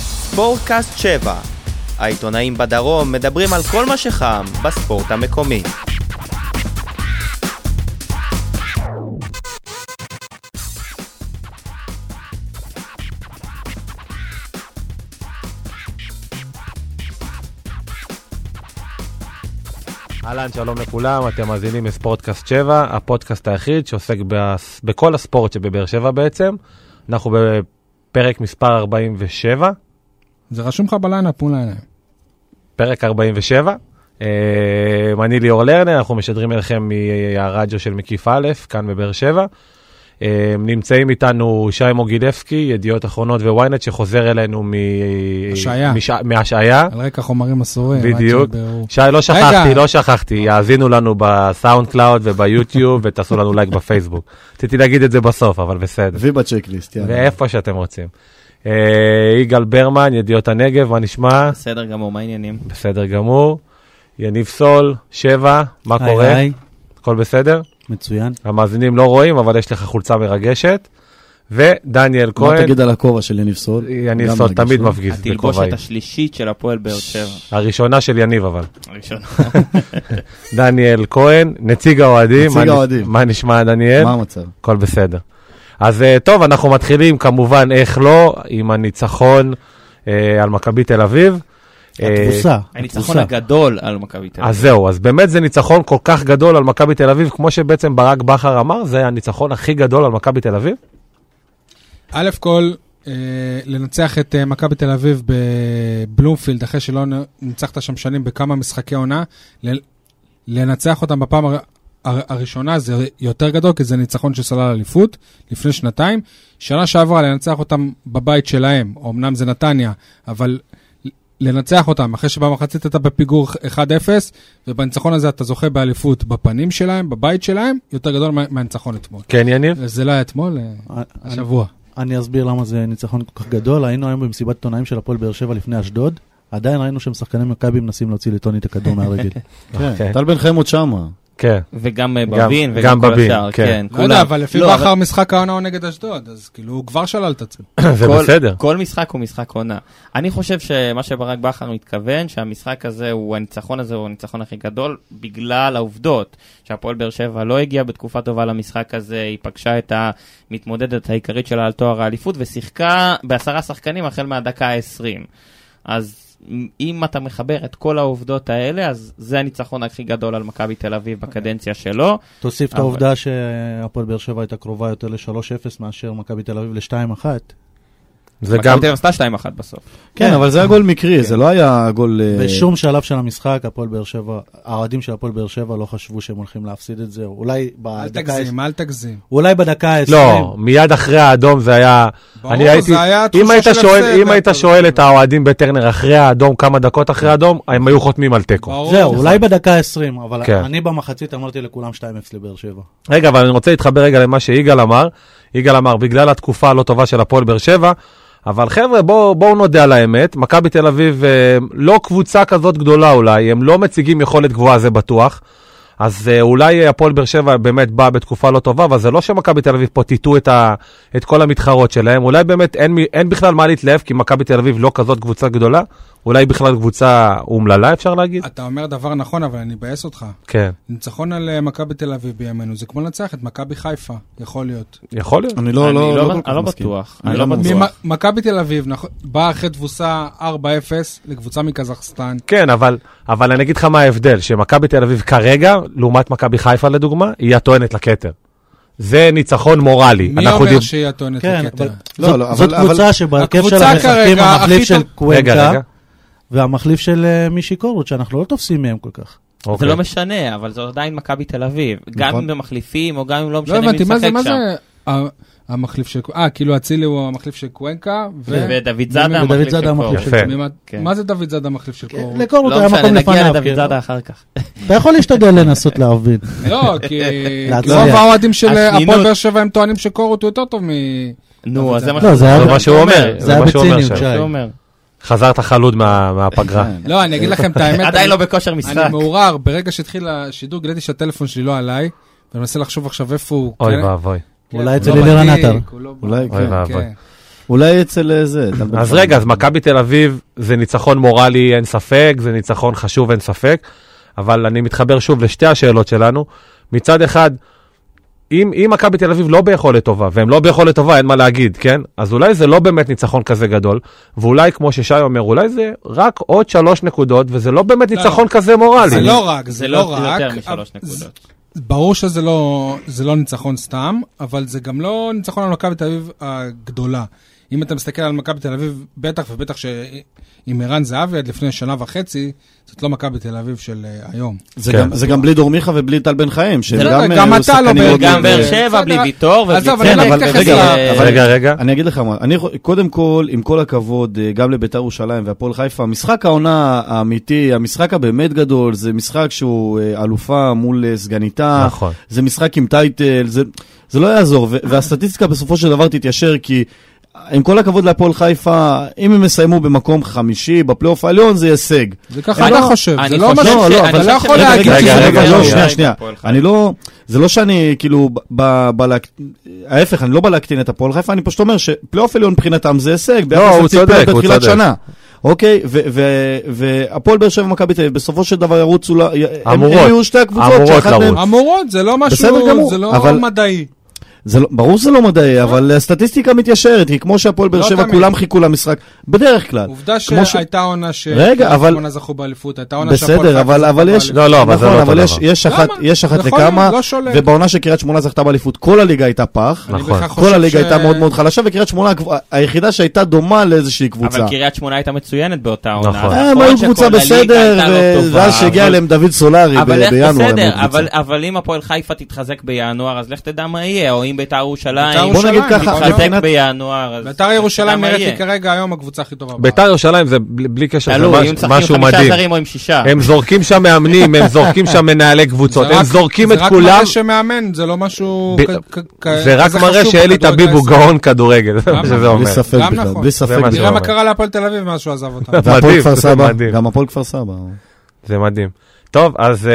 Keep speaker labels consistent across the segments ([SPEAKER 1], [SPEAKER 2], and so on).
[SPEAKER 1] ספורטקאסט 7. העיתונאים בדרום מדברים על כל מה שחם בספורט המקומי.
[SPEAKER 2] אהלן, שלום לכולם, אתם מאזינים לספורטקאסט 7, הפודקאסט היחיד שעוסק בס... בכל הספורט שבבאר שבע בעצם. אנחנו בפרק מספר 47,
[SPEAKER 3] זה רשום לך בליינאפ מול העיניים.
[SPEAKER 2] פרק 47. אה, אני ליאור לרנר, אנחנו משדרים אליכם מהרדיו של מקיף א', כאן בבאר שבע. אה, נמצאים איתנו שי מוגילבסקי, ידיעות אחרונות וויינט, שחוזר אלינו מ...
[SPEAKER 3] השעיה.
[SPEAKER 2] מש... מהשעיה.
[SPEAKER 3] על רקע חומרים אסורים.
[SPEAKER 4] כן,
[SPEAKER 3] עד
[SPEAKER 2] בדיוק.
[SPEAKER 3] שיביררו.
[SPEAKER 2] שי, לא שכחתי, לא שכחתי, יאזינו לנו בסאונד קלאוד וביוטיוב ותעשו לנו לייק בפייסבוק. רציתי להגיד את זה בסוף, אבל בסדר.
[SPEAKER 4] ובצ'קליסט, יאללה.
[SPEAKER 2] ואיפה שאתם רוצים. אה, יגאל ברמן, ידיעות הנגב, מה נשמע?
[SPEAKER 1] בסדר גמור, מה העניינים?
[SPEAKER 2] בסדר גמור. יניב סול, שבע, מה
[SPEAKER 5] היי,
[SPEAKER 2] קורה?
[SPEAKER 5] היי,
[SPEAKER 2] הכל בסדר?
[SPEAKER 5] מצוין.
[SPEAKER 2] המאזינים לא רואים, אבל יש לך חולצה מרגשת. ודניאל
[SPEAKER 4] מה
[SPEAKER 2] כהן,
[SPEAKER 4] תגיד על הכובע של יניב סול?
[SPEAKER 2] יניב
[SPEAKER 4] גם
[SPEAKER 2] סול
[SPEAKER 4] מרגיש,
[SPEAKER 2] תמיד
[SPEAKER 4] לא?
[SPEAKER 2] מפגיז
[SPEAKER 1] התלבושת
[SPEAKER 2] בכובעים.
[SPEAKER 1] השלישית של הפועל באר שבע.
[SPEAKER 2] הראשונה של יניב אבל.
[SPEAKER 1] הראשונה.
[SPEAKER 2] דניאל כהן, נציג האוהדים.
[SPEAKER 4] נציג
[SPEAKER 2] מה נש-
[SPEAKER 4] האוהדים.
[SPEAKER 2] מה נשמע, דניאל?
[SPEAKER 4] מה המצב?
[SPEAKER 2] הכל בסדר. אז אה, טוב, אנחנו מתחילים כמובן, איך לא, עם הניצחון אה, על מכבי תל אביב. אה,
[SPEAKER 5] התבוסה,
[SPEAKER 1] הניצחון
[SPEAKER 5] התבוסה.
[SPEAKER 1] הגדול על מכבי תל
[SPEAKER 2] אז
[SPEAKER 1] אביב.
[SPEAKER 2] זהו, אז באמת זה ניצחון כל כך גדול על מכבי תל אביב, כמו שבעצם ברק בכר אמר, זה הניצחון הכי גדול על מכבי תל אביב.
[SPEAKER 3] א' כל, אה, לנצח את אה, מכבי תל אביב בבלומפילד, אחרי שלא נ- ניצחת שם שנים בכמה משחקי עונה, ל- לנצח אותם בפעם הר- הר- הראשונה זה יותר גדול, כי זה ניצחון שסלל אליפות לפני שנתיים. שנה שעברה לנצח אותם בבית שלהם, אמנם זה נתניה, אבל לנצח אותם, אחרי שבמחצית אתה בפיגור 1-0, ובניצחון הזה אתה זוכה באליפות בפנים שלהם, בבית שלהם, יותר גדול מה- מהניצחון אתמול.
[SPEAKER 2] כן, יניב?
[SPEAKER 3] זה לא היה אתמול, אה,
[SPEAKER 5] אני-
[SPEAKER 3] השבוע.
[SPEAKER 5] אני אסביר למה זה ניצחון כל כך גדול. היינו היום במסיבת עיתונאים של הפועל באר שבע לפני אשדוד, עדיין ראינו שם שחקני מכבי מנסים להוציא לטוני את הכדור מהרגל.
[SPEAKER 2] אוקיי.
[SPEAKER 4] כן, טל בן חיים עוד שמה.
[SPEAKER 2] כן.
[SPEAKER 1] וגם אה,
[SPEAKER 2] גם-
[SPEAKER 1] בבין,
[SPEAKER 2] גם
[SPEAKER 1] וגם כל
[SPEAKER 2] בבין,
[SPEAKER 1] השאר,
[SPEAKER 2] כן.
[SPEAKER 1] כן.
[SPEAKER 3] לא יודע,
[SPEAKER 1] כולם.
[SPEAKER 3] אבל לפי
[SPEAKER 1] לא,
[SPEAKER 3] בכר משחק העונה הוא נגד אשדוד, אז כאילו הוא כבר שלל את עצמו.
[SPEAKER 2] זה
[SPEAKER 1] כל-
[SPEAKER 2] בסדר.
[SPEAKER 1] כל משחק הוא משחק עונה. אני חושב שמה שברק בכר מתכוון, שהמשחק הזה, הוא הניצחון הזה, הוא הניצחון הכי גדול, בגלל העובדות. שהפועל באר שבע לא הגיעה בתקופה טובה למשחק הזה, היא פגשה את המתמודדת העיקרית שלה על תואר האליפות, ושיחקה בעשרה שחקנים החל מהדקה ה-20. אז אם אתה מחבר את כל העובדות האלה, אז זה הניצחון הכי גדול על מכבי תל אביב בקדנציה שלו.
[SPEAKER 5] תוסיף את
[SPEAKER 1] אבל-
[SPEAKER 5] העובדה שהפועל באר שבע הייתה קרובה יותר ל-3-0 מאשר מכבי תל אביב ל-2-1.
[SPEAKER 2] זה
[SPEAKER 1] מכבי
[SPEAKER 2] גם...
[SPEAKER 1] תל אביב עשתה 2-1 בסוף.
[SPEAKER 4] כן, אבל זה היה גול מקרי, זה לא היה גול... אה,
[SPEAKER 5] בשום שלב של המשחק, הפועל באר שבע, האוהדים של הפועל באר שבע לא חשבו שהם הולכים להפסיד את זה. אולי
[SPEAKER 3] אל
[SPEAKER 5] בדקה ה-
[SPEAKER 3] תגזים, אל תגזים.
[SPEAKER 5] אולי בדקה ה-20.
[SPEAKER 2] לא, מיד אחרי האדום זה היה...
[SPEAKER 3] ברור,
[SPEAKER 2] אני הייתי...
[SPEAKER 3] זה היה
[SPEAKER 2] אם
[SPEAKER 3] תחושה
[SPEAKER 2] היית
[SPEAKER 3] של
[SPEAKER 2] שואל-
[SPEAKER 3] הפסד,
[SPEAKER 2] אם היית
[SPEAKER 3] אבל-
[SPEAKER 2] שואל את האוהדים בטרנר אחרי האדום, כמה דקות אחרי האדום, הם היו חותמים על תיקו.
[SPEAKER 3] ברור.
[SPEAKER 5] זהו, אולי בדקה ה-20, אבל
[SPEAKER 2] כן.
[SPEAKER 5] אני במחצית אמרתי לכולם 2-0 לבאר שבע.
[SPEAKER 2] רגע, אבל אני רוצה להתחבר רגע למה שיגאל אמר. יגאל אמר, בגלל התקופה הלא טובה של הפועל באר שבע, אבל חבר'ה, בואו בוא נודה על האמת, מכבי תל אביב אה, לא קבוצה כזאת גדולה אולי, הם לא מציגים יכולת גבוהה, זה בטוח. אז אה, אולי אה, הפועל באר שבע באמת באה בתקופה לא טובה, אבל זה לא שמכבי תל אביב פה טיטו את, ה, את כל המתחרות שלהם. אולי באמת אין, מי- אין בכלל מה להתלהב, כי מכבי תל אביב לא כזאת קבוצה גדולה. אולי בכלל קבוצה אומללה, אפשר להגיד?
[SPEAKER 3] אתה אומר דבר נכון, אבל אני אבאס אותך.
[SPEAKER 2] כן,
[SPEAKER 3] ניצחון על אה, מכבי תל אביב בימינו, זה כמו לנצח את מכבי חיפה, יכול להיות.
[SPEAKER 2] יכול להיות.
[SPEAKER 4] אני לא,
[SPEAKER 1] אני
[SPEAKER 4] לא, לא
[SPEAKER 1] לא בט-
[SPEAKER 4] כל
[SPEAKER 1] אני
[SPEAKER 4] כך
[SPEAKER 1] לא
[SPEAKER 4] מסכים.
[SPEAKER 1] בטוח. אני
[SPEAKER 4] גם לא
[SPEAKER 1] לא בטוח.
[SPEAKER 4] מסכים.
[SPEAKER 3] ממ- מכבי תל אביב נכון, באה אחרי תבוסה 4-0 לקבוצה מקזחסטן.
[SPEAKER 2] כן, אבל, אבל אני אגיד לך מה ההבדל, שמכבי תל אביב כרגע, לעומת מכבי חיפה לדוגמה, היא הטוענת לכתר. זה ניצחון מורלי.
[SPEAKER 3] מי
[SPEAKER 2] אנחנו
[SPEAKER 3] אומר
[SPEAKER 2] דיב-
[SPEAKER 3] שהיא הטוענת
[SPEAKER 5] כן,
[SPEAKER 3] לקטע?
[SPEAKER 5] אבל-
[SPEAKER 4] לא,
[SPEAKER 5] זאת-
[SPEAKER 4] לא,
[SPEAKER 5] זאת
[SPEAKER 4] אבל-
[SPEAKER 5] קבוצה שבהרכב
[SPEAKER 3] הקבוצה
[SPEAKER 5] שלה משחקים
[SPEAKER 3] כרגע הכי
[SPEAKER 5] המחליף של
[SPEAKER 3] טוב-
[SPEAKER 2] רגע,
[SPEAKER 5] קוונקה
[SPEAKER 2] רגע.
[SPEAKER 5] והמחליף של אה, מישי קורות, שאנחנו לא תופסים מהם כל כך.
[SPEAKER 1] זה
[SPEAKER 2] אוקיי.
[SPEAKER 1] לא משנה, אבל זו עדיין מכבי תל אביב. גם
[SPEAKER 4] נכון.
[SPEAKER 1] אם הם מחליפים, או גם אם לא
[SPEAKER 3] לא
[SPEAKER 1] משנה מי
[SPEAKER 3] הבנתי, מה זה, מה
[SPEAKER 1] משחק
[SPEAKER 3] זה
[SPEAKER 1] שם.
[SPEAKER 3] ה- המחליף של... אה, כאילו אצילי הוא המחליף של קוונקה, ו...
[SPEAKER 1] ודוד
[SPEAKER 3] ומי-
[SPEAKER 1] זאדה
[SPEAKER 5] ודוד
[SPEAKER 1] המחליף של
[SPEAKER 5] זאדה
[SPEAKER 1] קור.
[SPEAKER 5] המחליף
[SPEAKER 2] יפה.
[SPEAKER 5] של
[SPEAKER 2] כן.
[SPEAKER 5] קורות.
[SPEAKER 3] ממה-
[SPEAKER 1] כן.
[SPEAKER 3] מה זה דוד זאדה המחליף
[SPEAKER 5] כן,
[SPEAKER 3] של קור?
[SPEAKER 5] אה, לקורות
[SPEAKER 1] לא
[SPEAKER 5] היה מקום
[SPEAKER 1] משנה, נגיע
[SPEAKER 5] לפניו.
[SPEAKER 1] לדוד
[SPEAKER 5] כן.
[SPEAKER 1] זאדה אחר כך.
[SPEAKER 5] אתה יכול להשתדל לנסות להבין.
[SPEAKER 3] לא, כי
[SPEAKER 5] להצליח.
[SPEAKER 3] רוב האוהדים של אה,
[SPEAKER 1] השנינות.
[SPEAKER 3] הפועל באר שבע הם טוענים שקורות הוא יותר טוב מ...
[SPEAKER 1] נו, אז זה מה
[SPEAKER 5] לא, זה היה
[SPEAKER 2] זה מה שהוא אומר.
[SPEAKER 5] זה היה
[SPEAKER 2] מה שהוא אומר
[SPEAKER 5] בציניות,
[SPEAKER 2] שם.
[SPEAKER 5] שי.
[SPEAKER 1] שהוא אומר.
[SPEAKER 2] חזרת חלוד מה, מהפגרה.
[SPEAKER 4] כן.
[SPEAKER 3] לא, אני אגיד לכם את האמת.
[SPEAKER 1] עדיין לא
[SPEAKER 3] אני-
[SPEAKER 1] בכושר משחק.
[SPEAKER 3] אני מעורער, ברגע שהתחיל השידור גיליתי שהטלפון שלי לא עליי, ואני מנסה לחשוב עכשיו איפה הוא.
[SPEAKER 2] אוי
[SPEAKER 3] כן,
[SPEAKER 2] ואבוי.
[SPEAKER 3] כן,
[SPEAKER 5] אולי
[SPEAKER 3] הוא
[SPEAKER 5] אצל
[SPEAKER 3] לא
[SPEAKER 5] אלירן
[SPEAKER 3] בתיק,
[SPEAKER 5] עטר.
[SPEAKER 3] הוא לא-
[SPEAKER 4] אולי,
[SPEAKER 2] אוי
[SPEAKER 4] כן.
[SPEAKER 2] ואבוי.
[SPEAKER 3] כן.
[SPEAKER 4] אולי אצל אה, זה. טל בן
[SPEAKER 2] אז
[SPEAKER 4] חיים.
[SPEAKER 2] רגע, אז מכבי תל אביב זה ניצחון מורלי, אין ספק, זה ניצחון חשוב, אין ספק, אבל אני מתחבר שוב לשתי השאלות שלנו. מצד אחד, אם, אם מכבי תל אביב לא ביכולת טובה, והם לא ביכולת טובה, אין מה להגיד, כן? אז אולי זה לא באמת ניצחון כזה גדול, ואולי, כמו ששי אומר, אולי זה רק עוד שלוש נקודות, וזה לא באמת
[SPEAKER 3] לא,
[SPEAKER 2] ניצחון כזה מורלי.
[SPEAKER 3] זה לא רק,
[SPEAKER 1] זה
[SPEAKER 3] זה
[SPEAKER 1] לא
[SPEAKER 3] לא רק.
[SPEAKER 1] יותר משלוש
[SPEAKER 3] אבל-
[SPEAKER 1] נקודות.
[SPEAKER 3] ברור שזה לא, זה לא ניצחון סתם, אבל זה גם לא ניצחון על מכבי תל אביב הגדולה. אם אתה מסתכל על מכבי תל אביב, בטח ובטח שעם ערן זהבי עד לפני שנה וחצי, זאת לא מכבי תל אביב של אה, היום.
[SPEAKER 4] זה
[SPEAKER 2] כן.
[SPEAKER 4] גם- זה גם בלי דור מיכה ובלי טל בן חיים, שהם
[SPEAKER 1] זה לא-
[SPEAKER 4] גם...
[SPEAKER 3] גם
[SPEAKER 4] אה, היו
[SPEAKER 3] אתה לא
[SPEAKER 4] שחקנים
[SPEAKER 3] באר-
[SPEAKER 4] מאוד
[SPEAKER 1] גם
[SPEAKER 4] מאוד, אה,
[SPEAKER 1] באר שבע, בלי
[SPEAKER 3] בסדר.
[SPEAKER 1] ויטור ובלי
[SPEAKER 3] עזוב, אבל
[SPEAKER 1] צמד.
[SPEAKER 3] אני
[SPEAKER 4] אבל
[SPEAKER 3] להתייחס
[SPEAKER 4] רגע,
[SPEAKER 1] ל-
[SPEAKER 4] אבל-
[SPEAKER 2] רגע, רגע.
[SPEAKER 4] אני אגיד לך מה, אני, חו- קודם כל, עם כל הכבוד, אה, גם לביתר ירושלים והפועל חיפה, משחק העונה האמיתי, המשחק הבאמת גדול, זה משחק שהוא אה, אלופה מול אה, סגניתה,
[SPEAKER 2] נכון.
[SPEAKER 4] זה משחק עם טייטל, זה, זה לא יעזור, ו- והסטטיסטיקה בסופו של דבר תתיישר, כי עם כל הכבוד להפועל חיפה, אם הם יסיימו במקום חמישי בפלייאוף העליון, זה הישג.
[SPEAKER 3] זה ככה
[SPEAKER 4] אני
[SPEAKER 3] אתה
[SPEAKER 4] לא-
[SPEAKER 3] חושב,
[SPEAKER 1] אני
[SPEAKER 3] זה לא
[SPEAKER 1] חושב
[SPEAKER 3] מה
[SPEAKER 1] ש-
[SPEAKER 4] לא, לא,
[SPEAKER 1] אני
[SPEAKER 4] אבל
[SPEAKER 1] חושב
[SPEAKER 3] לא יכול
[SPEAKER 1] שבאר
[SPEAKER 4] רגע,
[SPEAKER 3] להגיד
[SPEAKER 4] רגע,
[SPEAKER 1] שבע
[SPEAKER 3] שזה
[SPEAKER 4] רגע,
[SPEAKER 1] זה
[SPEAKER 4] רגע,
[SPEAKER 3] דבר
[SPEAKER 1] לא
[SPEAKER 4] לא,
[SPEAKER 3] טוב.
[SPEAKER 4] שנייה,
[SPEAKER 1] רגע,
[SPEAKER 4] שנייה.
[SPEAKER 1] הפועל חיפה.
[SPEAKER 4] אני לא, זה לא שאני, כאילו, ב... ב... ב... ההפך, אני לא בא להקטין את הפועל חיפה, אני פשוט אומר שפלייאוף עליון מבחינתם זה הישג, ביחס
[SPEAKER 2] לא, הוא
[SPEAKER 4] לציפיות
[SPEAKER 2] צודק, הוא
[SPEAKER 4] בתחילת
[SPEAKER 2] צודק.
[SPEAKER 4] שנה. אוקיי, ו- ו- והפועל באר שבע ומכבי תל אביב, בסופו של דבר ירוצו, ל- הם הם
[SPEAKER 2] אמורות.
[SPEAKER 4] יהיו שתי הקבוצות,
[SPEAKER 2] אמורות
[SPEAKER 4] שאחת
[SPEAKER 2] לרוץ.
[SPEAKER 4] מהן...
[SPEAKER 3] אמורות, זה לא
[SPEAKER 4] בסדר
[SPEAKER 3] משהו,
[SPEAKER 4] גמור,
[SPEAKER 3] זה
[SPEAKER 4] אבל-
[SPEAKER 3] לא מדעי.
[SPEAKER 4] זה לא, ברור שזה לא מדעי, אבל הסטטיסטיקה מתיישרת, כי כמו שהפועל באר
[SPEAKER 3] לא
[SPEAKER 4] שבע
[SPEAKER 3] תמיד.
[SPEAKER 4] כולם חיכו למשחק, בדרך כלל.
[SPEAKER 3] עובדה
[SPEAKER 4] כמו ש-
[SPEAKER 3] שהייתה עונה ש...
[SPEAKER 4] רגע, אבל-
[SPEAKER 3] שמונה זכו באליפות, הייתה עונה שהפועל
[SPEAKER 4] בסדר,
[SPEAKER 3] חיפה
[SPEAKER 4] אבל,
[SPEAKER 3] זכו
[SPEAKER 4] אבל יש...
[SPEAKER 3] באליפות.
[SPEAKER 2] לא, לא, אבל זה
[SPEAKER 4] נכון,
[SPEAKER 2] לא אותו
[SPEAKER 4] אבל יש-
[SPEAKER 2] דבר.
[SPEAKER 4] יש אחת-
[SPEAKER 3] למה?
[SPEAKER 4] יש אחת
[SPEAKER 3] יכול להיות,
[SPEAKER 4] לכמה,
[SPEAKER 3] לא שולל.
[SPEAKER 4] ובעונה שקריית שמונה זכתה באליפות, כל הליגה הייתה פח.
[SPEAKER 3] אני
[SPEAKER 2] נכון.
[SPEAKER 3] בכלל חושב
[SPEAKER 4] כל הליגה
[SPEAKER 3] ש-
[SPEAKER 4] הייתה מאוד מאוד חלשה, וקריית שמונה הקב- היחידה שהייתה דומה לאיזושהי קבוצה.
[SPEAKER 1] אבל קריית שמונה הייתה מצוינת באותה עונה.
[SPEAKER 2] נכון.
[SPEAKER 1] אז
[SPEAKER 4] אה, הם
[SPEAKER 1] נכון
[SPEAKER 4] היו
[SPEAKER 1] שכל
[SPEAKER 4] קבוצה
[SPEAKER 1] הליגה
[SPEAKER 4] בסדר,
[SPEAKER 1] הייתה לא
[SPEAKER 4] ו-
[SPEAKER 1] טובה,
[SPEAKER 4] ואז שהגיע
[SPEAKER 1] אבל-
[SPEAKER 4] אליהם דוד סולארי ב-
[SPEAKER 1] אבל איך
[SPEAKER 4] בינואר. הם היו
[SPEAKER 1] בסדר,
[SPEAKER 4] קבוצה.
[SPEAKER 1] אבל- אבל אם הפועל חיפה תתחזק בינואר, אז לך תדע מה יהיה, או אם ביתר
[SPEAKER 3] בית"ר
[SPEAKER 1] ירושלים
[SPEAKER 4] בוא נגיד
[SPEAKER 3] ירושלים,
[SPEAKER 4] ככה,
[SPEAKER 3] אבל
[SPEAKER 1] תתחזק
[SPEAKER 4] מבחינת-
[SPEAKER 1] בינואר, אז...
[SPEAKER 3] בית"ר ירושלים
[SPEAKER 1] למה
[SPEAKER 3] נראית לי
[SPEAKER 1] יהיה?
[SPEAKER 3] כרגע היום הקבוצה הכי טובה. בארץ.
[SPEAKER 2] ביתר ירושלים זה בלי בלי קשר, זה
[SPEAKER 1] תלוי, אם
[SPEAKER 2] מש- משהו
[SPEAKER 1] משחקים חמישה
[SPEAKER 2] מדהים.
[SPEAKER 1] זרים או עם שישה.
[SPEAKER 2] הם זורקים שם מאמנים, הם זורקים שם מנהלי קבוצות,
[SPEAKER 3] זה
[SPEAKER 2] הם
[SPEAKER 3] רק-
[SPEAKER 2] זורקים את
[SPEAKER 3] זה רק
[SPEAKER 2] כולם.
[SPEAKER 3] מראה שמאמן, זה לא משהו...
[SPEAKER 2] ב-
[SPEAKER 3] כ- כ- כ-
[SPEAKER 2] זה רק
[SPEAKER 3] כזה
[SPEAKER 2] מראה
[SPEAKER 3] חשוב
[SPEAKER 2] שאלי
[SPEAKER 3] בכדורגל
[SPEAKER 2] טביב הוא
[SPEAKER 3] הישראלי.
[SPEAKER 2] גאון כדורגל, זה מה
[SPEAKER 3] גם
[SPEAKER 2] שזה
[SPEAKER 3] נכון.
[SPEAKER 2] אומר.
[SPEAKER 4] בלי ספק
[SPEAKER 3] גם
[SPEAKER 4] בכלל,
[SPEAKER 3] נכון.
[SPEAKER 4] בלי
[SPEAKER 3] זה
[SPEAKER 4] ספק
[SPEAKER 2] מה
[SPEAKER 4] בכלל.
[SPEAKER 3] תראה
[SPEAKER 2] שאומר.
[SPEAKER 3] מה קרה להפועל תל אביב מאז שהוא עזב אותה.
[SPEAKER 2] זה
[SPEAKER 4] והפועל
[SPEAKER 2] מדהים,
[SPEAKER 4] כפר
[SPEAKER 2] זה
[SPEAKER 4] סבא,
[SPEAKER 2] מדהים.
[SPEAKER 4] גם הפועל כפר סבא.
[SPEAKER 2] זה מדהים. טוב, אז אה,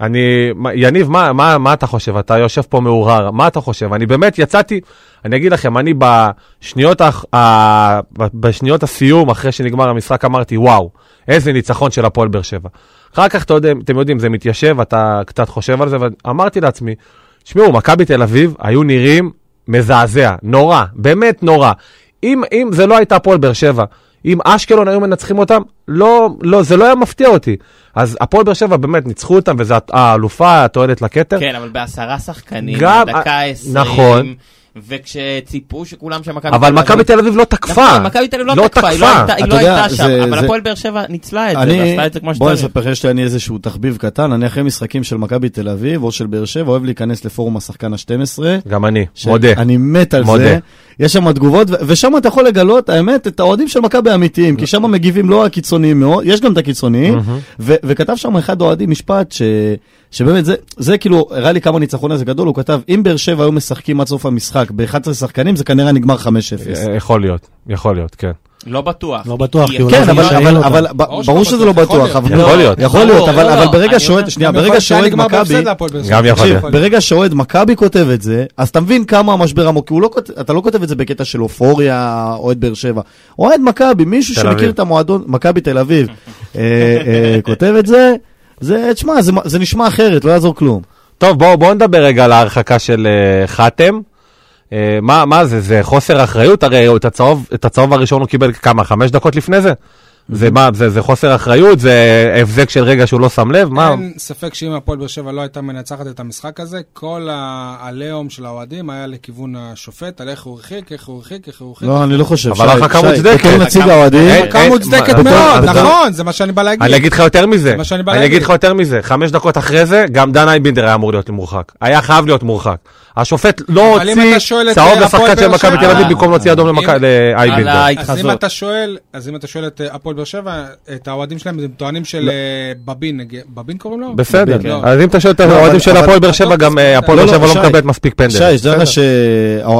[SPEAKER 2] אני... מה- יניב, מה- מה מה אתה חושב? אתה יושב פה מהורהר, מה אתה חושב? אני באמת יצאתי, אני אגיד לכם, אני בשניות האח- ה- ב- בשניות הסיום, אחרי שנגמר המשחק, אמרתי, וואו, איזה ניצחון של הפועל באר שבע. אחר כך, אתה יודע- אתם יודעים, זה מתיישב, אתה קצת חושב על זה, ואמרתי לעצמי, תשמעו, מכבי תל אביב היו נראים מזעזע, נורא, באמת נורא. אם, אם זה לא הייתה הפועל באר שבע, אם אשקלון היו מנצחים אותם, לא, לא, זה לא היה מפתיע אותי. אז הפועל באר שבע באמת ניצחו אותם, וזו האלופה, התועלת לכתר.
[SPEAKER 1] כן, אבל בעשרה שחקנים,
[SPEAKER 2] גם-
[SPEAKER 1] דקה העשרים,
[SPEAKER 2] נכון.
[SPEAKER 1] וכשציפו שכולם שם...
[SPEAKER 2] אבל מכבי תל אביב לא תקפה.
[SPEAKER 1] נכון, מכבי תל אביב
[SPEAKER 2] לא
[SPEAKER 1] לא תקפה, היא לא
[SPEAKER 2] תקפה.
[SPEAKER 1] הייתה- היא
[SPEAKER 4] אתה
[SPEAKER 1] לא
[SPEAKER 4] יודע,
[SPEAKER 1] הייתה
[SPEAKER 4] זה-
[SPEAKER 1] שם, אבל
[SPEAKER 4] זה-
[SPEAKER 1] הפועל באר שבע ניצלה את זה,
[SPEAKER 4] אני,
[SPEAKER 1] ועשתה את זה כמו
[SPEAKER 4] בוא
[SPEAKER 1] שצריך.
[SPEAKER 4] נספר, יש לי אני איזשהו תחביב קטן, אני אחרי משחקים של מכבי תל אביב או של באר שבע, אוהב להיכנס לפורום השחקן ה-12.
[SPEAKER 2] גם אני, מודה.
[SPEAKER 4] אני מת על
[SPEAKER 2] מודה.
[SPEAKER 4] זה. יש שם תגובות, ו- ושם אתה יכול לגלות, האמת, את האוהדים של מכבי האמיתיים, כי שם מגיבים לא הקיצוניים מאוד, יש גם את הקיצוניים, ו- וכתב שם אחד האוהדים משפט, ש- שבאמת, זה- זה כאילו, הראה לי כמה הניצחון הזה גדול, הוא כתב, אם באר שבע היו משחקים עד סוף המשחק ב-11 שחקנים, זה כנראה נגמר 5-0.
[SPEAKER 2] אה, יכול להיות, יכול להיות, כן.
[SPEAKER 1] לא בטוח.
[SPEAKER 5] לא בטוח, כי אולי
[SPEAKER 4] כן,
[SPEAKER 5] זה
[SPEAKER 4] אבל-
[SPEAKER 5] משאיר
[SPEAKER 4] אבל-
[SPEAKER 5] אותם.
[SPEAKER 4] אבל ב-
[SPEAKER 3] ברור שלא
[SPEAKER 4] ברור שזה לא
[SPEAKER 3] בטוח, יכול
[SPEAKER 4] בטוח,
[SPEAKER 3] להיות.
[SPEAKER 4] אבל
[SPEAKER 2] יכול
[SPEAKER 4] לא-
[SPEAKER 2] להיות.
[SPEAKER 4] יכול להיות, אבל-
[SPEAKER 1] לא,
[SPEAKER 4] אבל
[SPEAKER 1] לא,
[SPEAKER 4] ברגע
[SPEAKER 1] אני
[SPEAKER 4] שאוהד,
[SPEAKER 1] אומר-
[SPEAKER 4] שנייה,
[SPEAKER 3] גם יכול
[SPEAKER 4] ברגע
[SPEAKER 3] להיות שהיה
[SPEAKER 4] שאוהד
[SPEAKER 3] נגמר
[SPEAKER 4] מכבי,
[SPEAKER 3] בהפסד להפועל באר שבע.
[SPEAKER 2] גם יכול
[SPEAKER 4] תקשיב,
[SPEAKER 2] להיות.
[SPEAKER 4] ברגע שאוהד מכבי כותב את זה, אז תבין כמה המשבר עמוק, כי הוא לא, כות- אתה לא כותב את זה בקטע של אופוריה, אוהד באר שבע. אוהד מכבי, מישהו
[SPEAKER 2] תל
[SPEAKER 4] שמכיר
[SPEAKER 2] אביב.
[SPEAKER 4] את המועדון, מכבי תל אביב, אה, אה, כותב את זה, זה, תשמע, זה, זה נשמע אחרת, לא יעזור כלום.
[SPEAKER 2] טוב, בואו בוא נדבר רגע על ההרחקה של אה, חתם. אה, מה, מה זה, זה חוסר אחריות? הרי הוא את הצהוב, את הצהוב הראשון הוא קיבל כמה, חמש דקות לפני זה? זה מה, זה, זה חוסר אחריות? זה הבזק של רגע שהוא לא שם לב? מה?
[SPEAKER 3] אין ספק שאם הפועל באר שבע לא הייתה מנצחת את המשחק הזה, כל העליהום של האוהדים היה לכיוון השופט, על איך הוא הרחיק, איך הוא הרחיק, איך הוא הרחיק.
[SPEAKER 4] לא, אני לא חושב.
[SPEAKER 2] אבל
[SPEAKER 4] שי,
[SPEAKER 2] הרחקה
[SPEAKER 4] שי,
[SPEAKER 2] מוצדקת.
[SPEAKER 4] בתור נציג
[SPEAKER 1] הרחקה-
[SPEAKER 4] האוהדים,
[SPEAKER 2] אין-
[SPEAKER 3] כמה
[SPEAKER 2] אין-
[SPEAKER 3] מוצדקת
[SPEAKER 2] אה, מה-
[SPEAKER 3] מאוד,
[SPEAKER 2] אבל-
[SPEAKER 3] נכון, זה מה שאני בא להגיד.
[SPEAKER 2] אה, אני אגיד לך יותר מזה,
[SPEAKER 3] מה שאני בא
[SPEAKER 2] אני
[SPEAKER 3] להגיד.
[SPEAKER 2] אגיד לך יותר מזה, חמש דקות אחרי זה, גם דן אייבינדר היה אמור להיות מורחק. היה חייב להיות מורחק. השופט לא
[SPEAKER 3] אבל אם
[SPEAKER 2] הוציא
[SPEAKER 3] אתה שואל את אה,
[SPEAKER 2] צהוב
[SPEAKER 3] הפועל
[SPEAKER 2] לשחקן של
[SPEAKER 3] באר
[SPEAKER 2] מכבי
[SPEAKER 3] שבע-
[SPEAKER 2] תל אביב
[SPEAKER 1] אה,
[SPEAKER 2] במקום להוציא אדום
[SPEAKER 3] אם-
[SPEAKER 2] למכ-
[SPEAKER 3] על
[SPEAKER 2] לאייבינדר.
[SPEAKER 1] ה-
[SPEAKER 3] אז אם
[SPEAKER 1] התחזות.
[SPEAKER 3] אתה שואל, אז אם אתה שואל את אה, הפועל באר שבע, את האוהדים שלהם, הם טוענים של
[SPEAKER 2] לא.
[SPEAKER 3] אה, בבין, נגיד- בבין קוראים לו?
[SPEAKER 2] בסדר. אה,
[SPEAKER 3] לא.
[SPEAKER 2] אז אם אתה שואל את
[SPEAKER 4] לא,
[SPEAKER 2] האוהדים
[SPEAKER 4] אבל-
[SPEAKER 2] של
[SPEAKER 4] אבל-
[SPEAKER 2] הפועל באר שבע, גם אה, הפועל
[SPEAKER 4] לא,
[SPEAKER 2] באר
[SPEAKER 4] לא,
[SPEAKER 2] שבע לא
[SPEAKER 4] שי.
[SPEAKER 2] מקבלת מספיק פנדל.
[SPEAKER 4] שי, שתדע לך
[SPEAKER 2] בסדר.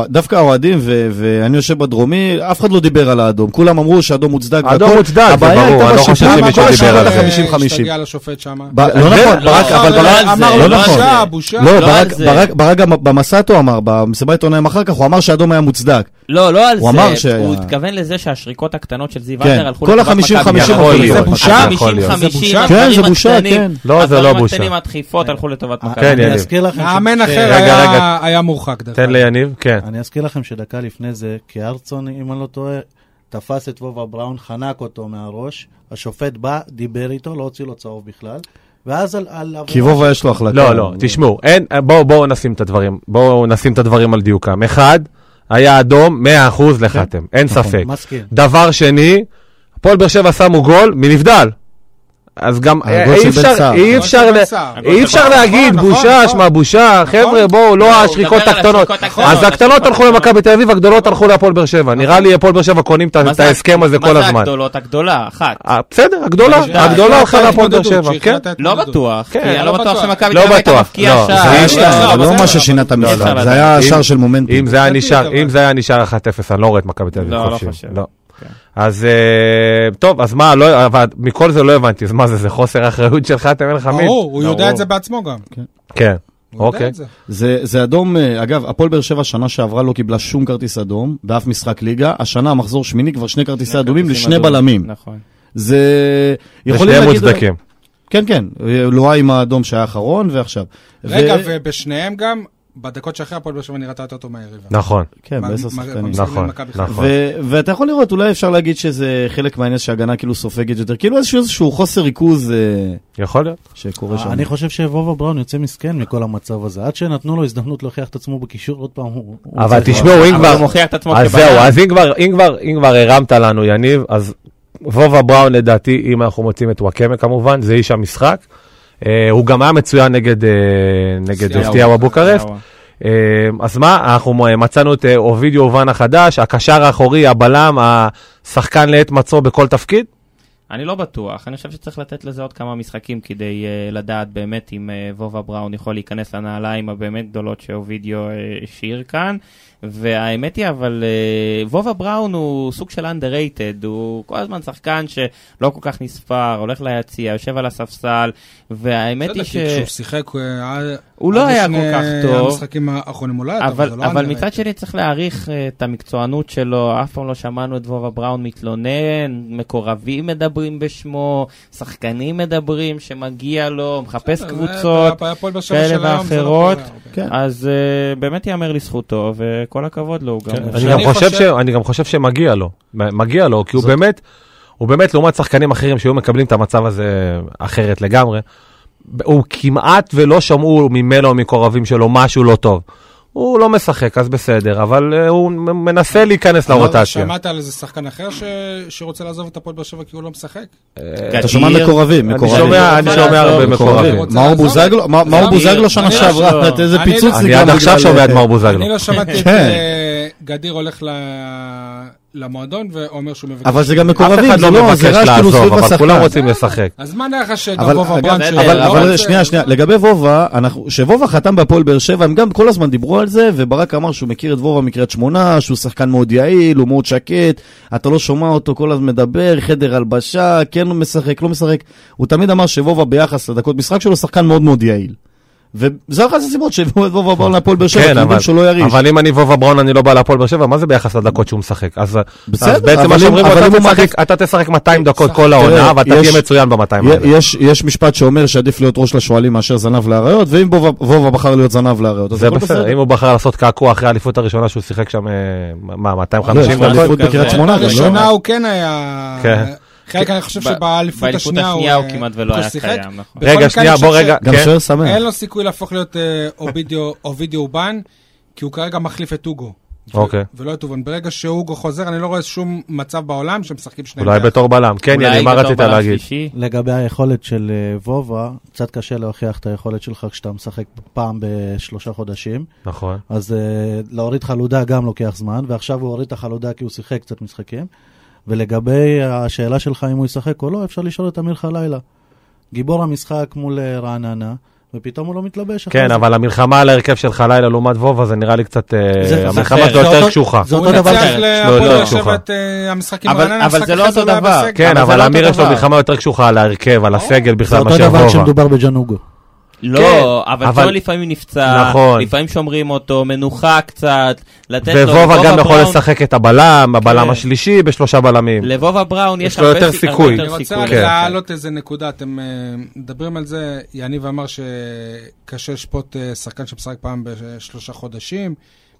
[SPEAKER 4] שדווקא האוהדים, ו- ואני יושב בדרומי, אף אחד לא דיבר על האדום. כולם אמרו שאדום מוצדק.
[SPEAKER 2] האדום
[SPEAKER 4] והכל.
[SPEAKER 2] מוצדק, זה
[SPEAKER 4] הבעיה
[SPEAKER 2] ברור,
[SPEAKER 4] הייתה
[SPEAKER 2] אני לא חושב
[SPEAKER 4] בשיפוט,
[SPEAKER 2] שמישהו
[SPEAKER 4] כל
[SPEAKER 2] דיבר
[SPEAKER 4] השאר
[SPEAKER 2] על זה.
[SPEAKER 4] היה
[SPEAKER 3] אה,
[SPEAKER 4] 50-50.
[SPEAKER 3] השתגע לשופט שם.
[SPEAKER 4] ב- לא
[SPEAKER 2] זה-
[SPEAKER 4] נכון,
[SPEAKER 1] לא,
[SPEAKER 4] ברק,
[SPEAKER 1] לא,
[SPEAKER 4] אבל
[SPEAKER 1] לא,
[SPEAKER 4] ברק,
[SPEAKER 3] אמר
[SPEAKER 4] לא
[SPEAKER 3] לו
[SPEAKER 4] נכון.
[SPEAKER 3] בושה, בושה.
[SPEAKER 4] לא,
[SPEAKER 1] לא
[SPEAKER 4] ברק-
[SPEAKER 1] על זה.
[SPEAKER 4] ברק- ברק גם במסאטו אמר, במסיבת עיתונאים אחר כך, הוא אמר שהאדום היה מוצדק.
[SPEAKER 1] לא, לא על
[SPEAKER 4] הוא
[SPEAKER 1] זה,
[SPEAKER 4] אמר שהיה-
[SPEAKER 1] הוא התכוון לזה שהשריקות הקטנות של זיו
[SPEAKER 4] כן.
[SPEAKER 1] אדלר
[SPEAKER 4] כל
[SPEAKER 1] הלכו לטובת
[SPEAKER 4] ה- 50-50
[SPEAKER 1] מכבי.
[SPEAKER 2] יכול להיות,
[SPEAKER 3] זה בושה?
[SPEAKER 2] יכול להיות.
[SPEAKER 1] 50-50,
[SPEAKER 3] זה בושה?
[SPEAKER 1] הדברים
[SPEAKER 4] כן, זה בושה,
[SPEAKER 1] הקטנים-
[SPEAKER 4] כן.
[SPEAKER 2] לא, זה לא
[SPEAKER 1] הדברים
[SPEAKER 2] בושה.
[SPEAKER 1] הקטנים, הדחיפות הלכו לטובת מכבי.
[SPEAKER 2] כן,
[SPEAKER 5] אני
[SPEAKER 2] יניב.
[SPEAKER 5] אזכיר לכם...
[SPEAKER 3] מאמן
[SPEAKER 5] ש-
[SPEAKER 3] אחר
[SPEAKER 2] אה, רגע,
[SPEAKER 3] היה-
[SPEAKER 2] רגע.
[SPEAKER 3] היה מורחק דרך
[SPEAKER 2] תן ליניב, כן.
[SPEAKER 5] אני אזכיר לכם שדקה לפני זה, קיארצון, אם אני לא טועה, תפס את וובה בראון, חנק אותו מהראש, השופט בא, דיבר איתו, לא הוציא לו צהוב בכלל, ואז על... על עבירה-
[SPEAKER 4] כי וובה יש לו החלטה.
[SPEAKER 2] לא, לא, תשמעו, אין, בואו בואו נשים את הדברים, בואו נשים את הדברים על דיוקם. אחד, היה אדום, 100% לחתם,
[SPEAKER 4] נכון.
[SPEAKER 2] אין ספק.
[SPEAKER 5] מסכים.
[SPEAKER 2] דבר שני, הפועל באר שבע שמו גול מנבדל. אז גם
[SPEAKER 4] הגול
[SPEAKER 2] אה, אי
[SPEAKER 4] של בן
[SPEAKER 2] אפשר,
[SPEAKER 4] סער.
[SPEAKER 2] אי
[SPEAKER 3] הגול של
[SPEAKER 2] אפשר,
[SPEAKER 3] בן
[SPEAKER 2] ל-
[SPEAKER 3] סער.
[SPEAKER 2] אי אפשר
[SPEAKER 3] נכון,
[SPEAKER 2] להגיד
[SPEAKER 3] נכון,
[SPEAKER 2] בושה,
[SPEAKER 3] נכון.
[SPEAKER 2] שמע בושה, חבר'ה בואו,
[SPEAKER 1] הוא
[SPEAKER 2] לא השריקות
[SPEAKER 1] מדבר על
[SPEAKER 2] הקטנות.
[SPEAKER 1] השריקות הקטנות, נכון,
[SPEAKER 2] אז הקטנות
[SPEAKER 1] השריקות
[SPEAKER 2] הלכו
[SPEAKER 1] הקטנות.
[SPEAKER 2] למכבי תל אביב, הגדולות הלכו להפועל באר שבע. נראה לי הפועל באר שבע קונים את
[SPEAKER 1] נכון. מה
[SPEAKER 2] את
[SPEAKER 1] זה-
[SPEAKER 2] ההסכם הזה כל
[SPEAKER 1] מה זה
[SPEAKER 2] הזמן.
[SPEAKER 1] הגדולות? הגדולה, אחת.
[SPEAKER 2] אה, בסדר,
[SPEAKER 3] לא,
[SPEAKER 2] הגדולה,
[SPEAKER 1] מנבדל.
[SPEAKER 2] הגדולה הלכה
[SPEAKER 3] שהחלטה
[SPEAKER 2] להפועל באר
[SPEAKER 3] התמודדות,
[SPEAKER 2] שבע, כן.
[SPEAKER 3] שהחלטה
[SPEAKER 1] לא
[SPEAKER 3] התמודדות.
[SPEAKER 1] בטוח, כי
[SPEAKER 2] כן,
[SPEAKER 1] אני לא
[SPEAKER 3] לא
[SPEAKER 1] בטוח
[SPEAKER 3] בטוח.
[SPEAKER 1] שמכבי
[SPEAKER 2] לא
[SPEAKER 1] תל אביב הייתה
[SPEAKER 2] בטוח,
[SPEAKER 1] מפקיעה
[SPEAKER 2] לא. זה היה
[SPEAKER 1] שער.
[SPEAKER 4] זה
[SPEAKER 1] לא,
[SPEAKER 4] היה
[SPEAKER 1] אבל
[SPEAKER 4] לא
[SPEAKER 1] בסדר,
[SPEAKER 4] מה ששינה את המשחק,
[SPEAKER 1] אבל-
[SPEAKER 4] זה היה
[SPEAKER 2] אם-
[SPEAKER 4] השער של מומנטום.
[SPEAKER 2] אם זה היה נשאר,
[SPEAKER 3] אבל.
[SPEAKER 2] אם זה היה נשאר 1-0, אני לא רואה את מכבי תל אביב
[SPEAKER 1] לא, לא
[SPEAKER 2] חופשי.
[SPEAKER 1] חושב.
[SPEAKER 2] לא.
[SPEAKER 1] כן.
[SPEAKER 2] אז אה, טוב, אז מה, לא, אבל מכל זה לא הבנתי, אז מה זה, זה חוסר אחריות שלך, תמר חמיד?
[SPEAKER 3] ברור, הוא יודע
[SPEAKER 2] ברור.
[SPEAKER 3] את זה בעצמו גם.
[SPEAKER 2] כן,
[SPEAKER 3] הוא יודע
[SPEAKER 2] אוקיי.
[SPEAKER 3] את זה.
[SPEAKER 4] זה, זה אדום, אה, אגב, הפועל באר שבע שנה שעברה לא קיבלה שום כרטיס אדום באף משחק ליגה. השנה, מחזור שמיני, כבר שני כרטיסי אדומים
[SPEAKER 1] כרטיסים
[SPEAKER 4] לשני
[SPEAKER 1] אדומים.
[SPEAKER 4] לא בלמים.
[SPEAKER 1] נכון.
[SPEAKER 4] זה... יכולים
[SPEAKER 2] ושניהם
[SPEAKER 4] להגיד-
[SPEAKER 2] מוצדקים.
[SPEAKER 4] כן, כן. אה, לואי עם האדום שהיה האחרון, ועכשיו.
[SPEAKER 3] רגע,
[SPEAKER 4] ו-
[SPEAKER 3] ובשניהם גם, בדקות שאחרי הפועל באר שבע נראתה יותר טוב מהיריבה.
[SPEAKER 2] נכון,
[SPEAKER 4] כן,
[SPEAKER 3] מה-
[SPEAKER 4] בעשר
[SPEAKER 3] מה-
[SPEAKER 4] שחקנים.
[SPEAKER 3] מה-
[SPEAKER 2] נכון,
[SPEAKER 3] מכבי חיפה.
[SPEAKER 2] נכון.
[SPEAKER 4] ו- ואתה יכול לראות, אולי אפשר להגיד שזה חלק מהעניין שההגנה כאילו סופגת יותר, כאילו איזשהו, איזשהו חוסר ריכוז אה,
[SPEAKER 2] יכול להיות.
[SPEAKER 4] שקורה שם.
[SPEAKER 5] אני חושב שוובה בראון יוצא מסכן מכל המצב הזה, עד שנתנו לו הזדמנות להוכיח את עצמו בקישור, עוד פעם הוא... הוא
[SPEAKER 2] אבל
[SPEAKER 5] צריך-
[SPEAKER 2] תשמעו, אם
[SPEAKER 1] אבל
[SPEAKER 2] לא, כבר,
[SPEAKER 1] הוא מוכיח את עצמו
[SPEAKER 2] אז
[SPEAKER 1] כבלם.
[SPEAKER 2] זהו, אז אם כבר, אם כבר, אם כבר הרמת לנו, יניב, אז וובה בראון לדעתי, אם אנחנו מוצאים את וואקמה כמובן, זה איש המשחק. אה, הוא גם היה מצוין נגד, אה, נגד
[SPEAKER 1] סיאאווה.
[SPEAKER 2] סטיהו אבוקרס.
[SPEAKER 1] זהו.
[SPEAKER 2] אה, אז מה, אנחנו מצאנו את אה, אובידיו אובן החדש, הקשר האחורי, הבלם, השחקן לעת מצוא בכל תפקיד?
[SPEAKER 1] אני לא בטוח, אני חושב שצריך לתת לזה עוד כמה משחקים כדי uh, לדעת באמת אם uh, וובה בראון יכול להיכנס לנעליים הבאמת גדולות שאובידיו uh, השאיר כאן. והאמת היא אבל uh, וובה בראון הוא סוג של underrated, הוא כל הזמן שחקן שלא כל כך נספר, הולך ליציע, יושב על הספסל, והאמת
[SPEAKER 3] בסדר,
[SPEAKER 1] היא
[SPEAKER 3] כי
[SPEAKER 1] ש...
[SPEAKER 3] לא כשהוא שיחק, אה, עד-
[SPEAKER 1] הוא לא
[SPEAKER 3] עד
[SPEAKER 1] היה
[SPEAKER 3] לפני
[SPEAKER 1] כל כך טוב.
[SPEAKER 3] המשחקים האחרונים הוא לא היה טוב,
[SPEAKER 1] אבל,
[SPEAKER 3] זה לא
[SPEAKER 1] אבל
[SPEAKER 3] underrated.
[SPEAKER 1] מצד שני צריך להעריך אה, את המקצוענות שלו, אף פעם לא שמענו את וובה בראון מתלונן, מקורבים מדברים בשמו, שחקנים מדברים שמגיע לו, מחפש
[SPEAKER 3] בסדר, זה
[SPEAKER 1] קבוצות,
[SPEAKER 3] הפ- הפועל באר שבע
[SPEAKER 1] כאלה
[SPEAKER 3] של היום, זה לא
[SPEAKER 1] ואחרות.
[SPEAKER 3] קורה הרבה.
[SPEAKER 4] כן.
[SPEAKER 1] אז uh, באמת ייאמר לזכותו, וכל הכבוד לו, הוא גם...
[SPEAKER 2] כן, אני גם
[SPEAKER 3] אני
[SPEAKER 2] חושב ש-
[SPEAKER 3] חושב-
[SPEAKER 2] אני גם חושב שמגיע לו, מ- מגיע לו, כי הוא באמת, הוא באמת, לעומת שחקנים אחרים שהיו מקבלים את המצב הזה אחרת לגמרי, ב- הוא כמעט ולא שמעו ממנו או מקורבים שלו משהו לא טוב. הוא לא משחק, אז בסדר, אבל אה, הוא מ- מנסה להיכנס
[SPEAKER 3] אבל
[SPEAKER 2] לרוטציה.
[SPEAKER 3] שמעת על איזה שחקן אחר ש- שרוצה לעזוב את הפועל באר שבע כי הוא לא משחק?
[SPEAKER 4] אתה שומע מקורבים,
[SPEAKER 2] אני
[SPEAKER 4] מקורבים.
[SPEAKER 2] שומע, אני
[SPEAKER 1] אבל-
[SPEAKER 2] שומע
[SPEAKER 1] אבל-
[SPEAKER 2] הרבה
[SPEAKER 1] אבל-
[SPEAKER 2] מקורבים.
[SPEAKER 3] רוצה
[SPEAKER 4] מאור
[SPEAKER 3] לעזוב?
[SPEAKER 4] בוזגלו, מה- מאור
[SPEAKER 3] אני-
[SPEAKER 4] בוזגלו שנה
[SPEAKER 3] אני לא
[SPEAKER 4] שעברה,
[SPEAKER 1] שומע.
[SPEAKER 4] את איזה
[SPEAKER 3] אני
[SPEAKER 4] פיצוץ
[SPEAKER 3] לא-
[SPEAKER 2] אני עד עכשיו
[SPEAKER 4] אה,
[SPEAKER 2] שומע את מאור בוזגלו.
[SPEAKER 3] אני לא שמעתי את
[SPEAKER 4] כן.
[SPEAKER 3] אה, גדיר הולך ל- למועדון ואומר שהוא מבקש.
[SPEAKER 4] אבל זה גם
[SPEAKER 2] אף
[SPEAKER 4] מקורבים,
[SPEAKER 2] אחד
[SPEAKER 4] זה
[SPEAKER 2] לא
[SPEAKER 4] לא, זה
[SPEAKER 2] מבקש
[SPEAKER 4] רעש
[SPEAKER 2] לעזוב,
[SPEAKER 4] כאילו סביב
[SPEAKER 2] אבל כולם
[SPEAKER 4] השחקן.
[SPEAKER 2] רוצים לשחק.
[SPEAKER 3] אז מה נראה לך שגם
[SPEAKER 4] אבל,
[SPEAKER 3] וובה בראון
[SPEAKER 1] אגב,
[SPEAKER 3] שלא
[SPEAKER 4] אבל, אבל
[SPEAKER 3] רוצה-
[SPEAKER 4] שנייה, שנייה, לגבי וובה, אנחנו- שוובה חתם בהפועל באר שבע, הם גם כל הזמן דיברו על זה, וברק אמר שהוא מכיר את וובה מקריית שמונה, שהוא שחקן מאוד יעיל, הוא מאוד שקט, אתה לא שומע אותו כל הזמן מדבר, חדר הלבשה, כן הוא משחק, לא משחק. הוא תמיד אמר שוובה ביחס לדקות משחק שלו, שחקן מאוד מאוד יעיל. וזו אחת הסיבות שהביאו את וובה בעולם להפועל באר שבע, כי
[SPEAKER 2] כן,
[SPEAKER 4] הם
[SPEAKER 2] אבל,
[SPEAKER 4] יודעים שהוא לא יריש.
[SPEAKER 2] אבל אם אני וובה בראון אני לא בא להפועל באר שבע, מה זה ביחס לדקות שהוא משחק? אז, אז
[SPEAKER 4] בסדר,
[SPEAKER 2] בעצם
[SPEAKER 4] אבל
[SPEAKER 2] מה
[SPEAKER 4] אם-
[SPEAKER 2] שאומרים, לו,
[SPEAKER 4] אבל
[SPEAKER 2] אתה,
[SPEAKER 4] אם הוא
[SPEAKER 2] תשחק-
[SPEAKER 4] מעדיף-
[SPEAKER 2] אתה תשחק 200 דקות כל
[SPEAKER 4] תראה,
[SPEAKER 2] העונה, ואתה
[SPEAKER 4] יש-
[SPEAKER 2] תהיה מצוין ב-200 האלה.
[SPEAKER 4] יש, יש משפט שאומר שעדיף להיות ראש לשועלים מאשר זנב לאריות, ואם וובה- וובה בחר להיות זנב לאריות, אז
[SPEAKER 2] זה
[SPEAKER 4] הכל
[SPEAKER 2] בסדר, אם הוא בחר לעשות קעקוע אחרי האליפות הראשונה שהוא שיחק שם, אה, מה, 250?
[SPEAKER 1] לא,
[SPEAKER 2] דקות?
[SPEAKER 4] באליפות
[SPEAKER 1] כזה.
[SPEAKER 4] בקריית שמונה, גם לא?
[SPEAKER 3] בראשונה הוא כן היה...
[SPEAKER 2] כן.
[SPEAKER 3] חלק, אני חושב
[SPEAKER 1] ב-
[SPEAKER 3] שבאליפות השנייה הוא...
[SPEAKER 1] הוא
[SPEAKER 3] אה,
[SPEAKER 1] כמעט ולא
[SPEAKER 3] הוא
[SPEAKER 1] היה
[SPEAKER 3] שיחק.
[SPEAKER 1] קיים, נכון.
[SPEAKER 3] בכל
[SPEAKER 2] רגע,
[SPEAKER 3] מקרה,
[SPEAKER 2] שנייה,
[SPEAKER 3] אני
[SPEAKER 2] בוא
[SPEAKER 3] חושב
[SPEAKER 2] רגע,
[SPEAKER 4] גם
[SPEAKER 2] כן.
[SPEAKER 4] שוער שמח.
[SPEAKER 3] אין לו סיכוי להפוך להיות אה, אובידיו- אובידיו אובן, כי הוא כרגע מחליף את אוגו. ו-
[SPEAKER 2] אוקיי.
[SPEAKER 3] ולא את אובן. ברגע שאוגו חוזר, אני לא רואה שום מצב בעולם שמשחקים שניהם.
[SPEAKER 2] אולי
[SPEAKER 3] ביחד.
[SPEAKER 2] בתור בלם. כן,
[SPEAKER 1] אולי
[SPEAKER 2] יני, מה
[SPEAKER 1] בתור
[SPEAKER 2] רצית
[SPEAKER 1] בלם
[SPEAKER 2] להגיד?
[SPEAKER 1] שלישי?
[SPEAKER 5] לגבי היכולת של אה, וובה, קצת קשה להוכיח את היכולת שלך כשאתה משחק פעם בשלושה חודשים.
[SPEAKER 2] נכון.
[SPEAKER 5] אה, אז uh, להוריד חלודה גם לוקח זמן, ועכשיו הוא הוריד את החלודה כי הוא שיחק קצת משחקים. ולגבי השאלה שלך אם הוא ישחק או לא, אפשר לשאול את אמיר חלילה. גיבור המשחק מול אה, רעננה, ופתאום הוא לא מתלבש. אחרי
[SPEAKER 2] כן,
[SPEAKER 5] זה.
[SPEAKER 2] אבל המלחמה על ההרכב של חלילה לעומת וובה זה נראה לי קצת... אה,
[SPEAKER 5] זה- זה
[SPEAKER 2] המלחמה
[SPEAKER 1] אחר.
[SPEAKER 2] שלו
[SPEAKER 5] זה
[SPEAKER 2] יותר
[SPEAKER 5] אותו-
[SPEAKER 2] קשוחה.
[SPEAKER 5] זה
[SPEAKER 3] הוא
[SPEAKER 5] אותו דבר.
[SPEAKER 3] ניצח
[SPEAKER 5] ש-
[SPEAKER 3] להפועל
[SPEAKER 2] לא, לא,
[SPEAKER 3] באר
[SPEAKER 2] שוב.
[SPEAKER 3] שבע את אה, המשחק עם
[SPEAKER 1] אבל-
[SPEAKER 3] רעננה,
[SPEAKER 1] אבל
[SPEAKER 3] המשחק
[SPEAKER 1] זה לא
[SPEAKER 3] אחרי זה
[SPEAKER 1] אותו
[SPEAKER 3] הוא היה
[SPEAKER 1] דבר.
[SPEAKER 3] בסגל.
[SPEAKER 2] כן,
[SPEAKER 5] אבל זה
[SPEAKER 2] אבל
[SPEAKER 5] לא
[SPEAKER 2] אמיר
[SPEAKER 5] אותו
[SPEAKER 2] יש לו
[SPEAKER 5] דבר.
[SPEAKER 2] מלחמה יותר קשוחה על ההרכב, על הסגל
[SPEAKER 5] זה
[SPEAKER 2] בכלל,
[SPEAKER 5] אותו
[SPEAKER 2] מאשר
[SPEAKER 5] דבר
[SPEAKER 2] וובה.
[SPEAKER 5] כשמדובר בג'נוגו.
[SPEAKER 1] לא, אבל
[SPEAKER 2] כן, אבל-
[SPEAKER 1] טוב לפעמים נפצע,
[SPEAKER 2] נכון.
[SPEAKER 1] לפעמים שומרים אותו, מנוחה קצת, לתת לו...
[SPEAKER 2] וובה
[SPEAKER 1] לבובה
[SPEAKER 2] גם יכול
[SPEAKER 1] בראון-
[SPEAKER 2] לשחק את הבלם, הבלם
[SPEAKER 1] כן.
[SPEAKER 2] השלישי בשלושה בלמים.
[SPEAKER 1] לבובה בראון יש
[SPEAKER 2] יש לו
[SPEAKER 1] הרבה
[SPEAKER 2] יותר
[SPEAKER 1] סיכ-
[SPEAKER 2] סיכוי.
[SPEAKER 1] הרבה
[SPEAKER 3] אני
[SPEAKER 1] יותר
[SPEAKER 3] רוצה לא-
[SPEAKER 1] סיכוי.
[SPEAKER 3] רק
[SPEAKER 2] כן.
[SPEAKER 3] להעלות איזה נקודה, אתם אה, מדברים על זה, יניב אמר שקשה לשפוט אה, שחקן שמשחק פעם בשלושה חודשים.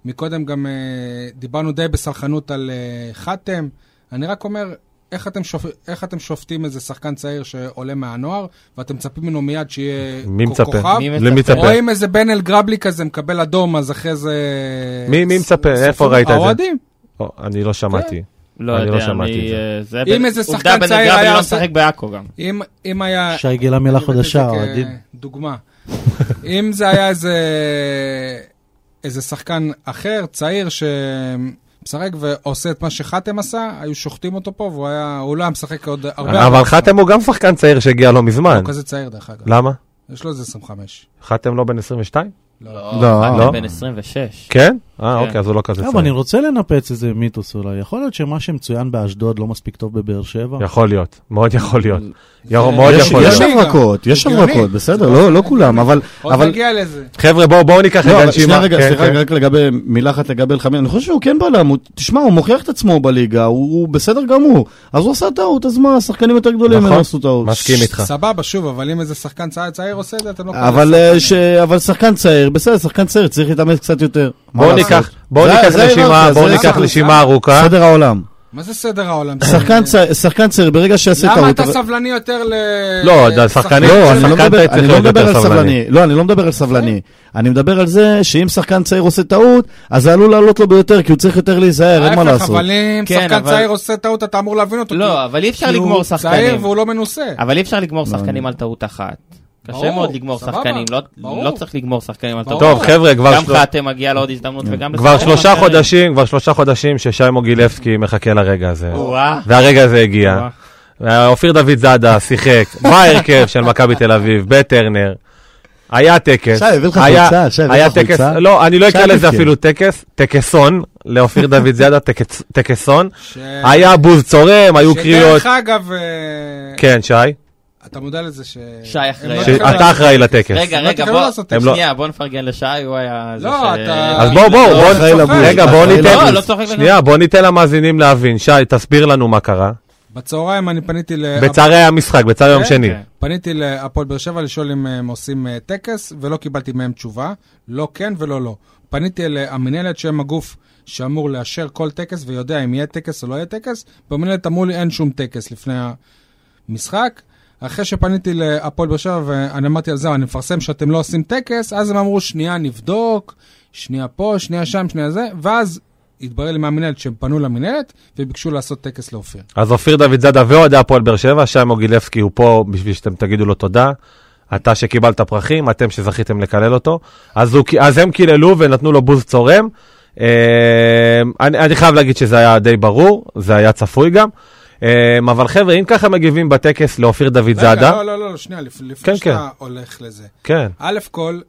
[SPEAKER 3] מקודם גם אה, דיברנו די בסלחנות על אה, חתם. אני רק אומר, איך אתם, שופ... איך אתם שופטים איזה שחקן צעיר שעולה מהנוער, ואתם מצפים ממנו מיד שיהיה
[SPEAKER 2] מי
[SPEAKER 3] כ-
[SPEAKER 2] מצפה?
[SPEAKER 3] כוכב?
[SPEAKER 1] מי
[SPEAKER 2] למי
[SPEAKER 1] מצפה?
[SPEAKER 2] מצפה?
[SPEAKER 3] או אם איזה בן אל גרבלי כזה מקבל אדום, אז אחרי זה...
[SPEAKER 2] מי- מי מצפה?
[SPEAKER 3] ס-
[SPEAKER 2] איפה
[SPEAKER 3] סופרים-
[SPEAKER 2] ראית את זה?
[SPEAKER 3] האוהדים.
[SPEAKER 2] או, אני לא שמעתי.
[SPEAKER 1] לא
[SPEAKER 2] אני לא
[SPEAKER 1] יודע,
[SPEAKER 2] שמעתי את
[SPEAKER 1] אני...
[SPEAKER 2] זה.
[SPEAKER 1] אה, זה
[SPEAKER 3] אם
[SPEAKER 1] בן-
[SPEAKER 3] איזה
[SPEAKER 1] עובדה,
[SPEAKER 3] שחקן
[SPEAKER 1] בן
[SPEAKER 3] צעיר
[SPEAKER 1] אדם
[SPEAKER 3] היה
[SPEAKER 1] לא
[SPEAKER 3] עושה-
[SPEAKER 1] משחק בעכו גם.
[SPEAKER 3] אם, אם היה...
[SPEAKER 5] שי גילה מילה חדשה,
[SPEAKER 3] אה, אני הבאתי את
[SPEAKER 5] אוהדים.
[SPEAKER 3] זה כדוגמה. אם זה היה איזה, איזה שחקן אחר, צעיר, שמשחק ועושה את מה שחתם עשה, היו שוחטים אותו פה, והוא היה, הוא לא היה משחק עוד הרבה.
[SPEAKER 2] אבל חתם הוא גם שחקן צעיר שהגיע לא מזמן.
[SPEAKER 3] הוא כזה צעיר, דרך אגב.
[SPEAKER 2] למה?
[SPEAKER 3] יש לו איזה 25.
[SPEAKER 2] חתם לא בן 22?
[SPEAKER 4] לא.
[SPEAKER 1] חתם
[SPEAKER 2] לא?
[SPEAKER 1] בן 26.
[SPEAKER 2] כן? אה,
[SPEAKER 1] כן.
[SPEAKER 2] אוקיי, אז הוא לא כזה
[SPEAKER 5] אבל אני
[SPEAKER 2] צעיר.
[SPEAKER 5] רוצה לנפץ איזה מיתוס אולי. יכול להיות שמה שמצוין באשדוד לא מספיק טוב בבאר שבע?
[SPEAKER 2] יכול להיות, מאוד יכול להיות. ירום, מאוד
[SPEAKER 4] יש-
[SPEAKER 2] יכול
[SPEAKER 4] יש
[SPEAKER 2] להיות.
[SPEAKER 3] גם.
[SPEAKER 4] הברקות, יש
[SPEAKER 3] הגיוני.
[SPEAKER 4] הברקות, בסדר, לא לא כולם, אבל...
[SPEAKER 3] עוד
[SPEAKER 4] אבל-
[SPEAKER 3] נגיע לזה.
[SPEAKER 2] חבר'ה, בואו בואו ניקח את
[SPEAKER 4] לא,
[SPEAKER 2] זה
[SPEAKER 4] אבל שנייה
[SPEAKER 2] לנשימה.
[SPEAKER 4] רגע,
[SPEAKER 2] כן,
[SPEAKER 4] סליחה,
[SPEAKER 2] כן.
[SPEAKER 4] רק לגבי, מילה אחת לגבי אלחמיד, אני חושב שהוא כן בלם, הוא- תשמע, הוא מוכיח את עצמו בליגה, הוא הוא בסדר גמור, אז הוא עשה טעות, אז מה, השחקנים יותר גדולים הם
[SPEAKER 2] נכון.
[SPEAKER 4] לא עשו טעות.
[SPEAKER 2] מסכים איתך.
[SPEAKER 3] סבבה, שוב, אבל אם איזה שחקן צעיר, צעיר עושה את זה, אתם לא...
[SPEAKER 4] אבל, אה, ש- אבל שחקן צעיר, בסדר, שחקן צעיר, צריך להתאמץ קצת יותר. מה
[SPEAKER 2] בואו
[SPEAKER 4] לעשות?
[SPEAKER 2] ניקח- אה? בואו
[SPEAKER 4] זה-
[SPEAKER 2] ניקח
[SPEAKER 4] זה
[SPEAKER 2] נשימה,
[SPEAKER 4] ההיררכיה,
[SPEAKER 2] בואו
[SPEAKER 4] זה
[SPEAKER 2] ניקח
[SPEAKER 4] ההיררכיה.
[SPEAKER 2] נשימה ארוכה.
[SPEAKER 4] סדר העולם.
[SPEAKER 3] מה זה סדר העולם?
[SPEAKER 4] שחקן צעיר- שחקן צעיר, ברגע שיעשה טעות...
[SPEAKER 3] למה אתה
[SPEAKER 4] אבל-
[SPEAKER 3] סבלני יותר ל...
[SPEAKER 2] לא, זה השחקנים-
[SPEAKER 3] לשחקן
[SPEAKER 4] לא,
[SPEAKER 3] של-
[SPEAKER 4] אני לא
[SPEAKER 2] שחקן
[SPEAKER 4] מדבר-
[SPEAKER 2] צריך
[SPEAKER 4] אני לא
[SPEAKER 2] להיות
[SPEAKER 4] מדבר
[SPEAKER 2] יותר
[SPEAKER 4] על
[SPEAKER 2] סבלני.
[SPEAKER 4] סבלני. לא, אני לא מדבר על סבלני. אני מדבר על זה שאם שחקן צעיר עושה טעות, אז זה עלול לעלות לו ביותר, כי הוא צריך יותר להיזהר, לא- אין מה
[SPEAKER 3] ההפך,
[SPEAKER 4] לעשות.
[SPEAKER 3] אבל אם
[SPEAKER 1] כן,
[SPEAKER 3] שחקן
[SPEAKER 1] אבל-
[SPEAKER 3] צעיר עושה טעות, אתה אמור להבין אותו. כי-
[SPEAKER 1] לא, אבל אי אפשר
[SPEAKER 3] כן. כי
[SPEAKER 1] לגמור
[SPEAKER 3] הוא
[SPEAKER 1] שחקנים.
[SPEAKER 3] צעיר והוא לא מנוסה.
[SPEAKER 1] אבל אי אפשר
[SPEAKER 2] לא,
[SPEAKER 1] לגמור שחקנים על טעות אחת. קשה
[SPEAKER 3] ברור,
[SPEAKER 1] מאוד לגמור
[SPEAKER 3] סבבה,
[SPEAKER 1] שחקנים, לא-
[SPEAKER 3] ברור.
[SPEAKER 1] לא צריך לגמור שחקנים על
[SPEAKER 3] ברור.
[SPEAKER 1] טעות.
[SPEAKER 2] טוב, חבר'ה, כבר
[SPEAKER 1] גם
[SPEAKER 2] שלוש- כן.
[SPEAKER 1] חתם מגיע לעוד הזדמנות וגם...
[SPEAKER 2] כבר
[SPEAKER 1] לשחקנים
[SPEAKER 2] שלושה
[SPEAKER 1] אחרים.
[SPEAKER 2] חודשים, כבר שלושה חודשים ששיימו גילבסקי מחכה לרגע הזה.
[SPEAKER 1] וואה.
[SPEAKER 2] והרגע הזה הגיע.
[SPEAKER 1] וואה.
[SPEAKER 2] אופיר דוד זאדה שיחק. מה ההרכב של מכבי תל אביב? בטרנר. היה טקס.
[SPEAKER 4] שי, הביא לך
[SPEAKER 2] היה-
[SPEAKER 4] חולצה, שי, הביא
[SPEAKER 2] היה
[SPEAKER 4] לך
[SPEAKER 2] טקס,
[SPEAKER 4] חולצה.
[SPEAKER 2] לא, אני לא אקרא
[SPEAKER 4] שי
[SPEAKER 2] לזה
[SPEAKER 4] הבקיע.
[SPEAKER 2] אפילו טקס, טקסון, לאופיר דוד זאדה טקס- טקסון.
[SPEAKER 3] ש-
[SPEAKER 2] היה בוז צורם, היו קריאות.
[SPEAKER 3] שדרך אגב, אה,
[SPEAKER 2] כן, שי.
[SPEAKER 3] אתה מודע לזה ש...
[SPEAKER 1] שי אחראי.
[SPEAKER 3] הם לא
[SPEAKER 1] ש-
[SPEAKER 3] תקבלו
[SPEAKER 2] אתה
[SPEAKER 3] לעשות-
[SPEAKER 2] אחראי לטקס.
[SPEAKER 1] רגע,
[SPEAKER 3] הם לא
[SPEAKER 1] רגע,
[SPEAKER 3] תקבלו
[SPEAKER 1] בוא...
[SPEAKER 3] לעשות
[SPEAKER 2] הם לא-
[SPEAKER 1] שנייה, בוא נפרגן לשי, הוא היה... זה
[SPEAKER 3] לא,
[SPEAKER 1] ש-
[SPEAKER 3] אתה-
[SPEAKER 2] אז בואו, בואו,
[SPEAKER 4] לא
[SPEAKER 2] בואו,
[SPEAKER 4] אחראי לבוז,
[SPEAKER 2] רגע,
[SPEAKER 4] אתה
[SPEAKER 2] בוא
[SPEAKER 4] אחראי
[SPEAKER 2] ניתן-
[SPEAKER 1] לא,
[SPEAKER 4] לבוז.
[SPEAKER 1] לא צוחק לך.
[SPEAKER 2] שנייה, בוא ניתן למאזינים להבין. שי, תסביר לנו מה קרה.
[SPEAKER 3] בצהריים אני פניתי ל...
[SPEAKER 2] בצהרי המשחק, בצהרי יום
[SPEAKER 3] כן,
[SPEAKER 2] שני.
[SPEAKER 1] כן.
[SPEAKER 3] פניתי להפועל באר שבע לשאול אם הם עושים אה, טקס, ולא קיבלתי מהם תשובה, לא כן ולא לא. פניתי למינהלת שהם הגוף שאמור לאשר כל טקס ויודע אם יהיה טקס או לא יהיה טקס, במינהלת אמרו לי אין שום טקס לפני המשחק. אחרי שפניתי להפועל באר שבע ואני אמרתי על זהו, אני מפרסם שאתם לא עושים טקס, אז הם אמרו שנייה נבדוק, שנייה פה, שנייה שם, שנייה זה, ואז התברר לי מהמינהלת שהם פנו למינהלת וביקשו לעשות טקס לאופיר.
[SPEAKER 2] אז אופיר דוד זאדה ואוהדי הפועל באר שבע, שי מוגילבסקי הוא פה בשביל שאתם תגידו לו תודה. אתה שקיבלת פרחים, אתם שזכיתם לקלל אותו. אז, הוא, אז הם קיללו ונתנו לו בוז צורם. אה, אני, אני חייב להגיד שזה היה די ברור, זה היה צפוי גם. אה, אבל חבר'ה, אם ככה מגיבים בטקס לאופיר דוד
[SPEAKER 3] רגע,
[SPEAKER 2] זאדה,
[SPEAKER 3] לא, לא, לא, לא, שנייה, לפ-
[SPEAKER 2] כן,
[SPEAKER 3] לפני שאתה הולך לזה.
[SPEAKER 2] כן,
[SPEAKER 3] א' כל,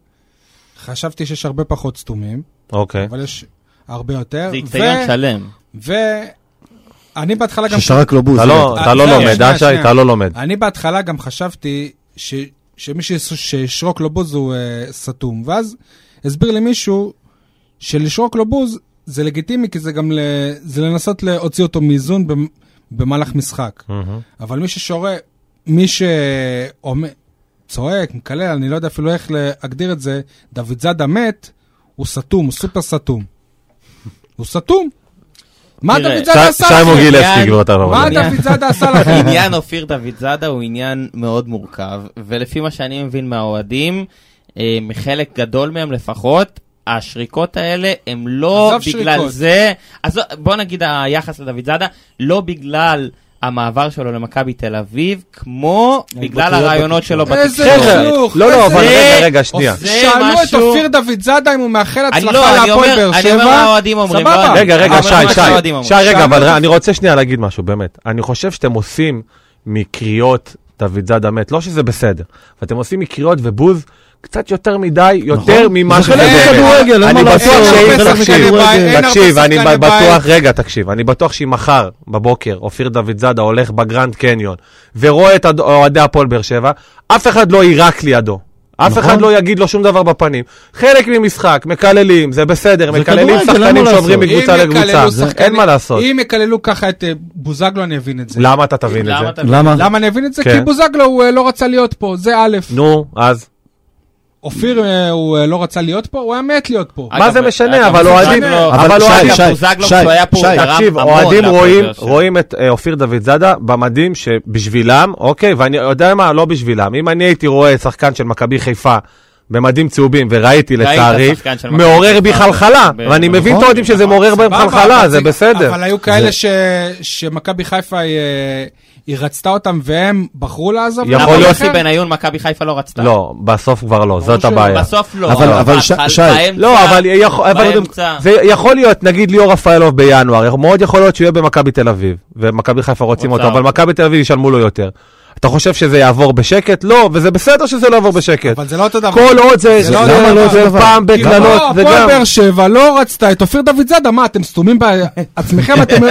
[SPEAKER 3] חשבתי שיש הרבה פחות סתומים,
[SPEAKER 2] אוקיי.
[SPEAKER 3] אבל יש הרבה יותר.
[SPEAKER 1] זה הצטיון שלם.
[SPEAKER 3] ואני בהתחלה גם...
[SPEAKER 4] ששרק לו בוז.
[SPEAKER 2] אתה לא,
[SPEAKER 4] הנה.
[SPEAKER 2] אתה לא
[SPEAKER 3] אה,
[SPEAKER 2] לומד,
[SPEAKER 3] שנייה,
[SPEAKER 2] אה שי?
[SPEAKER 3] שנייה.
[SPEAKER 2] אתה לא לומד.
[SPEAKER 3] אני בהתחלה גם חשבתי ש... שמי שיש- שישרוק לו בוז הוא אה, סתום. ואז הסביר לי מישהו שלשרוק לו בוז זה לגיטימי, כי זה גם ל... זה לנסות להוציא אותו מאיזון במ... במהלך משחק.
[SPEAKER 2] מהמם.
[SPEAKER 3] אבל מי ששורה, מי שאומר, צועק, מקלל, אני לא יודע אפילו איך להגדיר את זה, דוד זאדה מת, הוא סתום, הוא סופר סתום. הוא סתום. מה
[SPEAKER 1] תראה,
[SPEAKER 3] דוד
[SPEAKER 2] שי-
[SPEAKER 3] זאדה עשה
[SPEAKER 2] שי
[SPEAKER 3] לכם?
[SPEAKER 2] מוגילבסקי כבר אתה לא
[SPEAKER 3] אה, מה
[SPEAKER 2] לומד.
[SPEAKER 1] עניין-
[SPEAKER 3] דוד זאדה עשה לכם?
[SPEAKER 1] עניין אופיר דוד זאדה הוא עניין מאוד מורכב, ולפי מה שאני מבין מהאוהדים, אה, מחלק גדול מהם לפחות, השריקות האלה הם לא
[SPEAKER 3] עזוב
[SPEAKER 1] בגלל
[SPEAKER 3] שריקות.
[SPEAKER 1] זה, אז בוא נגיד היחס לדוד זאדה, לא בגלל המעבר שלו למכבי תל אביב, כמו בגלל
[SPEAKER 5] בתקשורת.
[SPEAKER 1] הרעיונות שלו
[SPEAKER 3] איזה
[SPEAKER 1] בתקשורת.
[SPEAKER 2] חבר'ה,
[SPEAKER 3] חיוך,
[SPEAKER 2] לא, לא,
[SPEAKER 3] איזה-
[SPEAKER 2] אבל רגע,
[SPEAKER 3] אה,
[SPEAKER 2] רגע, שנייה.
[SPEAKER 1] זה
[SPEAKER 3] שאלו את
[SPEAKER 1] משהו-
[SPEAKER 3] אופיר דוד זאדה אם הוא מאחל
[SPEAKER 1] אני
[SPEAKER 3] הצלחה
[SPEAKER 1] לא, אני
[SPEAKER 3] להפועל
[SPEAKER 1] אומר-
[SPEAKER 3] באר שבע.
[SPEAKER 1] אני אומר מה האוהדים אומרים, לא
[SPEAKER 3] סבבה.
[SPEAKER 4] נכון.
[SPEAKER 1] אני.
[SPEAKER 2] רגע, רגע,
[SPEAKER 1] אבל
[SPEAKER 2] שי,
[SPEAKER 1] זה מה
[SPEAKER 2] שי,
[SPEAKER 1] שהאוהדים אומרים.
[SPEAKER 2] שי, רגע,
[SPEAKER 3] שאלנו
[SPEAKER 2] אבל
[SPEAKER 4] לא.
[SPEAKER 3] אותך.
[SPEAKER 2] אני רוצה שנייה להגיד משהו, באמת. אני חושב שאתם עושים מקריאות דוד זאדה מת, לא שזה בסדר, ואתם עושים מקריאות ובוז קצת יותר מדי, יותר ממה שזה
[SPEAKER 4] נכון. חלק
[SPEAKER 2] באמת.
[SPEAKER 4] מכדורגל, אין
[SPEAKER 2] אני
[SPEAKER 4] מה
[SPEAKER 2] בטוח
[SPEAKER 4] לעשות,
[SPEAKER 2] שאם-
[SPEAKER 4] זה חלק
[SPEAKER 3] שחקני
[SPEAKER 4] מכדורגל.
[SPEAKER 3] בית, אין הרבה
[SPEAKER 2] תקשיב, אני
[SPEAKER 3] שחקני
[SPEAKER 2] בטוח,
[SPEAKER 3] בית.
[SPEAKER 2] רגע, תקשיב, אני בטוח שאם מחר בבוקר אופיר דוד זאדה הולך בגרנד קניון ורואה את הד- אוהדי הפועל באר שבע, אף אחד לא יירק לידו. אף
[SPEAKER 4] נכון.
[SPEAKER 2] אחד לא יגיד לו שום דבר בפנים. חלק ממשחק, מקללים, זה בסדר,
[SPEAKER 4] זה
[SPEAKER 2] מקללים
[SPEAKER 4] כדורגל, אין מה
[SPEAKER 2] שחקנים
[SPEAKER 4] לעשות.
[SPEAKER 2] שעוברים
[SPEAKER 4] אם
[SPEAKER 2] מקבוצה
[SPEAKER 3] אם יקללו
[SPEAKER 2] לקבוצה,
[SPEAKER 3] שחקנים-
[SPEAKER 2] אין מה לעשות.
[SPEAKER 3] אם יקללו ככה את אה, בוזגלו, אני אבין את זה.
[SPEAKER 2] למה אתה תבין את
[SPEAKER 1] למה
[SPEAKER 2] זה?
[SPEAKER 1] אתה-
[SPEAKER 4] למה?
[SPEAKER 3] למה אני אבין את זה?
[SPEAKER 2] כן.
[SPEAKER 3] כי בוזגלו הוא אה, לא רצה להיות פה, זה א',
[SPEAKER 2] נו, אז.
[SPEAKER 3] אופיר אה, הוא אה, לא רצה להיות פה, הוא היה מת להיות פה.
[SPEAKER 2] מה זה
[SPEAKER 1] אגב,
[SPEAKER 2] משנה?
[SPEAKER 1] אגב,
[SPEAKER 2] אבל אוהדים-
[SPEAKER 1] בוזגלו-
[SPEAKER 2] אבל
[SPEAKER 1] אגב,
[SPEAKER 2] אוהדים-
[SPEAKER 1] בוזגלו,
[SPEAKER 4] שי, שי,
[SPEAKER 1] כשהוא היה פה, הוא
[SPEAKER 4] שי,
[SPEAKER 1] תרם
[SPEAKER 2] תקשיב,
[SPEAKER 1] המון
[SPEAKER 2] אוהדים
[SPEAKER 1] להפועל
[SPEAKER 2] רואים,
[SPEAKER 1] באר שבע.
[SPEAKER 2] רואים את אה, אופיר דוד זאדה במדים שבשבילם, אוקיי, ואני יודע מה, לא בשבילם. אם אני הייתי רואה שחקן של מכבי חיפה במדים צהובים, וראיתי
[SPEAKER 1] ראית
[SPEAKER 2] לצערי,
[SPEAKER 1] שחקן של מכבי
[SPEAKER 2] מעורר בי
[SPEAKER 1] חיפה
[SPEAKER 2] חלחלה,
[SPEAKER 1] ב-
[SPEAKER 2] ואני
[SPEAKER 1] נכון,
[SPEAKER 2] מבין את האוהדים שזה
[SPEAKER 1] נכון,
[SPEAKER 2] מעורר בהם
[SPEAKER 3] סבבה,
[SPEAKER 2] חלחלה,
[SPEAKER 3] אבל
[SPEAKER 2] זה בסדר.
[SPEAKER 3] אבל היו כאלה ש- שמכבי חיפה אה, היא רצתה אותם והם בחרו לעזוב.
[SPEAKER 2] יכול
[SPEAKER 3] למקום
[SPEAKER 1] למה
[SPEAKER 2] להיות-
[SPEAKER 1] יוסי
[SPEAKER 3] אחר?
[SPEAKER 1] בניון, מכבי חיפה לא רצתה.
[SPEAKER 2] לא, בסוף כבר לא, זאת
[SPEAKER 3] שלא,
[SPEAKER 2] הבעיה.
[SPEAKER 1] בסוף לא.
[SPEAKER 4] אבל- אבל ש-
[SPEAKER 1] בהתחלה-
[SPEAKER 4] שי.
[SPEAKER 1] באמצע-
[SPEAKER 2] לא, אבל, יכול, אבל
[SPEAKER 1] באמצע.
[SPEAKER 2] זה יכול להיות, נגיד ליאור רפאלוב בינואר, יכול- מאוד יכול להיות שהוא יהיה במכבי תל אביב, ומכבי חיפה רוצים
[SPEAKER 1] רוצה
[SPEAKER 2] אותו, אבל
[SPEAKER 1] אותו.
[SPEAKER 2] מכבי תל אביב ישלמו לו יותר. אתה חושב שזה יעבור בשקט? לא, וזה בסדר שזה לא יעבור בשקט.
[SPEAKER 3] אבל זה לא אותו דבר.
[SPEAKER 2] כל עוד זה,
[SPEAKER 3] זה לא
[SPEAKER 2] זה-
[SPEAKER 3] אותו
[SPEAKER 2] למה
[SPEAKER 3] דבר.
[SPEAKER 2] לא זה
[SPEAKER 4] למה?
[SPEAKER 2] פעם
[SPEAKER 3] כי לא,
[SPEAKER 2] בקללות, זה
[SPEAKER 3] הפועל
[SPEAKER 2] גם...
[SPEAKER 3] באר שבע לא רצתה את אופיר דוד זאדה, מה, אתם סתומים בעצמכם? אתם-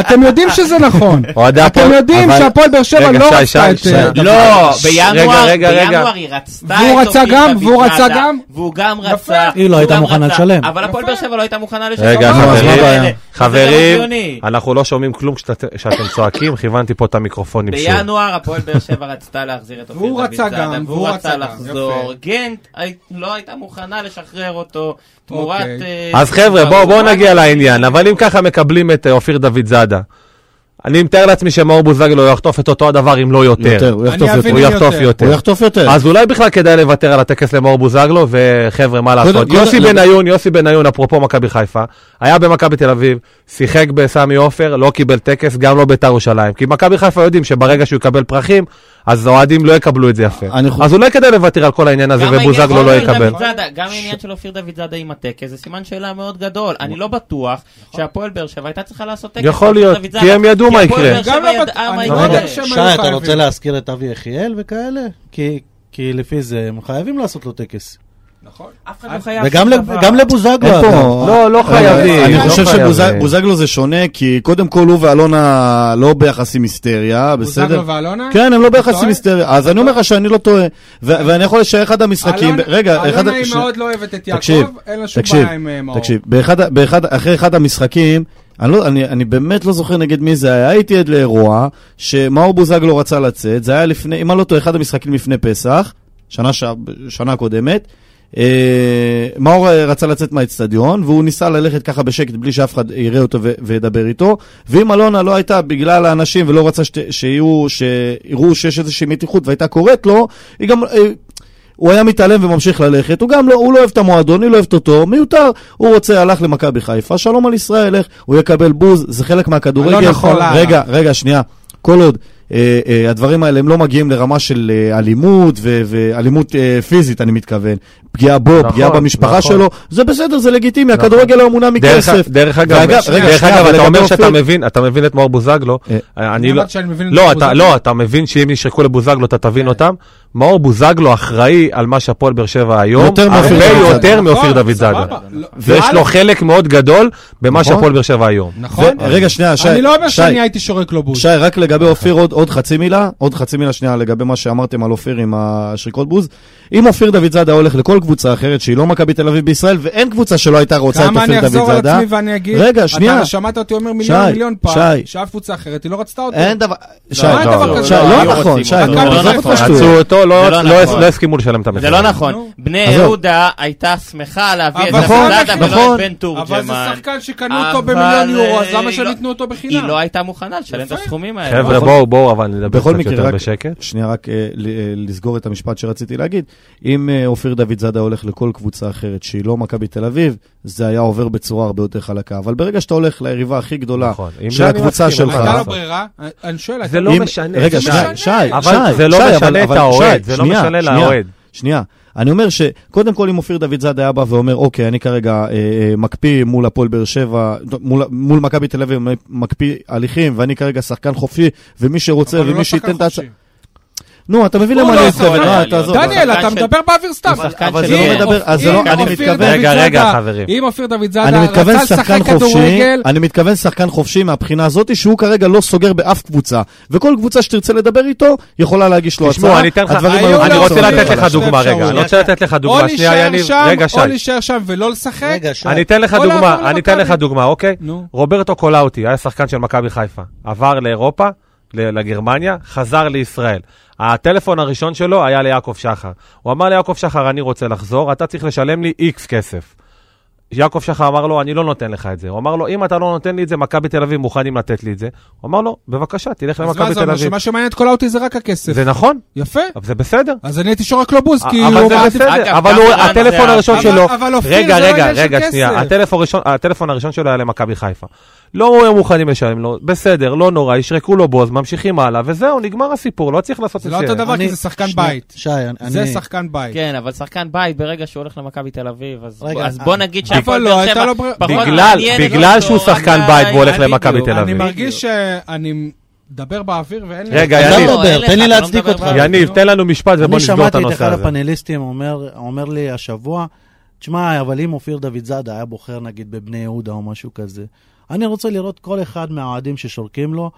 [SPEAKER 3] אתם יודעים שזה נכון.
[SPEAKER 2] אוהדי
[SPEAKER 3] אתם
[SPEAKER 2] הפועל-
[SPEAKER 3] יודעים
[SPEAKER 2] אוקיי, אבל-
[SPEAKER 3] שהפועל באר שבע
[SPEAKER 2] רגע,
[SPEAKER 3] לא
[SPEAKER 2] שי,
[SPEAKER 3] רצתה
[SPEAKER 2] שי,
[SPEAKER 3] את...
[SPEAKER 2] שי.
[SPEAKER 3] אה,
[SPEAKER 2] לא,
[SPEAKER 1] לא,
[SPEAKER 2] ש-
[SPEAKER 1] בינואר,
[SPEAKER 2] רגע, רגע,
[SPEAKER 1] בינואר היא רצתה
[SPEAKER 3] והוא
[SPEAKER 1] את
[SPEAKER 3] רצה
[SPEAKER 1] אופיר
[SPEAKER 3] גם,
[SPEAKER 1] דוד
[SPEAKER 3] והוא
[SPEAKER 1] זאדה,
[SPEAKER 3] רצה גם.
[SPEAKER 1] והוא גם
[SPEAKER 3] יפה.
[SPEAKER 1] רצה.
[SPEAKER 5] היא לא
[SPEAKER 1] והוא
[SPEAKER 5] הייתה
[SPEAKER 1] גם
[SPEAKER 5] מוכנה
[SPEAKER 1] רצה.
[SPEAKER 5] לשלם.
[SPEAKER 1] אבל הפועל באר
[SPEAKER 3] יפה.
[SPEAKER 1] שבע לא הייתה מוכנה לשלם.
[SPEAKER 2] רגע,
[SPEAKER 1] אבל
[SPEAKER 4] מה
[SPEAKER 1] זה לא
[SPEAKER 4] הבעיה?
[SPEAKER 1] הגיוני. זה לא
[SPEAKER 2] חברים,
[SPEAKER 1] הגיוני.
[SPEAKER 2] אנחנו לא שומעים כלום כשאת- כשאתם צועקים, כיוונתי פה את המיקרופונים שוב.
[SPEAKER 1] בינואר הפועל באר שבע רצתה להחזיר את אופיר
[SPEAKER 3] והוא
[SPEAKER 1] דוד
[SPEAKER 3] רצה
[SPEAKER 1] זאדה,
[SPEAKER 3] גם,
[SPEAKER 1] והוא
[SPEAKER 3] והוא
[SPEAKER 1] רצה
[SPEAKER 3] רצה גם,
[SPEAKER 1] לחזור.
[SPEAKER 3] יפה.
[SPEAKER 1] גנט הי- לא הייתה מוכנה לשחרר אותו תמורת...
[SPEAKER 3] אוקיי.
[SPEAKER 1] אה,
[SPEAKER 2] אז חבר'ה, בואו בוא
[SPEAKER 1] תמורת-
[SPEAKER 2] נגיע לעניין, אבל אם ככה מקבלים את אה, אופיר דוד זאדה, אני מתאר לעצמי שמאור בוזגלו יחטוף את אותו הדבר אם לא יותר.
[SPEAKER 4] יותר, הוא
[SPEAKER 3] אני
[SPEAKER 4] יחטוף
[SPEAKER 3] אבין
[SPEAKER 4] יותר.
[SPEAKER 2] הוא
[SPEAKER 3] אם
[SPEAKER 2] יחטוף
[SPEAKER 3] יותר.
[SPEAKER 2] יותר.
[SPEAKER 4] הוא יחטוף יותר.
[SPEAKER 2] אז אולי בכלל כדאי לוותר על הטקס למאור בוזגלו, וחבר'ה, מה לעשות.
[SPEAKER 4] קודם-
[SPEAKER 2] יוסי
[SPEAKER 4] קודם-
[SPEAKER 2] בניון, יוסי בניון, אפרופו מכבי חיפה, היה במכבי תל אביב, שיחק בסמי עופר, לא קיבל טקס, גם לא ביתר ירושלים. כי מכבי חיפה יודעים שברגע שהוא יקבל פרחים, אז האוהדים לא יקבלו את זה יפה.
[SPEAKER 4] אני חושב-
[SPEAKER 2] אז אולי כדאי לוותר על כל העניין הזה,
[SPEAKER 1] גם
[SPEAKER 2] ובוזגלו
[SPEAKER 1] העניין
[SPEAKER 2] לא
[SPEAKER 1] של אופיר
[SPEAKER 2] יקבל.
[SPEAKER 1] דוד זאדה, גם העניין של אופיר דוד זאדה עם הטקס זה סימן שאלה מאוד גדול. אני לא בטוח
[SPEAKER 3] נכון.
[SPEAKER 1] שהפועל באר שבע הייתה צריכה לעשות טקס.
[SPEAKER 2] יכול
[SPEAKER 1] לאופיר
[SPEAKER 2] להיות,
[SPEAKER 1] דוד
[SPEAKER 2] כי
[SPEAKER 1] זאדה.
[SPEAKER 2] הם ידעו מה
[SPEAKER 1] הפועל
[SPEAKER 2] יקרה.
[SPEAKER 1] באר שבע
[SPEAKER 3] גם לא
[SPEAKER 1] ידעה
[SPEAKER 3] בט-
[SPEAKER 1] מה
[SPEAKER 3] אני
[SPEAKER 1] יקרה.
[SPEAKER 3] לא יודע
[SPEAKER 5] רגע,
[SPEAKER 3] שהם
[SPEAKER 5] שי,
[SPEAKER 3] היו
[SPEAKER 5] אתה
[SPEAKER 3] חייבים.
[SPEAKER 5] רוצה להזכיר את אבי יחיאל וכאלה? כי- כי לפי זה הם חייבים לעשות לו טקס.
[SPEAKER 3] נכון.
[SPEAKER 1] אף אחד לא חייב
[SPEAKER 5] וגם
[SPEAKER 1] שום
[SPEAKER 5] לב-
[SPEAKER 1] דבר.
[SPEAKER 5] גם לבוזגלו.
[SPEAKER 4] אין פה-
[SPEAKER 5] אגב.
[SPEAKER 2] לא, לא חייבים.
[SPEAKER 4] אני
[SPEAKER 2] לא
[SPEAKER 4] חושב
[SPEAKER 2] חייבים.
[SPEAKER 4] שבוזגלו זה שונה, כי קודם כל הוא ואלונה לא ביחסים היסטריה, בסדר?
[SPEAKER 3] בוזגלו ואלונה?
[SPEAKER 4] כן, הם לא ביחסים
[SPEAKER 3] טועה?
[SPEAKER 4] היסטריה. אז אני אומר לך שאני לא טועה. ו- ואני יכול לשער אחד המשחקים...
[SPEAKER 3] אלונה-
[SPEAKER 4] רגע, אחד...
[SPEAKER 3] אלונה היא
[SPEAKER 4] ש-
[SPEAKER 3] מאוד לא אוהבת את
[SPEAKER 4] תקשיב,
[SPEAKER 3] יעקב, אין לה שום
[SPEAKER 4] תקשיב,
[SPEAKER 3] בעיה עם אה, מאור.
[SPEAKER 4] תקשיב, באחד, באחד, אחרי אחד המשחקים, אני, לא, אני, אני באמת לא זוכר נגד מי זה היה, הייתי עד לאירוע שמאור בוזגלו לא רצה לצאת, זה היה לפני, אם אני לא טועה, אחד המשחקים לפני פסח, שנה, ש... שנה קודמת. אה, מאור אה, רצה לצאת מהאצטדיון, והוא ניסה ללכת ככה בשקט בלי שאף אחד יראה אותו ו- וידבר איתו. ואם אלונה לא הייתה בגלל האנשים ולא רצה שת- שיהיו, שיראו שיש איזושהי מתיחות והייתה קוראת לו, היא גם, אה, הוא היה מתעלם וממשיך ללכת, הוא גם לא, הוא לא אוהב את המועדון, היא לא אוהבת אותו, מיותר, הוא רוצה, הלך למכבי חיפה, שלום על ישראל, איך, הוא יקבל בוז, זה חלק מהכדורגל.
[SPEAKER 3] אלונה חולה.
[SPEAKER 4] רגע, רגע, שנייה, כל עוד אה, אה, הדברים האלה הם לא מגיעים לרמה של אה, אלימות, ו- ואלימות אה, פיזית, אני מתכוון, פגיעה בו,
[SPEAKER 2] נכון,
[SPEAKER 4] פגיעה במשפחה
[SPEAKER 2] נכון.
[SPEAKER 4] שלו, זה בסדר, זה לגיטימי,
[SPEAKER 3] נכון.
[SPEAKER 4] הכדורגל היום מונע
[SPEAKER 2] דרך-
[SPEAKER 4] מכסף.
[SPEAKER 2] דרך אגב,
[SPEAKER 4] ואגב, רגע,
[SPEAKER 2] דרך
[SPEAKER 4] שנייה,
[SPEAKER 2] אגב,
[SPEAKER 4] אבל
[SPEAKER 2] אתה
[SPEAKER 4] לגבי
[SPEAKER 2] אומר
[SPEAKER 4] אופיר-
[SPEAKER 2] שאתה מבין, אתה מבין את מאור בוזגלו,
[SPEAKER 4] אה,
[SPEAKER 2] אני לא,
[SPEAKER 3] אמרתי שאני מבין את
[SPEAKER 2] לא,
[SPEAKER 3] מאור
[SPEAKER 2] אתה,
[SPEAKER 3] בוזגלו.
[SPEAKER 2] לא, אתה מבין שאם נשרקו לבוזגלו אתה תבין
[SPEAKER 4] אה.
[SPEAKER 2] אותם, מאור בוזגלו אחראי על מה שהפועל באר שבע היום,
[SPEAKER 4] יותר מאופיר
[SPEAKER 2] הרבה
[SPEAKER 4] דוד זאדה.
[SPEAKER 2] יותר מאופיר
[SPEAKER 3] לא, נכון,
[SPEAKER 2] דוד זאדה,
[SPEAKER 3] סבבה. לא-
[SPEAKER 2] ויש לו חלק מאוד גדול במה
[SPEAKER 4] נכון.
[SPEAKER 2] שהפועל באר שבע היום.
[SPEAKER 3] נכון.
[SPEAKER 4] ו- רגע, שנייה, שי,
[SPEAKER 3] אני לא אומר
[SPEAKER 4] שי.
[SPEAKER 3] שאני הייתי שורק לו בוז.
[SPEAKER 4] שי, רק
[SPEAKER 3] אוקיי.
[SPEAKER 4] לגבי אופיר עוד, עוד חצי מילה, עוד חצי מילה שנייה לגבי מה שאמרתם על אופיר עם השריקות בוז. אם אופיר דוד זאדה הולך לכל קבוצה אחרת שהיא לא מכבי תל אביב בישראל, ואין קבוצה שלא הייתה רוצה את
[SPEAKER 3] כמה
[SPEAKER 4] אופיר
[SPEAKER 3] אני
[SPEAKER 4] דוד זאדה,
[SPEAKER 3] אחזור על עצמי ואני אגיד,
[SPEAKER 4] רגע, שנייה.
[SPEAKER 3] אתה שמעת אותי אומר
[SPEAKER 4] שי,
[SPEAKER 3] מיליון מיליון פעם,
[SPEAKER 4] שי.
[SPEAKER 3] שאף קבוצה אחרת היא לא רצתה אותו.
[SPEAKER 4] אין דבר... שי,
[SPEAKER 3] אין דבר
[SPEAKER 4] לא,
[SPEAKER 3] כזה.
[SPEAKER 4] שי,
[SPEAKER 3] לא,
[SPEAKER 4] לא
[SPEAKER 3] היו
[SPEAKER 4] נכון,
[SPEAKER 1] רוצים
[SPEAKER 4] שי,
[SPEAKER 1] אותו.
[SPEAKER 4] נו,
[SPEAKER 3] מכבי
[SPEAKER 4] עזוב
[SPEAKER 3] חיפה.
[SPEAKER 4] אותך שטויות.
[SPEAKER 2] עצרו אותו, לא-
[SPEAKER 1] זה לא
[SPEAKER 2] לא-
[SPEAKER 1] נכון.
[SPEAKER 2] לא הסכימו לשלם את המחיר.
[SPEAKER 1] זה לא נכון.
[SPEAKER 3] נו.
[SPEAKER 1] בני
[SPEAKER 4] עזוב.
[SPEAKER 1] יהודה הייתה שמחה להביא את
[SPEAKER 3] אבל זה
[SPEAKER 1] דוד
[SPEAKER 3] נכון,
[SPEAKER 1] זאדה ולא את בן
[SPEAKER 3] אבל זה
[SPEAKER 1] תורג'מן.
[SPEAKER 3] שחקן שקנו אותו
[SPEAKER 1] אבל,
[SPEAKER 3] במיליון יורו, אז
[SPEAKER 1] אה,
[SPEAKER 3] למה
[SPEAKER 1] היא לא-
[SPEAKER 3] שניתנו אותו
[SPEAKER 1] היא
[SPEAKER 3] בחינם?
[SPEAKER 1] לא הייתה מוכנה לשלם את
[SPEAKER 3] יפה.
[SPEAKER 1] הסכומים האלה.
[SPEAKER 2] חבר'ה, בואו, בואו, לעבור, אבל נדבר
[SPEAKER 4] נכון. בכל
[SPEAKER 2] קצת
[SPEAKER 4] מקרה,
[SPEAKER 2] יותר
[SPEAKER 4] רק-
[SPEAKER 2] בשקט.
[SPEAKER 4] שנייה, רק אה, ל- אה, לסגור את המשפט שרציתי להגיד. אם אה, אופיר דוד זאדה הולך לכל קבוצה אחרת שהיא לא מכבי תל אביב, זה היה עובר בצורה הרבה יותר חלקה. אבל ברגע שאתה הולך ליריבה הכי גדולה,
[SPEAKER 2] נכון. עם
[SPEAKER 4] לא. של
[SPEAKER 2] זה אני
[SPEAKER 4] הקבוצה
[SPEAKER 2] מסכים,
[SPEAKER 4] שלך.
[SPEAKER 2] אבל-
[SPEAKER 3] הייתה לו ברירה, אני שואל,
[SPEAKER 2] זה
[SPEAKER 3] הייתה-
[SPEAKER 2] לא
[SPEAKER 4] אם-
[SPEAKER 2] משנה.
[SPEAKER 4] רגע,
[SPEAKER 2] שי,
[SPEAKER 4] שי,
[SPEAKER 3] זה משנה.
[SPEAKER 4] שי,
[SPEAKER 2] אבל
[SPEAKER 4] שי,
[SPEAKER 2] זה לא
[SPEAKER 4] שי,
[SPEAKER 2] משנה
[SPEAKER 4] אבל-
[SPEAKER 2] את
[SPEAKER 4] אבל-
[SPEAKER 2] האוהד,
[SPEAKER 4] שי,
[SPEAKER 2] זה לא
[SPEAKER 4] שנייה,
[SPEAKER 2] משנה
[SPEAKER 4] שנייה.
[SPEAKER 2] לאוהד.
[SPEAKER 4] שנייה, אני אומר שקודם כל אם אופיר דוד זאד היה בא ואומר, אוקיי, אני כרגע אה, אה, מקפיא מול הפועל באר שבע, טוב, מול, מול מכבי תל אביב, מקפיא הליכים, ואני כרגע שחקן חופשי, ומי שרוצה
[SPEAKER 3] אבל הוא לא
[SPEAKER 4] ומי שייתן
[SPEAKER 3] שחקן
[SPEAKER 4] את ההצ...
[SPEAKER 3] חופשי.
[SPEAKER 4] נו, אתה מבין
[SPEAKER 3] הוא
[SPEAKER 4] למה
[SPEAKER 3] לא
[SPEAKER 4] אני
[SPEAKER 3] יכול,
[SPEAKER 4] מתכוון,
[SPEAKER 1] אבל-
[SPEAKER 4] אה, תעזוב.
[SPEAKER 1] שחקן
[SPEAKER 3] דניאל, אתה
[SPEAKER 1] של-
[SPEAKER 3] מדבר באוויר סתם.
[SPEAKER 1] הוא שחקן
[SPEAKER 4] אבל
[SPEAKER 1] של
[SPEAKER 4] זה
[SPEAKER 1] ילד.
[SPEAKER 4] לא
[SPEAKER 3] אם
[SPEAKER 4] מדבר,
[SPEAKER 3] אופ-
[SPEAKER 4] אז זה לא,
[SPEAKER 3] אם
[SPEAKER 4] אני
[SPEAKER 3] אופיר
[SPEAKER 4] מתכוון,
[SPEAKER 3] דוד
[SPEAKER 2] רגע, רגע,
[SPEAKER 3] זאדה-
[SPEAKER 2] חברים.
[SPEAKER 3] אם אופיר דוד
[SPEAKER 4] אני
[SPEAKER 3] זאדה
[SPEAKER 4] מתכוון
[SPEAKER 3] רצה
[SPEAKER 4] שחקן
[SPEAKER 3] לשחק
[SPEAKER 4] חופשי,
[SPEAKER 3] כדורגל,
[SPEAKER 4] אני מתכוון שחקן חופשי מהבחינה הזאת שהוא כרגע לא סוגר באף קבוצה, וכל קבוצה שתרצה לדבר איתו, יכולה להגיש לו
[SPEAKER 2] תשמעו,
[SPEAKER 4] הצעה.
[SPEAKER 2] אני אתן לך,
[SPEAKER 4] הדברים לא
[SPEAKER 3] היו
[SPEAKER 4] היו
[SPEAKER 3] לו
[SPEAKER 2] אני
[SPEAKER 4] הרבה
[SPEAKER 2] רוצה
[SPEAKER 4] יותר
[SPEAKER 3] אפשרויות.
[SPEAKER 2] לתת לך
[SPEAKER 4] חלשים.
[SPEAKER 2] דוגמה,
[SPEAKER 3] שתי
[SPEAKER 2] רגע, אני
[SPEAKER 3] אפשרויות.
[SPEAKER 2] רוצה לתת לך
[SPEAKER 3] או
[SPEAKER 2] דוגמה, שנייה,
[SPEAKER 3] להישאר
[SPEAKER 2] יניב,
[SPEAKER 3] שם,
[SPEAKER 2] רגע,
[SPEAKER 3] או
[SPEAKER 2] שי,
[SPEAKER 3] להישאר שם ולא לשחק.
[SPEAKER 5] רגע, שי,
[SPEAKER 2] אני אתן לך
[SPEAKER 3] או לעבור
[SPEAKER 2] דוגמה, אני אתן לך
[SPEAKER 3] למכבי.
[SPEAKER 2] דוגמה, אוקיי?
[SPEAKER 3] נו.
[SPEAKER 2] רוברטו קולאוטי היה שחקן של מכבי חיפה, עבר לאירופה, ל- לגרמניה, חזר לישראל. הטלפון הראשון שלו היה ליעקב שחר. הוא אמר ליעקב שחר, אני רוצה לחזור, אתה צריך לשלם לי איקס כסף. יעקב שחר אמר לו, אני לא נותן לך את זה. הוא אמר לו, אם אתה לא נותן לי את זה, מכבי תל אביב מוכנים לתת לי את זה. הוא אמר לו, בבקשה, תלך
[SPEAKER 3] אז מה
[SPEAKER 2] למכבי
[SPEAKER 3] זה
[SPEAKER 2] תל
[SPEAKER 3] אומר?
[SPEAKER 2] אביב.
[SPEAKER 3] שמה שמעניין את כל האוטי זה רק הכסף.
[SPEAKER 2] זה נכון,
[SPEAKER 3] יפה.
[SPEAKER 2] אבל זה בסדר.
[SPEAKER 3] אז אני הייתי שורק לו בוז, כי
[SPEAKER 2] אבל
[SPEAKER 3] הוא...
[SPEAKER 2] זה
[SPEAKER 3] מעדיף-
[SPEAKER 2] בסדר,
[SPEAKER 1] אגב,
[SPEAKER 2] אבל
[SPEAKER 1] גם
[SPEAKER 2] הוא-
[SPEAKER 1] רן
[SPEAKER 2] הטלפון
[SPEAKER 1] זה-
[SPEAKER 2] הראשון
[SPEAKER 3] אבל-
[SPEAKER 2] שלו,
[SPEAKER 3] אבל אופיר,
[SPEAKER 2] רגע,
[SPEAKER 3] זה לא
[SPEAKER 2] רגע,
[SPEAKER 3] עניין של
[SPEAKER 2] רגע,
[SPEAKER 3] כסף.
[SPEAKER 2] שנייה, הטלפון הראשון- הטלפון הראשון שלו היה למכבי חיפה. לא היו מוכנים לשלם לו, בסדר, לא נורא, ישרקו לו בוז, ממשיכים הלאה, וזהו, נגמר הסיפור, לא צריך לעשות
[SPEAKER 3] זה
[SPEAKER 2] את
[SPEAKER 3] לא אותו
[SPEAKER 2] זה.
[SPEAKER 3] דבר,
[SPEAKER 5] אני-
[SPEAKER 3] כי זה שחקן
[SPEAKER 5] שני-
[SPEAKER 3] בית.
[SPEAKER 5] שי, אני...
[SPEAKER 3] זה שחקן בית.
[SPEAKER 1] כן, אבל שחקן בית, ברגע שהוא הולך למכבי תל אביב, אז
[SPEAKER 5] רגע,
[SPEAKER 1] אז
[SPEAKER 5] אה.
[SPEAKER 1] בוא נגיד
[SPEAKER 3] אבל
[SPEAKER 1] שהפועל
[SPEAKER 3] לא,
[SPEAKER 1] באר
[SPEAKER 3] הייתה
[SPEAKER 1] שבע
[SPEAKER 3] לו ברירה.
[SPEAKER 1] פחות
[SPEAKER 2] בגלל-
[SPEAKER 1] מעניינת
[SPEAKER 2] בגלל
[SPEAKER 1] אותו,
[SPEAKER 2] שהוא
[SPEAKER 1] רק
[SPEAKER 2] שחקן
[SPEAKER 1] ה-
[SPEAKER 2] בית והוא הולך
[SPEAKER 1] בדיוק.
[SPEAKER 2] למכבי תל
[SPEAKER 3] אני
[SPEAKER 2] אביב.
[SPEAKER 3] מרגיש שאני מדבר באוויר ואין לי...
[SPEAKER 2] רגע,
[SPEAKER 5] אתה
[SPEAKER 2] יניב.
[SPEAKER 1] אין
[SPEAKER 5] מדבר,
[SPEAKER 1] לך,
[SPEAKER 5] תן לי
[SPEAKER 1] אתה לא
[SPEAKER 5] להצדיק
[SPEAKER 1] מדבר
[SPEAKER 5] אותך.
[SPEAKER 1] באוויר.
[SPEAKER 2] יניב, תן לנו משפט ובוא
[SPEAKER 5] אני
[SPEAKER 2] נסגור את
[SPEAKER 5] שמעתי את
[SPEAKER 2] הנושא
[SPEAKER 5] אחד
[SPEAKER 2] הזה.
[SPEAKER 5] הפאנליסטים אומר, אומר לי השבוע, תשמע, אבל אם אופיר דוד זאדה היה בוחר נגיד בבני יהודה או משהו כזה, אני רוצה לראות כל אחד מהאוהדים ששורקים לו,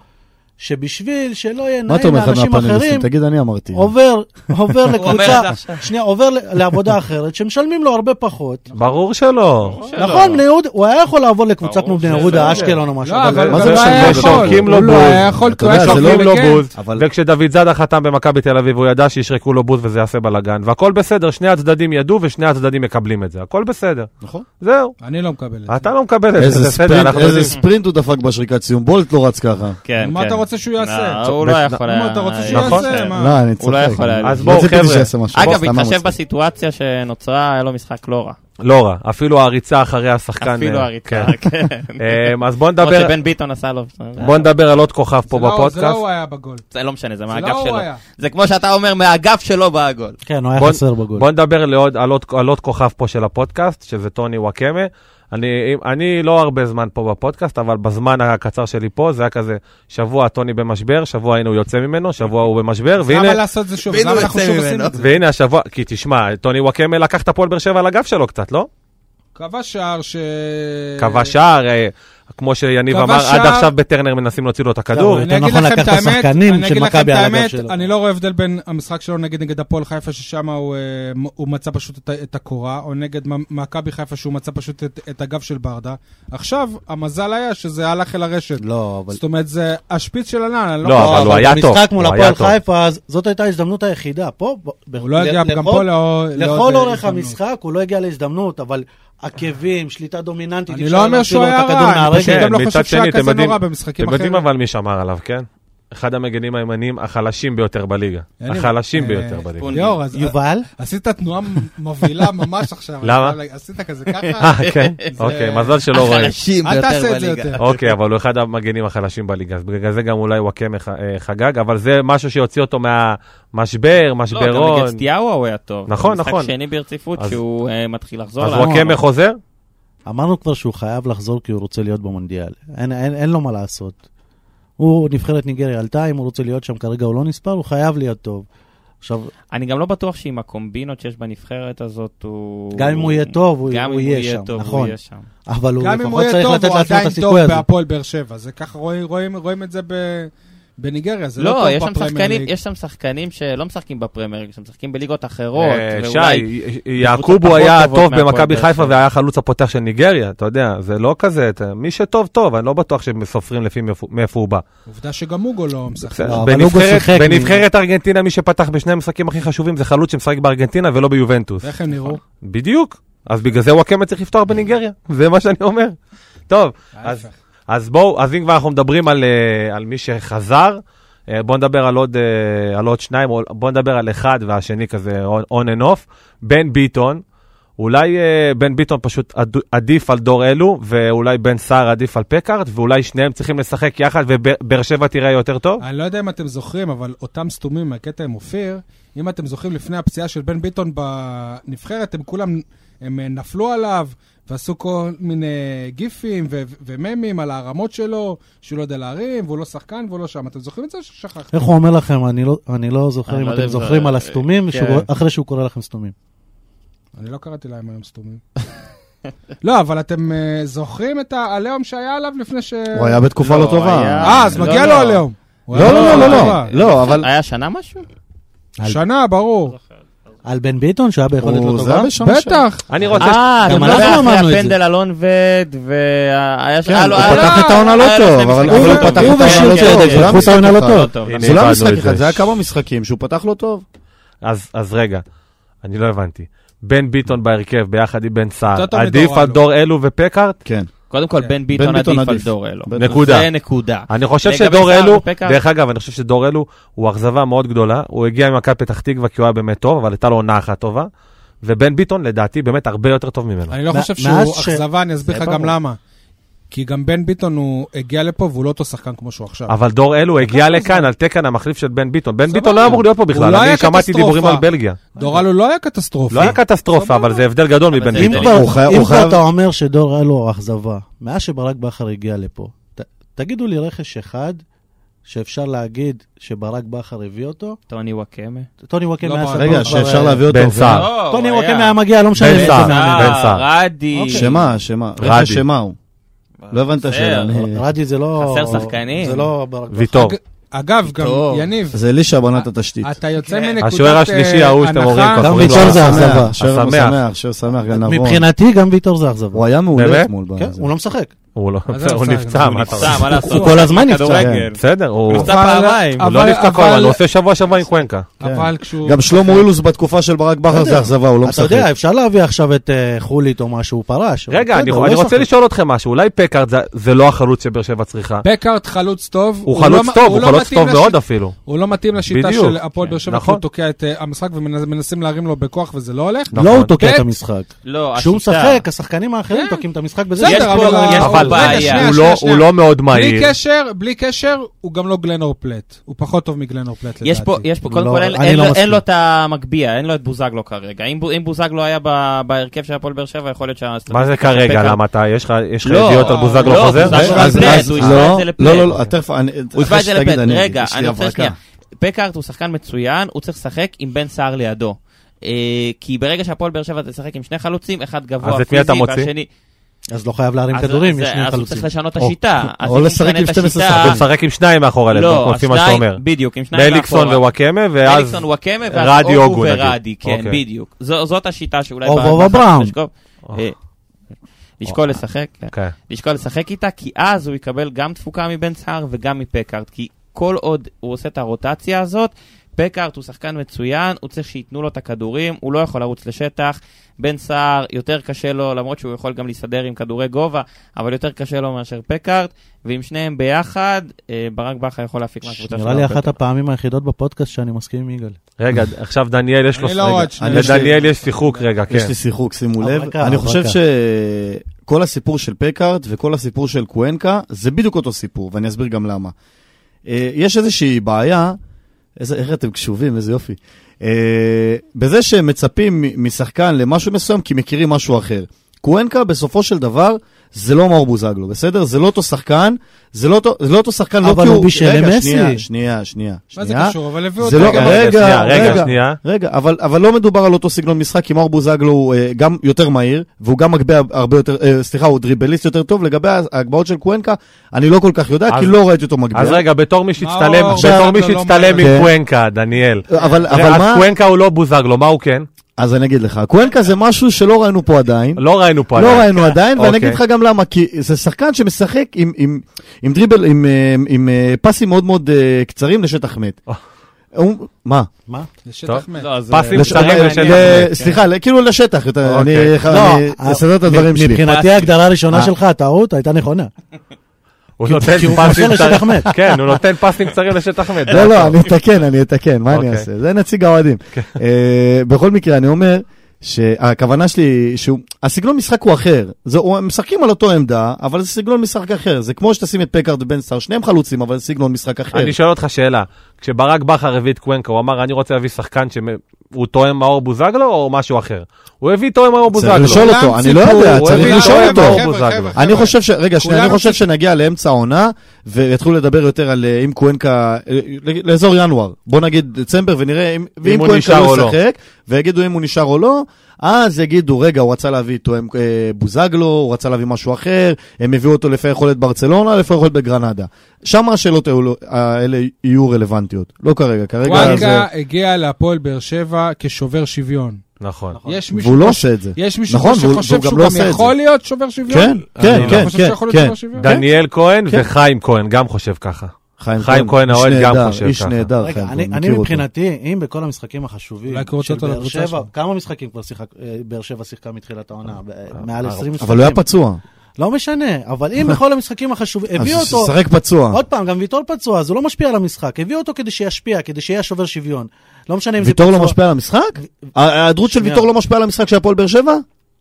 [SPEAKER 5] שבשביל שלא יהיה
[SPEAKER 4] מה אתה
[SPEAKER 5] נעים
[SPEAKER 4] אומר אחד
[SPEAKER 5] לאנשים
[SPEAKER 4] מהפאנליסטים?
[SPEAKER 5] אחרים,
[SPEAKER 4] תגיד, אני אמרתי.
[SPEAKER 5] עובר, עובר לקבוצה,
[SPEAKER 1] את זה עכשיו.
[SPEAKER 5] שנייה, עובר ל- לעבודה אחרת, שמשלמים לו הרבה פחות.
[SPEAKER 2] ברור שלא.
[SPEAKER 1] ברור שלא.
[SPEAKER 5] נכון, בני יהודה, הוא היה יכול לעבור לקבוצה
[SPEAKER 1] ברור
[SPEAKER 5] כמו בני
[SPEAKER 1] שזה
[SPEAKER 5] יהודה,
[SPEAKER 1] לא.
[SPEAKER 5] אשקלון או משהו
[SPEAKER 3] לא,
[SPEAKER 5] כזה.
[SPEAKER 3] אבל
[SPEAKER 4] מה
[SPEAKER 3] הוא
[SPEAKER 4] זה
[SPEAKER 3] לא
[SPEAKER 4] משנה?
[SPEAKER 3] היה יכול.
[SPEAKER 2] שורקים לו
[SPEAKER 3] הוא לא
[SPEAKER 2] בוז.
[SPEAKER 3] היה יכול, כי
[SPEAKER 4] אתה
[SPEAKER 3] הוא היה
[SPEAKER 2] שורקים
[SPEAKER 3] שורקים
[SPEAKER 4] יודע, זה
[SPEAKER 2] לו
[SPEAKER 3] לגן.
[SPEAKER 2] לא- בוז,
[SPEAKER 4] אבל-
[SPEAKER 2] וכשדוד זאדה חתם במכבי תל אביב, הוא ידע שישרקו לו בוז וזה יעשה בלאגן, והכל בסדר, שני הצדדים ידעו ושני הצדדים מקבלים את זה, הכל בסדר.
[SPEAKER 4] נכון.
[SPEAKER 2] זהו,
[SPEAKER 3] אני לא מקבל את זה.
[SPEAKER 2] אתה לא מקבל את זה,
[SPEAKER 4] איזה
[SPEAKER 2] זה בסדר,
[SPEAKER 4] ספרינט,
[SPEAKER 2] אנחנו
[SPEAKER 4] איזה
[SPEAKER 2] יודעים.
[SPEAKER 4] ספרינט הוא דפק בשריקת סיום, בולט לא רץ ככה.
[SPEAKER 1] כן,
[SPEAKER 3] מה
[SPEAKER 1] כן.
[SPEAKER 3] אתה רוצה שהוא יעשה?
[SPEAKER 1] לא, הוא לא יכול היה...
[SPEAKER 3] מה אתה רוצה שהוא
[SPEAKER 2] נכון.
[SPEAKER 3] יעשה? מה?
[SPEAKER 4] לא, אני צוחק.
[SPEAKER 1] הוא לא יכול היה.
[SPEAKER 2] אז בואו,
[SPEAKER 4] רציתי
[SPEAKER 2] חבר'ה.
[SPEAKER 4] שיעשה משהו.
[SPEAKER 2] בוא,
[SPEAKER 1] אגב,
[SPEAKER 4] סתם
[SPEAKER 1] בהתחשב
[SPEAKER 4] המצחיק.
[SPEAKER 1] בסיטואציה שנוצרה, היה לו משחק לא רע.
[SPEAKER 2] לא רע, אפילו הריצה אחרי השחקן.
[SPEAKER 1] אפילו
[SPEAKER 2] אה,
[SPEAKER 1] הריצה,
[SPEAKER 2] כן.
[SPEAKER 1] כן.
[SPEAKER 2] אה, אז בוא
[SPEAKER 1] כמו
[SPEAKER 2] נדבר,
[SPEAKER 1] שבן ביטון עשה לו.
[SPEAKER 2] בוא נדבר על עוד כוכב פה
[SPEAKER 3] זה לא- זה לא
[SPEAKER 2] בפודקאסט.
[SPEAKER 3] הוא היה בגול.
[SPEAKER 1] זה לא משנה, זה
[SPEAKER 3] זה
[SPEAKER 1] מהאגף
[SPEAKER 3] לא הוא
[SPEAKER 1] שלו.
[SPEAKER 3] היה.
[SPEAKER 1] זה כמו שאתה אומר, מהאגף שלו בא הגול.
[SPEAKER 5] כן, הוא היה
[SPEAKER 2] בוא-
[SPEAKER 5] חסר בגול.
[SPEAKER 2] בוא נדבר לעוד- על עוד- על עוד כוכב פה של הפודקאסט, שזה טוני וואקמה. אני, אם- אני לא הרבה זמן פה בפודקאסט, אבל בזמן הקצר שלי פה, זה היה כזה, שבוע טוני במשבר, שבוע הנה הוא יוצא ממנו, שבוע הוא במשבר, והנה...
[SPEAKER 3] למה לעשות זה שוב?
[SPEAKER 1] והנה
[SPEAKER 3] למה
[SPEAKER 1] הוא
[SPEAKER 3] אנחנו
[SPEAKER 1] יוצא
[SPEAKER 3] שוב
[SPEAKER 1] ממנו.
[SPEAKER 3] עושים את זה?
[SPEAKER 2] והנה השבוע, כי תשמע, טוני וואקמה לקח את הפועל באר שבע על הגב שלו קצת, לא?
[SPEAKER 3] כבש שער ש...
[SPEAKER 2] כבש שער, אה, כמו שיניב
[SPEAKER 3] כבש
[SPEAKER 2] אמר, עד
[SPEAKER 3] שער.
[SPEAKER 2] עכשיו בטרנר מנסים להוציא לו את הכדור.
[SPEAKER 5] יותר
[SPEAKER 3] אני אגיד
[SPEAKER 5] נכון
[SPEAKER 3] לכם
[SPEAKER 5] לקח
[SPEAKER 3] את
[SPEAKER 5] את
[SPEAKER 3] האמת,
[SPEAKER 5] השחקנים
[SPEAKER 3] אני אגיד
[SPEAKER 5] של
[SPEAKER 3] לכם
[SPEAKER 5] מכבי
[SPEAKER 3] את
[SPEAKER 5] על הגב
[SPEAKER 3] האמת,
[SPEAKER 5] שלו.
[SPEAKER 3] אני לא רואה הבדל בין המשחק שלו נגד נגד הפועל חיפה, ששם הוא, אה, מ- הוא מצא פשוט את, ה- את הקורה, או נגד מ- מכבי חיפה, שהוא מצא פשוט את, את הגב של ברדה. עכשיו, המזל היה שזה הלך אל הרשת.
[SPEAKER 5] לא, אבל...
[SPEAKER 3] זאת אומרת, זה השפיץ של הנעל, אני לא...
[SPEAKER 2] לא, אבל-
[SPEAKER 3] חושב-
[SPEAKER 2] הוא היה טוב,
[SPEAKER 5] במשחק מול
[SPEAKER 2] הוא
[SPEAKER 5] הפועל
[SPEAKER 2] היה טוב.
[SPEAKER 5] חיפה, אז זאת הייתה ההזדמנות היחידה. פה... ב- ב-
[SPEAKER 3] הוא לא
[SPEAKER 5] ל-
[SPEAKER 3] הגיע גם
[SPEAKER 5] לכל-
[SPEAKER 3] פה לא...
[SPEAKER 5] לכל אורך המשחק הוא לא הגיע להזדמנות, אבל עקבים, שליטה דומיננטית,
[SPEAKER 3] אני
[SPEAKER 5] אפשר
[SPEAKER 3] לא אומר
[SPEAKER 5] להוציא
[SPEAKER 3] שהוא
[SPEAKER 5] לו את
[SPEAKER 3] היה
[SPEAKER 5] הכדור
[SPEAKER 3] רע, אני
[SPEAKER 5] מהרגל.
[SPEAKER 3] פשוט גם לא
[SPEAKER 2] כן,
[SPEAKER 3] חושב
[SPEAKER 2] מצד
[SPEAKER 3] שהיה
[SPEAKER 2] שני, אתם
[SPEAKER 3] כזה
[SPEAKER 2] יודעים-
[SPEAKER 3] נורא במשחקים
[SPEAKER 2] אתם
[SPEAKER 3] אחרים.
[SPEAKER 2] יודעים אבל מי שמר עליו, כן? אחד המגנים הימניים החלשים ביותר בליגה.
[SPEAKER 3] יניב,
[SPEAKER 2] החלשים
[SPEAKER 3] אה,
[SPEAKER 2] ביותר בליגה.
[SPEAKER 3] ליאור, אז
[SPEAKER 5] יובל?
[SPEAKER 3] עשית תנועה מובילה ממש עכשיו.
[SPEAKER 2] למה?
[SPEAKER 3] אני לא- עשית כזה ככה.
[SPEAKER 2] אה, כן? אוקיי, מזל שלא רואים.
[SPEAKER 1] החלשים
[SPEAKER 3] אל תעשה
[SPEAKER 1] ביותר
[SPEAKER 3] את זה
[SPEAKER 1] בליגה.
[SPEAKER 3] יותר.
[SPEAKER 2] אוקיי, אבל הוא אחד המגנים החלשים בליגה, אז בגלל זה גם אולי וואקמה ח- אה, חגג, אבל זה משהו שיוציא אותו מהמשבר,
[SPEAKER 1] לא, גם
[SPEAKER 2] משברון.
[SPEAKER 1] נגד סטיהו הוא היה טוב.
[SPEAKER 2] נכון, נכון.
[SPEAKER 1] משחק שני ברציפות
[SPEAKER 2] אז-
[SPEAKER 1] שהוא אה, מתחיל לחזור.
[SPEAKER 2] אז
[SPEAKER 1] לעצמו.
[SPEAKER 2] וואקמה חוזר?
[SPEAKER 5] אמרנו כבר שהוא חייב לחזור כי הוא רוצה להיות במונדיאל. אין- אין אין לו מה לעשות. הוא נבחרת ניגריה עלתה, אם הוא רוצה להיות שם כרגע הוא לא נספר, הוא חייב להיות טוב. עכשיו,
[SPEAKER 1] אני גם לא בטוח שעם הקומבינות שיש בנבחרת הזאת הוא...
[SPEAKER 5] גם אם הוא יהיה טוב, הוא-
[SPEAKER 1] גם
[SPEAKER 5] הוא
[SPEAKER 1] אם
[SPEAKER 5] יהיה שם,
[SPEAKER 1] טוב, הוא
[SPEAKER 5] נכון.
[SPEAKER 1] יהיה שם.
[SPEAKER 5] אבל הוא
[SPEAKER 3] גם אם הוא
[SPEAKER 5] לפחות
[SPEAKER 3] יהיה
[SPEAKER 5] צריך
[SPEAKER 3] טוב,
[SPEAKER 5] לתת
[SPEAKER 3] הוא
[SPEAKER 5] לעצמו את
[SPEAKER 3] עדיין טוב
[SPEAKER 5] הסיכוי הזה.
[SPEAKER 3] בהפועל באר שבע. זה ככה רואים- רואים רואים את זה ב- בניגריה, זה לא
[SPEAKER 1] לא, יש
[SPEAKER 3] טוב
[SPEAKER 1] שם
[SPEAKER 3] בפרמייר
[SPEAKER 1] שחקנים,
[SPEAKER 3] ליג.
[SPEAKER 1] יש שם שחקנים שלא משחקים בפרמייר ליג, שמשחקים בליגות אחרות.
[SPEAKER 2] אה,
[SPEAKER 1] ואולי-
[SPEAKER 2] שי, יעקובו
[SPEAKER 1] פחות
[SPEAKER 2] היה
[SPEAKER 1] טובות
[SPEAKER 2] טוב
[SPEAKER 1] מהפועל
[SPEAKER 2] במכבי
[SPEAKER 1] באר
[SPEAKER 2] חיפה
[SPEAKER 1] שבע.
[SPEAKER 2] והיה החלוץ הפותח של ניגריה, אתה יודע, זה לא כזה, אתה- מי שטוב טוב, אני לא בטוח שהם סופרים לפי מאיפה- מאיפה הוא בא.
[SPEAKER 3] עובדה שגם הוגו לא משחק.
[SPEAKER 2] בסדר,
[SPEAKER 5] לא, אבל
[SPEAKER 2] בנבחרת-
[SPEAKER 5] הוגו שיחק מ-
[SPEAKER 2] בנבחרת ארגנטינה מי שפתח בשני המשחקים הכי חשובים זה חלוץ שמשחק בארגנטינה ולא ביובנטוס.
[SPEAKER 3] ואיך הם נראו?
[SPEAKER 2] בדיוק. אז בגלל זה וואקמה צריך לפתוח בניגריה, זה מה שאני אומר. טוב, אז-
[SPEAKER 3] ההפך.
[SPEAKER 2] אז בואו, אז אם כבר אנחנו מדברים על, אה, על מי שחזר, אה, בוא נדבר על עוד, אה, על עוד שניים, או- בוא נדבר על אחד והשני כזה on on and off. בן ביטון, אולי אה, בן ביטון פשוט עד- עדיף על דור אלו, ואולי בן סער עדיף על פקארט, ואולי שניהם צריכים לשחק יחד ובאר שבע תראה יותר טוב.
[SPEAKER 3] אני לא יודע אם אתם זוכרים, אבל אותם סתומים מהקטע עם אופיר, אם אתם זוכרים, לפני הפציעה של בן ביטון בנבחרת, הם כולם, הם אה, נפלו עליו, ועשו כל מיני גיפים ו- וממים על הערמות שלו, שהוא לא יודע להרים, והוא לא שחקן והוא לא שם. אתם זוכרים את זה או ששכחתם?
[SPEAKER 5] איך הוא אומר לכם, אני לא- אני לא זוכר
[SPEAKER 1] אני
[SPEAKER 5] אם
[SPEAKER 1] לא
[SPEAKER 5] אתם
[SPEAKER 1] יודע,
[SPEAKER 5] זוכרים
[SPEAKER 1] זה-
[SPEAKER 5] על הסתומים,
[SPEAKER 1] כן.
[SPEAKER 5] שהוא- אחרי שהוא קורא לכם סתומים.
[SPEAKER 3] אני לא קראתי להם היום סתומים. לא, אבל אתם אה, זוכרים את העליהום שהיה עליו לפני ש...
[SPEAKER 4] הוא היה בתקופה לא
[SPEAKER 1] לא,
[SPEAKER 4] טובה.
[SPEAKER 1] היה-
[SPEAKER 3] אה, אז
[SPEAKER 1] לא,
[SPEAKER 3] מגיע
[SPEAKER 1] לא.
[SPEAKER 3] לו עליהום. הוא
[SPEAKER 4] לא,
[SPEAKER 3] היה
[SPEAKER 4] לא, לא, לא,
[SPEAKER 3] בתקופה
[SPEAKER 4] לא,
[SPEAKER 3] טובה.
[SPEAKER 4] לא, אבל
[SPEAKER 1] היה שנה משהו?
[SPEAKER 3] שנה, ברור.
[SPEAKER 5] על בן ביטון, שהיה ביכולת לא
[SPEAKER 4] הוא זה
[SPEAKER 5] טובה?
[SPEAKER 4] היה בשנה שעברה.
[SPEAKER 3] בטח.
[SPEAKER 2] אני רוצה...
[SPEAKER 1] אה,
[SPEAKER 5] גם
[SPEAKER 1] גם
[SPEAKER 5] אנחנו
[SPEAKER 1] אנחנו
[SPEAKER 5] אמרנו
[SPEAKER 1] אמרנו
[SPEAKER 5] את זה.
[SPEAKER 1] הפנדל אלון וד, והיה ש...
[SPEAKER 4] כן,
[SPEAKER 1] אה,
[SPEAKER 4] הוא
[SPEAKER 1] לא, היה-
[SPEAKER 4] פתח
[SPEAKER 1] לא,
[SPEAKER 4] את העונה לא
[SPEAKER 1] היה לו
[SPEAKER 4] טוב,
[SPEAKER 1] שני
[SPEAKER 4] אבל
[SPEAKER 1] משחקים.
[SPEAKER 4] אבל הוא
[SPEAKER 1] כן,
[SPEAKER 4] פתח את
[SPEAKER 1] כן,
[SPEAKER 4] העונה לא
[SPEAKER 1] כן,
[SPEAKER 4] טוב.
[SPEAKER 1] כן.
[SPEAKER 4] לקחו את העונה לא טוב.
[SPEAKER 1] הנה,
[SPEAKER 4] זה לא היה
[SPEAKER 2] איבדנו
[SPEAKER 4] משחק
[SPEAKER 2] את
[SPEAKER 4] אחד,
[SPEAKER 2] זה.
[SPEAKER 4] זה היה כמה משחקים שהוא פתח לא טוב.
[SPEAKER 2] אז, אז רגע, אני לא הבנתי. בן ביטון בהרכב ביחד עם בן סער,
[SPEAKER 3] אתה תמיד
[SPEAKER 2] עדיף
[SPEAKER 3] נורא
[SPEAKER 2] על
[SPEAKER 3] לו.
[SPEAKER 2] דור אלו ופקארט?
[SPEAKER 4] כן.
[SPEAKER 1] קודם כל,
[SPEAKER 3] כן.
[SPEAKER 1] בן ביטון
[SPEAKER 4] ביטון
[SPEAKER 1] עדיף על
[SPEAKER 4] עדיף.
[SPEAKER 1] דור אלו.
[SPEAKER 4] בטח.
[SPEAKER 2] נקודה.
[SPEAKER 1] זה נקודה.
[SPEAKER 2] אני חושב
[SPEAKER 1] לגבי
[SPEAKER 2] שדור
[SPEAKER 1] סער
[SPEAKER 2] אלו,
[SPEAKER 1] ופקארט?
[SPEAKER 2] דרך אגב, אני חושב שדור אלו הוא אכזבה מאוד גדולה. הוא הגיע ממכבי פתח תקווה כי הוא היה באמת טוב, אבל הייתה לו עונה אחת טובה. ובן ביטון לדעתי באמת הרבה יותר טוב ממנו.
[SPEAKER 3] אני לא
[SPEAKER 5] מא-
[SPEAKER 3] חושב
[SPEAKER 5] מאז
[SPEAKER 3] שהוא
[SPEAKER 5] ש-
[SPEAKER 3] אכזבה, אני אסביר
[SPEAKER 1] זה
[SPEAKER 3] לך גם
[SPEAKER 1] ברור.
[SPEAKER 3] למה. כי גם בן ביטון הוא הגיע לפה והוא לא אותו שחקן כמו שהוא עכשיו.
[SPEAKER 2] אבל דור אלו הגיע
[SPEAKER 3] סבבה.
[SPEAKER 2] לכאן על תקן המחליף של בן ביטון. בן
[SPEAKER 3] סבבה.
[SPEAKER 2] ביטון לא אמור להיות פה
[SPEAKER 3] הוא
[SPEAKER 2] בכלל,
[SPEAKER 3] לא היה
[SPEAKER 2] אני שמעתי
[SPEAKER 3] קטסטרופה.
[SPEAKER 2] דיבורים על בלגיה.
[SPEAKER 3] דורלו לא היה קטסטרופה.
[SPEAKER 2] לא היה קטסטרופה, אבל זה הבדל גדול מבן
[SPEAKER 1] זה
[SPEAKER 5] אם
[SPEAKER 1] הבדל.
[SPEAKER 2] ביטון.
[SPEAKER 5] כבר-
[SPEAKER 4] הוא חי-
[SPEAKER 5] אם
[SPEAKER 4] הוא
[SPEAKER 5] כבר
[SPEAKER 4] חייב-
[SPEAKER 5] אתה אומר שדור אלו הוא אכזבה, מאז שברק בכר הגיע לפה, ת- תגידו לי רכש אחד שאפשר להגיד שברק בכר הביא אותו,
[SPEAKER 1] טוני וואקמה.
[SPEAKER 5] טוני וואקן
[SPEAKER 3] לא,
[SPEAKER 5] היה
[SPEAKER 3] ברק
[SPEAKER 5] שחקן
[SPEAKER 4] רגע,
[SPEAKER 5] כבר-
[SPEAKER 4] שאפשר להביא אותו.
[SPEAKER 2] בן סער.
[SPEAKER 1] לא,
[SPEAKER 5] טוני
[SPEAKER 1] הוא
[SPEAKER 5] וואקן
[SPEAKER 1] היה-
[SPEAKER 5] היה מגיע, לא משנה
[SPEAKER 2] אה. בן
[SPEAKER 5] איזה
[SPEAKER 2] סער,
[SPEAKER 5] מאמן.
[SPEAKER 2] בן סער.
[SPEAKER 1] רדי.
[SPEAKER 4] שמה, שמה.
[SPEAKER 2] רדי.
[SPEAKER 4] רכש שמה הוא. לא הבנת
[SPEAKER 1] חסר.
[SPEAKER 4] שאלה. אני-
[SPEAKER 5] רדי זה לא...
[SPEAKER 1] חסר שחקנים.
[SPEAKER 5] זה לא ברק בכר.
[SPEAKER 2] ויטור.
[SPEAKER 3] אג- אגב, גם
[SPEAKER 1] טוב.
[SPEAKER 3] יניב,
[SPEAKER 4] זה אלישע בנה את התשתית.
[SPEAKER 3] אתה יוצא
[SPEAKER 1] כן.
[SPEAKER 3] מנקודת
[SPEAKER 2] השוער השלישי
[SPEAKER 3] אה,
[SPEAKER 2] ההוא שאתם
[SPEAKER 3] הנחה-
[SPEAKER 2] אומרים כבר.
[SPEAKER 5] גם
[SPEAKER 2] קוראים לו
[SPEAKER 5] ויטור זה אכזבה.
[SPEAKER 4] שמח, שוער
[SPEAKER 2] השמח.
[SPEAKER 4] שמח, שוער שמח, גנבון.
[SPEAKER 5] מבחינתי גם ויטור זה אכזבה.
[SPEAKER 4] הוא היה מעולה
[SPEAKER 2] באמת?
[SPEAKER 4] אתמול. בזה.
[SPEAKER 5] כן, הוא לא משחק. לא
[SPEAKER 2] הוא לא-
[SPEAKER 3] עזוב,
[SPEAKER 2] הוא
[SPEAKER 3] סער,
[SPEAKER 2] נפצע,
[SPEAKER 3] הוא
[SPEAKER 2] מה אתה
[SPEAKER 1] סתם,
[SPEAKER 2] רוצה?
[SPEAKER 1] מה לעשות?
[SPEAKER 5] הוא כל הזמן נפצע.
[SPEAKER 1] כדורגל.
[SPEAKER 2] בסדר, הוא...
[SPEAKER 1] הוא נפצע
[SPEAKER 3] אבל-
[SPEAKER 1] פעמיים.
[SPEAKER 2] הוא לא
[SPEAKER 3] אבל-
[SPEAKER 2] נפצע כל הזמן,
[SPEAKER 3] אבל-
[SPEAKER 2] הוא עושה כן. שבוע שעבר עם קוונקה.
[SPEAKER 3] אבל כשהוא...
[SPEAKER 4] גם שלמה אילוס בתקופה של ברק בכר זה אכזבה, הוא לא
[SPEAKER 5] אתה
[SPEAKER 4] משחק.
[SPEAKER 5] יודע, אפשר להביא עכשיו את אה, חולית או משהו, הוא פרש. אבל
[SPEAKER 2] רגע,
[SPEAKER 5] בסדר,
[SPEAKER 2] אני
[SPEAKER 5] הוא
[SPEAKER 2] אני
[SPEAKER 5] לא
[SPEAKER 2] רוצה
[SPEAKER 5] שחקן.
[SPEAKER 2] לשאול אתכם משהו, אולי פקארד זה- זה לא החלוץ שבאר שבע צריכה?
[SPEAKER 3] פקארט חלוץ טוב.
[SPEAKER 2] הוא
[SPEAKER 3] לא
[SPEAKER 2] חלוץ
[SPEAKER 3] מ-
[SPEAKER 2] טוב, הוא
[SPEAKER 3] לא
[SPEAKER 2] חלוץ
[SPEAKER 3] מתאים
[SPEAKER 2] טוב
[SPEAKER 3] לשיט-
[SPEAKER 2] מאוד אפילו.
[SPEAKER 3] הוא לא מתאים לשיטה
[SPEAKER 2] בדיוק.
[SPEAKER 3] של הפועל באר שבע, כי
[SPEAKER 2] נכון.
[SPEAKER 3] הוא תוקע את אה, המשחק ומנסים להרים לו בכוח וזה לא הולך.
[SPEAKER 2] נכון.
[SPEAKER 5] לא הוא תוקע את
[SPEAKER 3] ב'-
[SPEAKER 5] המשחק.
[SPEAKER 1] לא,
[SPEAKER 5] כשהוא
[SPEAKER 1] השיטה.
[SPEAKER 5] משחק, השחקנים האחרים
[SPEAKER 1] כן.
[SPEAKER 5] תוקעים את המשחק בזה.
[SPEAKER 1] יש
[SPEAKER 3] בסדר,
[SPEAKER 1] פה-
[SPEAKER 3] אבל-
[SPEAKER 1] יש פה
[SPEAKER 2] אבל
[SPEAKER 1] בעיה.
[SPEAKER 3] רגע, שנייה,
[SPEAKER 2] הוא
[SPEAKER 3] שנייה,
[SPEAKER 2] לא-
[SPEAKER 3] שנייה.
[SPEAKER 2] הוא לא מאוד
[SPEAKER 3] בלי
[SPEAKER 2] מהיר.
[SPEAKER 3] קשר, בלי קשר, הוא גם לא גלנור פלט. הוא פחות טוב מגלנור פלט לדעתי.
[SPEAKER 1] יש פה, יש פה, קודם
[SPEAKER 5] לא,
[SPEAKER 1] כל אין-
[SPEAKER 5] אני
[SPEAKER 1] אין
[SPEAKER 5] לא
[SPEAKER 1] לו-
[SPEAKER 5] מסכים.
[SPEAKER 1] אין לו את המגביה, אין לו את בוזגלו כרגע. אם בו- אם בוזגלו היה ב- בהרכב של הפועל באר שבע, יכול להיות שה...
[SPEAKER 2] מה זה כרגע?
[SPEAKER 1] פקארט-
[SPEAKER 2] למה אתה, יש לך יש לך
[SPEAKER 1] לא,
[SPEAKER 2] ידיעות על בוזגלו
[SPEAKER 1] לא,
[SPEAKER 2] חוזר?
[SPEAKER 1] בוזגלו-
[SPEAKER 4] אה, אז-
[SPEAKER 1] לפלט,
[SPEAKER 4] אז-
[SPEAKER 1] הוא השווה את זה לפלט.
[SPEAKER 4] לא, לא, לא, תכף, אני-
[SPEAKER 1] הוא השווה
[SPEAKER 4] אחרי
[SPEAKER 1] את זה
[SPEAKER 4] שתגיד,
[SPEAKER 1] לפלט.
[SPEAKER 4] אני-
[SPEAKER 1] רגע,
[SPEAKER 4] יש לי
[SPEAKER 1] אני רוצה
[SPEAKER 4] הברקה.
[SPEAKER 1] שנייה. פקארט הוא שחקן מצוין, הוא צריך לשחק עם בן סער לידו. אה, כי ברגע שהפועל באר שבע תשחק עם שני חלוצים, אחד
[SPEAKER 2] אז
[SPEAKER 1] גבוה
[SPEAKER 2] את מי אתה
[SPEAKER 1] פיזי
[SPEAKER 2] מוציא?
[SPEAKER 1] והשני...
[SPEAKER 5] אז לא חייב להרים
[SPEAKER 1] אז-
[SPEAKER 5] כדורים,
[SPEAKER 1] אז-
[SPEAKER 5] יש שני
[SPEAKER 1] אז הוא צריך
[SPEAKER 5] חלוצים.
[SPEAKER 1] לשנות את
[SPEAKER 4] או-
[SPEAKER 1] השיטה. אז
[SPEAKER 4] או
[SPEAKER 1] אם
[SPEAKER 4] לשחק
[SPEAKER 1] נשנה את
[SPEAKER 4] עם 12
[SPEAKER 1] השיטה-
[SPEAKER 2] הוא משחק עם שניים מאחורי לב,
[SPEAKER 1] לא,
[SPEAKER 2] לפי מה שאתה
[SPEAKER 1] השניים-
[SPEAKER 2] אומר.
[SPEAKER 1] בדיוק, עם שניים
[SPEAKER 2] מליקסון ווואקמה, ואז...
[SPEAKER 1] אליקסון וואקמה, ואז
[SPEAKER 2] רדי
[SPEAKER 1] אוגו
[SPEAKER 2] אוגו, נגיד.
[SPEAKER 1] ורדי, כן,
[SPEAKER 2] אוקיי.
[SPEAKER 1] בדיוק. זו- זאת השיטה שאולי...
[SPEAKER 5] או
[SPEAKER 1] ברק
[SPEAKER 5] וובה
[SPEAKER 1] בכר
[SPEAKER 5] בראון.
[SPEAKER 1] ישקול- אה, לשקול לשחק, כן.
[SPEAKER 2] אוקיי.
[SPEAKER 1] לשקול לשחק איתה, כי אז הוא יקבל גם תפוקה מבן סער וגם מפקארט, כי כל עוד הוא עושה את הרוטציה הזאת, פקארט הוא שחקן מצוין, הוא צריך שייתנו לו את הכדורים, הוא לא יכול לרוץ לשטח. בן סער, יותר קשה לו, למרות שהוא יכול גם להסתדר עם כדורי גובה, אבל יותר קשה לו מאשר פקארט, ועם שניהם ביחד, אה, ברק בכר יכול להפיק מהקבוצה
[SPEAKER 5] נראה לי
[SPEAKER 1] הרבה
[SPEAKER 5] אחת
[SPEAKER 1] יותר.
[SPEAKER 5] הפעמים היחידות בפודקאסט שאני מסכים עם יגאל.
[SPEAKER 2] רגע, עכשיו דניאל יש לו...
[SPEAKER 3] אני לא
[SPEAKER 2] רגע,
[SPEAKER 3] רואה את שניהם.
[SPEAKER 2] לדניאל יש שיחוק רגע,
[SPEAKER 4] יש
[SPEAKER 2] כן.
[SPEAKER 4] לי שיחוק, שימו לב.
[SPEAKER 5] הברקה,
[SPEAKER 4] אני חושב
[SPEAKER 5] הברקה.
[SPEAKER 4] שכל הסיפור של פקארט וכל הסיפור של קוונקה זה בדיוק אותו סיפור, ואני אסביר גם למה. אה, יש איזושהי בעיה, איזה, איך אתם קשובים, איזה יופי. אה, בזה שהם מצפים מ- משחקן למשהו מסוים כי מכירים משהו אחר. קוונקה בסופו של דבר זה לא מאור בוזגלו, בסדר? זה לא אותו שחקן, זה לא אותו, זה לא אותו שחקן, לא
[SPEAKER 5] אבל
[SPEAKER 4] כי
[SPEAKER 5] הוא בישל
[SPEAKER 4] רגע,
[SPEAKER 5] למסי.
[SPEAKER 4] שנייה, שנייה, שנייה.
[SPEAKER 3] מה זה
[SPEAKER 4] שנייה.
[SPEAKER 3] קשור? אבל הביאו
[SPEAKER 4] זה
[SPEAKER 3] אותו.
[SPEAKER 4] לא-
[SPEAKER 3] גם-
[SPEAKER 4] רגע,
[SPEAKER 2] שנייה, רגע,
[SPEAKER 4] רגע.
[SPEAKER 2] שנייה.
[SPEAKER 4] רגע, אבל, אבל לא מדובר על אותו סגנון משחק, כי מאור בוזגלו הוא אה, גם יותר מהיר, והוא גם מגביה הרבה יותר, אה, סליחה, הוא דריבליסט יותר טוב. לגבי ההגבהות של קוונקה, אני לא כל כך יודע,
[SPEAKER 2] אז-
[SPEAKER 4] כי לא ראיתי אותו מגביה.
[SPEAKER 2] אז רגע, בתור מי שהצטלם,
[SPEAKER 3] מאור,
[SPEAKER 2] בתור מי
[SPEAKER 3] לא, לא
[SPEAKER 2] שהצטלם
[SPEAKER 4] מעניין.
[SPEAKER 2] עם קוונקה, דניאל.
[SPEAKER 4] כן. אה, אבל, אבל
[SPEAKER 2] אז
[SPEAKER 4] מה,
[SPEAKER 2] קוונקה הוא לא בוזגלו, מה הוא כן?
[SPEAKER 4] אז אני אגיד לך, קוונקה זה משהו שלא ראינו פה עדיין.
[SPEAKER 2] לא ראינו פה.
[SPEAKER 4] לא
[SPEAKER 2] עדיין.
[SPEAKER 4] ראינו עדיין, ואני
[SPEAKER 2] אוקיי.
[SPEAKER 4] אגיד לך גם למה, כי זה שחקן שמשחק עם- עם- עם דריבל, עם, אה, עם אה, פסים מאוד מאוד אה, קצרים לשטח מת.
[SPEAKER 2] אה.
[SPEAKER 4] הוא- מה?
[SPEAKER 5] מה?
[SPEAKER 3] זה
[SPEAKER 2] טוב.
[SPEAKER 3] שטח מת.
[SPEAKER 1] לא, זה-
[SPEAKER 2] פסים
[SPEAKER 4] לש-
[SPEAKER 2] קצרים
[SPEAKER 4] ל-
[SPEAKER 2] לשטח
[SPEAKER 4] ל-
[SPEAKER 2] מת. כן.
[SPEAKER 4] סליחה, ל- כאילו לשטח, יותר, אני
[SPEAKER 2] אוקיי.
[SPEAKER 4] אני אסדר את הדברים שלי.
[SPEAKER 5] מבחינתי ההגדרה הראשונה
[SPEAKER 4] אה.
[SPEAKER 5] שלך, הטעות, הייתה נכונה.
[SPEAKER 2] הוא
[SPEAKER 5] כי הוא-
[SPEAKER 2] נותן
[SPEAKER 5] כי הוא
[SPEAKER 2] פסים
[SPEAKER 5] מוסר לשטח
[SPEAKER 2] קצרים-
[SPEAKER 5] מת.
[SPEAKER 2] כן, הוא נותן פסים קצרים לשטח מת. זה
[SPEAKER 4] לא, לא,
[SPEAKER 2] הכל.
[SPEAKER 4] אני אתקן, אני אתקן, מה אני
[SPEAKER 2] אוקיי.
[SPEAKER 4] אעשה? זה נציג האוהדים. אה, בכל מקרה, אני אומר שהכוונה שלי, היא שהוא- הסגנון משחק הוא אחר. זה- הוא- הם משחקים על אותו עמדה, אבל זה סגנון משחק אחר. זה כמו שתשים את פקארד ובן סטאר, שניהם חלוצים, אבל זה סגנון משחק אחר.
[SPEAKER 2] אני שואל אותך שאלה, כשברק בכר הביא את קוונקה, הוא אמר, אני רוצה להביא שחקן שהוא תואם מאור בוזגלו או משהו אחר? הוא הביא תואם מאור
[SPEAKER 4] צריך
[SPEAKER 2] בוזגלו.
[SPEAKER 4] לשאול אותו, אני לא יודע,
[SPEAKER 2] הוא
[SPEAKER 4] צריך
[SPEAKER 2] הביא
[SPEAKER 4] לשאול
[SPEAKER 2] תואם
[SPEAKER 4] אותו.
[SPEAKER 2] מאור
[SPEAKER 3] חבר'ה,
[SPEAKER 2] בוזגלו.
[SPEAKER 3] חבר'ה.
[SPEAKER 4] אני חושב ש... רגע, שנייה, אני
[SPEAKER 3] כולנו
[SPEAKER 4] חושב
[SPEAKER 3] צריכים-
[SPEAKER 4] שנגיע לאמצע העונה, ויתחילו לדבר יותר על אה, אם קוונקה, אה, ל- לאזור ינואר. בוא נגיד דצמבר, ונראה אם ואם
[SPEAKER 2] הוא
[SPEAKER 4] קוונקה
[SPEAKER 2] נשאר
[SPEAKER 4] לא
[SPEAKER 2] או לא.
[SPEAKER 4] ישחק, ויגידו אם הוא נשאר או לא, אז יגידו, רגע, הוא רצה להביא איתו עם, אה, בוזגלו, הוא רצה להביא משהו אחר, הם הביאו אותו לפי היכולת ברצלונה, לפי היכולת בגרנדה. שם השאלות האלו- האלה יהיו רלוונטיות. לא כרגע, כרגע זה...
[SPEAKER 3] וואנקה הגיע להפועל באר שבע כשובר שוויון.
[SPEAKER 2] נכון.
[SPEAKER 3] יש מישהו
[SPEAKER 4] והוא לא
[SPEAKER 3] פה
[SPEAKER 4] עושה את זה.
[SPEAKER 3] יש מישהו
[SPEAKER 4] נכון,
[SPEAKER 3] פה
[SPEAKER 4] והוא-
[SPEAKER 3] שחושב
[SPEAKER 4] והוא גם
[SPEAKER 3] שהוא
[SPEAKER 4] לא
[SPEAKER 3] גם
[SPEAKER 4] עושה את
[SPEAKER 3] יכול
[SPEAKER 4] זה.
[SPEAKER 3] להיות שובר שוויון?
[SPEAKER 4] כן,
[SPEAKER 2] אני
[SPEAKER 4] כן,
[SPEAKER 2] לא
[SPEAKER 4] כן,
[SPEAKER 3] חושב
[SPEAKER 4] כן,
[SPEAKER 3] שיכול להיות
[SPEAKER 4] כן.
[SPEAKER 3] שובר שוויון.
[SPEAKER 2] דניאל כהן
[SPEAKER 4] כן.
[SPEAKER 2] וחיים כהן גם חושב ככה. חיים כהן
[SPEAKER 4] איש
[SPEAKER 2] האוהד גם
[SPEAKER 4] נהדר,
[SPEAKER 2] חושב
[SPEAKER 4] איש
[SPEAKER 2] ככה.
[SPEAKER 4] נהדר,
[SPEAKER 5] רגע,
[SPEAKER 4] חיים
[SPEAKER 5] אני,
[SPEAKER 4] כהן,
[SPEAKER 5] אני
[SPEAKER 4] מכיר אותו.
[SPEAKER 5] מבחינתי, אם בכל המשחקים החשובים
[SPEAKER 3] אולי קוראת
[SPEAKER 5] של
[SPEAKER 3] אותו
[SPEAKER 5] באר
[SPEAKER 3] לקבוצה
[SPEAKER 5] שבע,
[SPEAKER 3] שלך.
[SPEAKER 5] כמה משחקים כבר שיחק, אה, באר שבע שיחקה מתחילת העונה? ב- מעל 20 משחקים.
[SPEAKER 4] אה, אבל הוא היה פצוע.
[SPEAKER 5] לא משנה, אבל אם בכל המשחקים החשובים, הביאו
[SPEAKER 4] אז
[SPEAKER 5] אותו,
[SPEAKER 4] שחק פצוע.
[SPEAKER 5] עוד פעם, גם ויטור פצוע, אז הוא לא משפיע על המשחק. הביאו אותו כדי שישפיע, כדי שיהיה שובר שוויון. לא משנה אם זה
[SPEAKER 4] ויטור
[SPEAKER 5] פצוע...
[SPEAKER 4] לא משפיע על המשחק? ההיעדרות של
[SPEAKER 5] שנייה.
[SPEAKER 4] ויטור לא משפיעה על המשחק של הפועל באר שבע?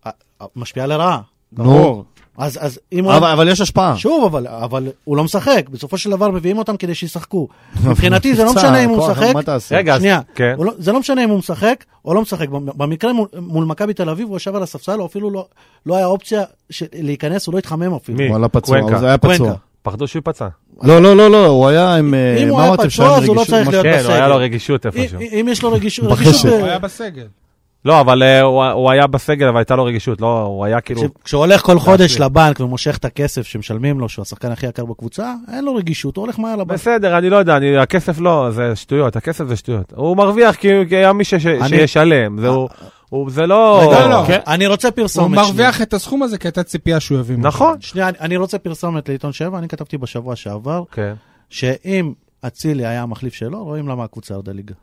[SPEAKER 5] אה, אה, משפיע לרעה.
[SPEAKER 4] נו.
[SPEAKER 5] אז, אז אם הוא... לא-
[SPEAKER 4] אבל אבל יש השפעה.
[SPEAKER 5] שוב, אבל, אבל הוא לא משחק. בסופו של דבר מביאים אותם כדי שישחקו. מבחינתי זה לא משנה אם הוא
[SPEAKER 4] כוח,
[SPEAKER 5] משחק.
[SPEAKER 4] מה תעשה?
[SPEAKER 2] רגע, אז-
[SPEAKER 5] שנייה,
[SPEAKER 2] כן.
[SPEAKER 5] הוא לא, זה לא משנה אם הוא משחק או לא משחק. במ- במקרה מול, מול מכבי תל אביב הוא ישב על הספסל, הוא אפילו לא, לא היה אופציה של, להיכנס, הוא לא התחמם אפילו.
[SPEAKER 2] מי?
[SPEAKER 4] וואלה פצוע,
[SPEAKER 2] קוונקה.
[SPEAKER 4] זה היה פצוע.
[SPEAKER 5] קוונקה.
[SPEAKER 2] פחדו שהוא ייפצע.
[SPEAKER 4] לא, לא, לא, לא, הוא היה עם... אה,
[SPEAKER 5] אם הוא
[SPEAKER 4] מה
[SPEAKER 5] היה
[SPEAKER 4] אמרתם,
[SPEAKER 5] פצוע,
[SPEAKER 4] שהיה עם
[SPEAKER 5] אז הוא לא
[SPEAKER 4] רגישות,
[SPEAKER 5] צריך
[SPEAKER 4] משהו?
[SPEAKER 5] להיות
[SPEAKER 2] כן,
[SPEAKER 5] בסגל.
[SPEAKER 2] הוא היה לו רגישות איפשהו.
[SPEAKER 5] אם, אם יש לו רגישות,
[SPEAKER 4] בחסר.
[SPEAKER 5] רגישות אה,
[SPEAKER 3] הוא היה
[SPEAKER 5] ב...
[SPEAKER 3] בסגל.
[SPEAKER 2] לא, אבל אה, הוא הוא היה בסגל, אבל הייתה לו רגישות. לא, הוא היה כאילו...
[SPEAKER 5] כש- כשהוא הולך כל חודש לבנק ומושך את הכסף שמשלמים לו, שהוא השחקן הכי יקר בקבוצה, אין לו רגישות, הוא הולך מהר לבנק.
[SPEAKER 2] בסדר, אני לא יודע, אני, הכסף לא, זה שטויות, הכסף זה שטויות. הוא מרוויח כי כי היה מי ש- ש-
[SPEAKER 5] אני-
[SPEAKER 2] שישלם, זה הוא- הוא- זה לא...
[SPEAKER 5] רגע,
[SPEAKER 3] לא.
[SPEAKER 5] כן. אני רוצה
[SPEAKER 3] הוא
[SPEAKER 5] פרסומת.
[SPEAKER 3] מרוויח את הסכום הזה כי הייתה ציפייה שהוא יביא. משהו.
[SPEAKER 2] נכון.
[SPEAKER 5] שנייה, אני- אני רוצה פרסומת לעיתון שבע, אני כתבתי בשבוע שעבר,
[SPEAKER 2] כן,
[SPEAKER 5] שאם אצילי היה המחליף שלו, רואים למה הקבוצה ירדה ליגה.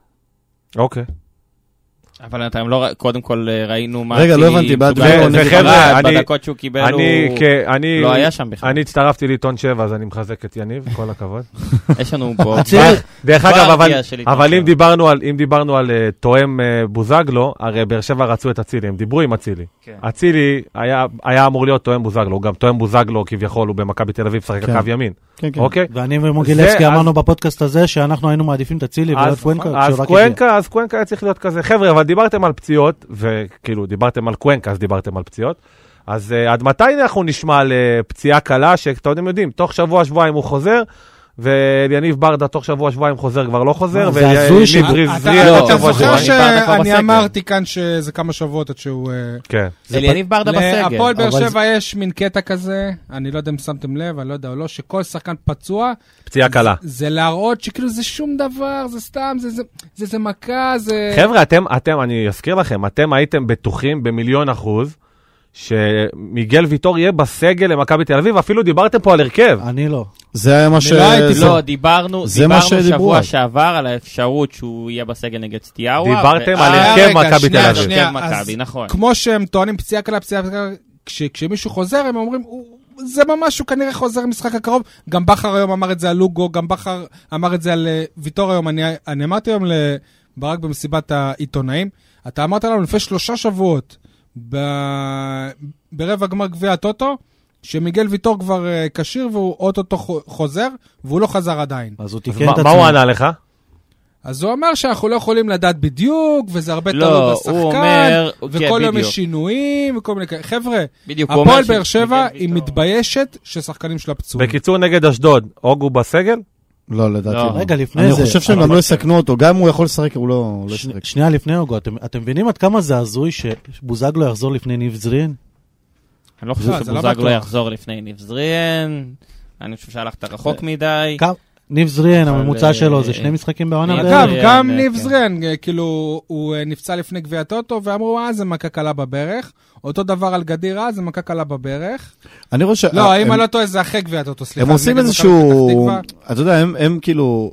[SPEAKER 2] אוקיי.
[SPEAKER 1] אבל אתם לא, ר- קודם כל אה, ראינו מה...
[SPEAKER 4] רגע, לא
[SPEAKER 1] כי-
[SPEAKER 4] הבנתי, בעד
[SPEAKER 1] מסוגל
[SPEAKER 2] ו-
[SPEAKER 1] לעשות
[SPEAKER 2] וחבר'ה,
[SPEAKER 1] לבד,
[SPEAKER 2] אני-
[SPEAKER 1] בדקות שהוא קיבל,
[SPEAKER 2] אני,
[SPEAKER 1] הוא
[SPEAKER 2] כ- אני,
[SPEAKER 1] לא היה שם בכלל.
[SPEAKER 2] אני הצטרפתי לעיתון 7, אז אני מחזק את יניב, כל הכבוד.
[SPEAKER 1] יש לנו פה...
[SPEAKER 5] אצילי,
[SPEAKER 2] דרך אגב, אבל,
[SPEAKER 1] גוורדיה של עיתון
[SPEAKER 2] אבל אם,
[SPEAKER 1] שבע.
[SPEAKER 2] דיברנו על, אם דיברנו על אה, תואם אה, בוזגלו, הרי באר שבע רצו את אצילי, הם דיברו עם אצילי.
[SPEAKER 1] כן.
[SPEAKER 2] אצילי היה, היה אמור להיות תואם בוזגלו, הוא גם תואם בוזגלו כביכול, הוא במכבי תל אביב, שחק
[SPEAKER 4] כן.
[SPEAKER 2] הקו ימין,
[SPEAKER 4] כן, כן.
[SPEAKER 2] אוקיי?
[SPEAKER 5] ואני
[SPEAKER 2] זה-
[SPEAKER 5] ומוגילבסקי אמרנו בפודקאסט הזה שאנחנו היינו מעדיפים את אצילי ולא את
[SPEAKER 2] אז-
[SPEAKER 5] פואנקה. כשהוא
[SPEAKER 2] אז
[SPEAKER 5] רק הגיע.
[SPEAKER 2] קוונקה, אז קוונקה היה צריך להיות כזה. חבר'ה, אבל דיברתם על פציעות, וכאילו, דיברתם על קוונקה, אז דיברתם על פציעות. אז אה, עד מתי אנחנו נשמע על אה, פציעה קלה, שאתם יודעים, יודעים, תוך שבוע-שבועיים הוא חוזר, ויניב ברדה תוך שבוע-שבועיים חוזר, כבר לא חוזר,
[SPEAKER 5] זה הזוי ש-
[SPEAKER 2] וניב ריב-
[SPEAKER 3] אתה-
[SPEAKER 2] זריאן
[SPEAKER 3] אתה-
[SPEAKER 2] עוד
[SPEAKER 3] אתה זוכר
[SPEAKER 2] שבוע-שבועיים.
[SPEAKER 3] שאני אמרתי כאן שזה כמה שבועות עד שהוא... אה,
[SPEAKER 2] כן.
[SPEAKER 1] אליניב ברדה בסגל.
[SPEAKER 3] להפועל באר
[SPEAKER 5] אבל
[SPEAKER 3] שבע יש מין קטע כזה, אני לא יודע אם שמתם לב, אני לא יודע או לא, שכל שחקן פצוע,
[SPEAKER 2] פציעה קלה.
[SPEAKER 3] זה להראות שכאילו זה שום דבר, זה סתם, זה- זה- זה זה מכה, זה...
[SPEAKER 2] חבר'ה, אתם, אתם, אני אזכיר לכם, אתם הייתם בטוחים במיליון אחוז שמיגל ויטור יהיה בסגל למכבי תל אביב, אפילו דיברתם פה על הרכב.
[SPEAKER 5] אני לא.
[SPEAKER 4] זה היה מה ש...
[SPEAKER 3] לא הייתי
[SPEAKER 4] זה-
[SPEAKER 1] לא, דיברנו,
[SPEAKER 4] זה מה
[SPEAKER 1] דיברנו
[SPEAKER 4] שדיברו
[SPEAKER 1] שבוע
[SPEAKER 4] אז.
[SPEAKER 1] שעבר על האפשרות שהוא יהיה בסגל נגד סטיאאווה.
[SPEAKER 2] דיברתם
[SPEAKER 1] ואז-
[SPEAKER 2] על
[SPEAKER 3] אה,
[SPEAKER 2] הרכב
[SPEAKER 3] רגע,
[SPEAKER 2] מכבי תל
[SPEAKER 3] שנייה,
[SPEAKER 2] אביב.
[SPEAKER 3] שנייה,
[SPEAKER 1] הרכב
[SPEAKER 3] אז
[SPEAKER 1] מכבי, נכון.
[SPEAKER 3] כמו שהם טוענים פציעה קלה, פציעה קלה, כש- כשמישהו חוזר, הם אומרים, "הוא- זה ממש, הוא כנראה חוזר משחק הקרוב. גם בכר היום אמר את זה על לוגו, גם בכר אמר את זה על אה, ויטור היום. אני אני אמרתי היום לברק במסיבת העיתונאים, אתה אמרת לנו לפני שלושה שבועות, ב- ברבע גמר גביע הטוטו, שמיגל ויטור כבר אה, כשיר והוא אוטוטו חו- חוזר, והוא לא חזר עדיין.
[SPEAKER 5] אז הוא
[SPEAKER 2] אז
[SPEAKER 5] תיקן
[SPEAKER 2] מה
[SPEAKER 5] את
[SPEAKER 2] מה הוא
[SPEAKER 5] עצמו.
[SPEAKER 2] ענה לך?
[SPEAKER 3] אז הוא אמר שאנחנו לא יכולים לדעת בדיוק, וזה הרבה
[SPEAKER 1] לא,
[SPEAKER 3] תלוי
[SPEAKER 1] הוא
[SPEAKER 3] בשחקן,
[SPEAKER 1] אומר- כן,
[SPEAKER 3] וכל יום
[SPEAKER 1] בדיוק.
[SPEAKER 3] יש שינויים, וכל מיני כאלה. חבר'ה,
[SPEAKER 1] בדיוק, הוא אומר
[SPEAKER 3] הפועל
[SPEAKER 1] ש- כן,
[SPEAKER 3] באר שבע,
[SPEAKER 1] מיגל
[SPEAKER 3] היא
[SPEAKER 1] ויטור-
[SPEAKER 3] מתביישת ששחקנים שלה פצועים.
[SPEAKER 2] בקיצור, נגד אשדוד, אוג הוא בסגל?
[SPEAKER 4] לא, לדעתי.
[SPEAKER 1] לא.
[SPEAKER 4] לא.
[SPEAKER 5] רגע, לפני
[SPEAKER 4] אני
[SPEAKER 5] זה.
[SPEAKER 4] חושב שהם
[SPEAKER 5] אבל-
[SPEAKER 4] גם לא יסכנו אותו, גם אם הוא יכול לשחק, הוא לא הוא לא
[SPEAKER 5] ש-
[SPEAKER 4] ישחק.
[SPEAKER 5] שנייה לפני הוגו, אתם אתם מבינים עד כמה זה הזוי שבוזגלו יחזור לפני ניב זרין?
[SPEAKER 1] אני לא חושב
[SPEAKER 3] לא, זה לא
[SPEAKER 1] שבוזגלו
[SPEAKER 3] בטוח.
[SPEAKER 1] יחזור לפני ניב זריאן, אני חושב שהלכת רחוק מדי.
[SPEAKER 5] כ- ניב זרין,
[SPEAKER 1] אה, אבל,
[SPEAKER 5] הממוצע
[SPEAKER 1] אה,
[SPEAKER 5] שלו זה שני משחקים בעונה.
[SPEAKER 1] אגב,
[SPEAKER 5] בערך.
[SPEAKER 3] אגב,
[SPEAKER 1] זריאן,
[SPEAKER 3] גם
[SPEAKER 1] אה,
[SPEAKER 3] ניב
[SPEAKER 1] כן.
[SPEAKER 3] זריאן, אה, כאילו, הוא אה, נפצע לפני גביע הטוטו, ואמרו, אה, זה מכה קלה בברך. אותו דבר על גדיר, אה, זה מכה קלה בברך.
[SPEAKER 4] אני רואה ש...
[SPEAKER 3] לא,
[SPEAKER 4] אה, הם-
[SPEAKER 3] אם אני לא טועה, זה אחרי גביע הטוטו, סליחה.
[SPEAKER 4] הם
[SPEAKER 3] זה
[SPEAKER 4] עושים
[SPEAKER 3] נגד מכבי
[SPEAKER 4] איזשהו...
[SPEAKER 3] פתח תקווה.
[SPEAKER 4] אתה יודע, הם- הם כאילו...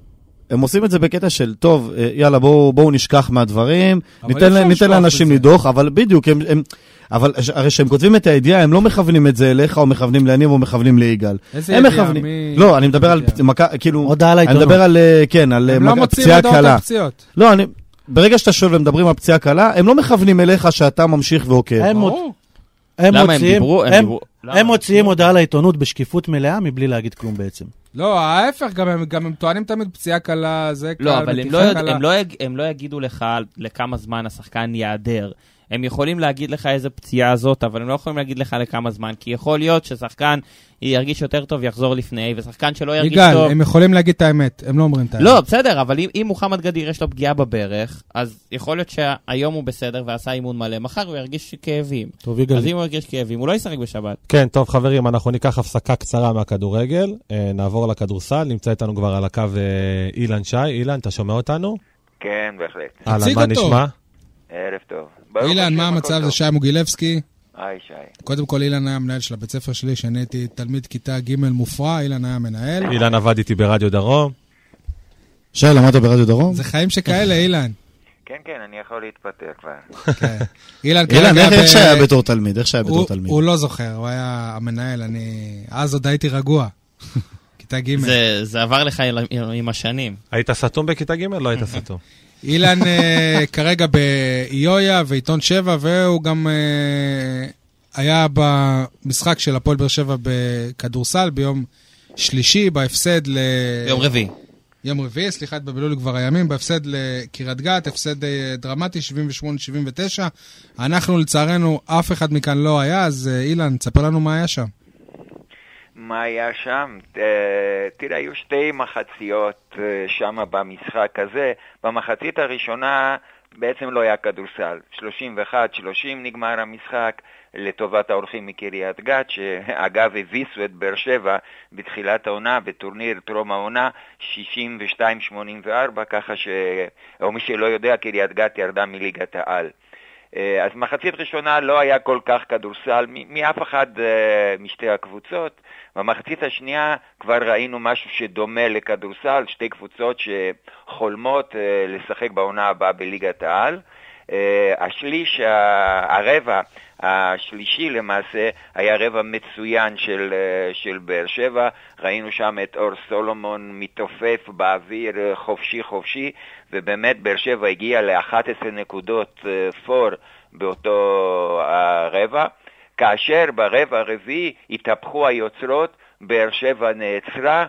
[SPEAKER 4] הם עושים את זה בקטע של, טוב, אה, יאללה, בואו בואו נשכח מהדברים,
[SPEAKER 3] אבל אי
[SPEAKER 4] ניתן,
[SPEAKER 3] אפשר
[SPEAKER 4] לה, ניתן
[SPEAKER 3] לשכוח
[SPEAKER 4] לאנשים
[SPEAKER 3] בזה.
[SPEAKER 4] לדוח, אבל בדיוק, הם, הם, אבל ש- הרי כשהם כותבים את הידיעה, הם לא מכוונים את זה אליך, או מכוונים לעניים, או מכוונים ליגאל.
[SPEAKER 3] איזה
[SPEAKER 4] הם
[SPEAKER 3] ידיעה?
[SPEAKER 4] מכוונים.
[SPEAKER 3] מי-
[SPEAKER 4] לא, אני מדבר על
[SPEAKER 3] יודע.
[SPEAKER 4] פצ- מכה, כאילו,
[SPEAKER 5] הודעה
[SPEAKER 4] אני
[SPEAKER 5] לעיתונות.
[SPEAKER 4] מדבר על, אה, כן, על אה,
[SPEAKER 3] הם לא
[SPEAKER 4] מכה-
[SPEAKER 3] מוצאים
[SPEAKER 4] פציעה
[SPEAKER 3] הודעות
[SPEAKER 4] קלה.
[SPEAKER 3] על פציעות.
[SPEAKER 4] לא, אני... ברגע שאתה שואל ומדברים על פציעה קלה, הם לא מכוונים אליך שאתה ממשיך ועוקב.
[SPEAKER 5] הם
[SPEAKER 3] ברור.
[SPEAKER 5] מוצ- הם
[SPEAKER 1] למה הם
[SPEAKER 5] מוציאים,
[SPEAKER 1] דיברו? הם
[SPEAKER 5] הם-
[SPEAKER 1] דיברו- למה?
[SPEAKER 5] הם מוציאים הודעה לעיתונות בשקיפות מלאה מבלי להגיד כלום בעצם.
[SPEAKER 3] לא, ההפך, גם הם, גם הם טוענים תמיד פציעה קלה, זה קל,
[SPEAKER 1] לא, אבל הם לא,
[SPEAKER 3] מתיחה
[SPEAKER 1] יודע,
[SPEAKER 3] קלה.
[SPEAKER 1] הם, לא יג, הם לא יגידו לך על- לכמה זמן השחקן ייעדר. הם יכולים להגיד לך איזה פציעה זאת, אבל הם לא יכולים להגיד לך לכמה זמן, כי יכול להיות ששחקן ירגיש יותר טוב, יחזור לפני, ושחקן שלא ירגיש
[SPEAKER 3] יגאל,
[SPEAKER 1] טוב...
[SPEAKER 3] הם יכולים להגיד את האמת, הם לא אומרים את האמת.
[SPEAKER 1] לא, בסדר, אבל אם, אם מוחמד גדיר יש לו פגיעה בברך, אז יכול להיות שהיום הוא בסדר ועשה אימון מלא, מחר הוא ירגיש כאבים.
[SPEAKER 5] טוב,
[SPEAKER 1] אז אם הוא ירגיש כאבים, הוא לא ישחק בשבת.
[SPEAKER 2] כן, טוב חברים, אנחנו ניקח הפסקה קצרה מהכדורגל, אה, נעבור לכדורסל, נמצא איתנו כבר על הקו אה, אילן שי. אילן, אתה שומע אותנו?
[SPEAKER 6] כן, בהחלט.
[SPEAKER 2] אהלן,
[SPEAKER 3] תציג
[SPEAKER 2] מה
[SPEAKER 3] אותו.
[SPEAKER 2] נשמע?
[SPEAKER 6] ערב טוב.
[SPEAKER 3] אילן, מה המצב? זה שי מוגילבסקי.
[SPEAKER 6] היי, שי.
[SPEAKER 3] קודם כל, אילן היה המנהל של הבית ספר שלי, שאני הייתי תלמיד כיתה ג' מופרע, אילן היה המנהל.
[SPEAKER 2] אילן עבד איתי ברדיו דרום.
[SPEAKER 4] שי, למדת ברדיו דרום?
[SPEAKER 3] זה חיים שכאלה, אילן.
[SPEAKER 6] כן, כן, אני יכול להתפטר כבר.
[SPEAKER 3] כן. אילן
[SPEAKER 4] אילן,
[SPEAKER 3] כרגע
[SPEAKER 4] איך
[SPEAKER 3] ב-
[SPEAKER 4] איך שהיה בתור תלמיד? איך שהיה בתור
[SPEAKER 3] הוא-
[SPEAKER 4] תלמיד?
[SPEAKER 3] הוא לא זוכר, הוא היה המנהל, אני... אז עוד הייתי רגוע. כיתה ג'.
[SPEAKER 1] זה, זה עבר לך אל- עם השנים.
[SPEAKER 3] אה,
[SPEAKER 2] היית סתום בכיתה ג'? לא היית סתום.
[SPEAKER 3] אילן אה, כרגע באיויה ועיתון שבע, והוא גם אה, היה במשחק של הפועל באר שבע בכדורסל ביום שלישי, בהפסד ל...
[SPEAKER 1] יום רביעי.
[SPEAKER 3] יום רביעי, סליחה, התבלבלו לי כבר הימים, בהפסד לקריית גת, הפסד אה, דרמטי, 78-79. אנחנו, לצערנו, אף אחד מכאן לא היה, אז אה, אילן, תספר לנו מה היה שם.
[SPEAKER 6] מה היה שם? אה, תראה, היו שתי מחציות אה, שם במשחק הזה. במחצית הראשונה בעצם לא היה כדורסל. 31-30 נגמר המשחק לטובת האורחים מקריית גת, שאגב הביסו את באר שבע בתחילת העונה, בטורניר טרום העונה, 62-84, ככה ש... או מי שלא יודע, קריית גת ירדה מליגת העל. אה, אז מחצית ראשונה לא היה כל כך כדורסל מ- מאף אחד אה, משתי הקבוצות. במחצית השנייה כבר ראינו משהו שדומה לכדורסל, שתי קבוצות שחולמות אה, לשחק בעונה הבאה בליגת העל. אה, השליש, ה- הרבע השלישי למעשה, היה רבע מצוין של, אה, של באר שבע. ראינו שם את אור סולומון מתעופף באוויר אה, חופשי חופשי, ובאמת באר שבע הגיעה ל-11 נקודות אה, פור באותו אה, הרבע. כאשר ברבע הרביעי התהפכו היוצרות, באר שבע נעצרה,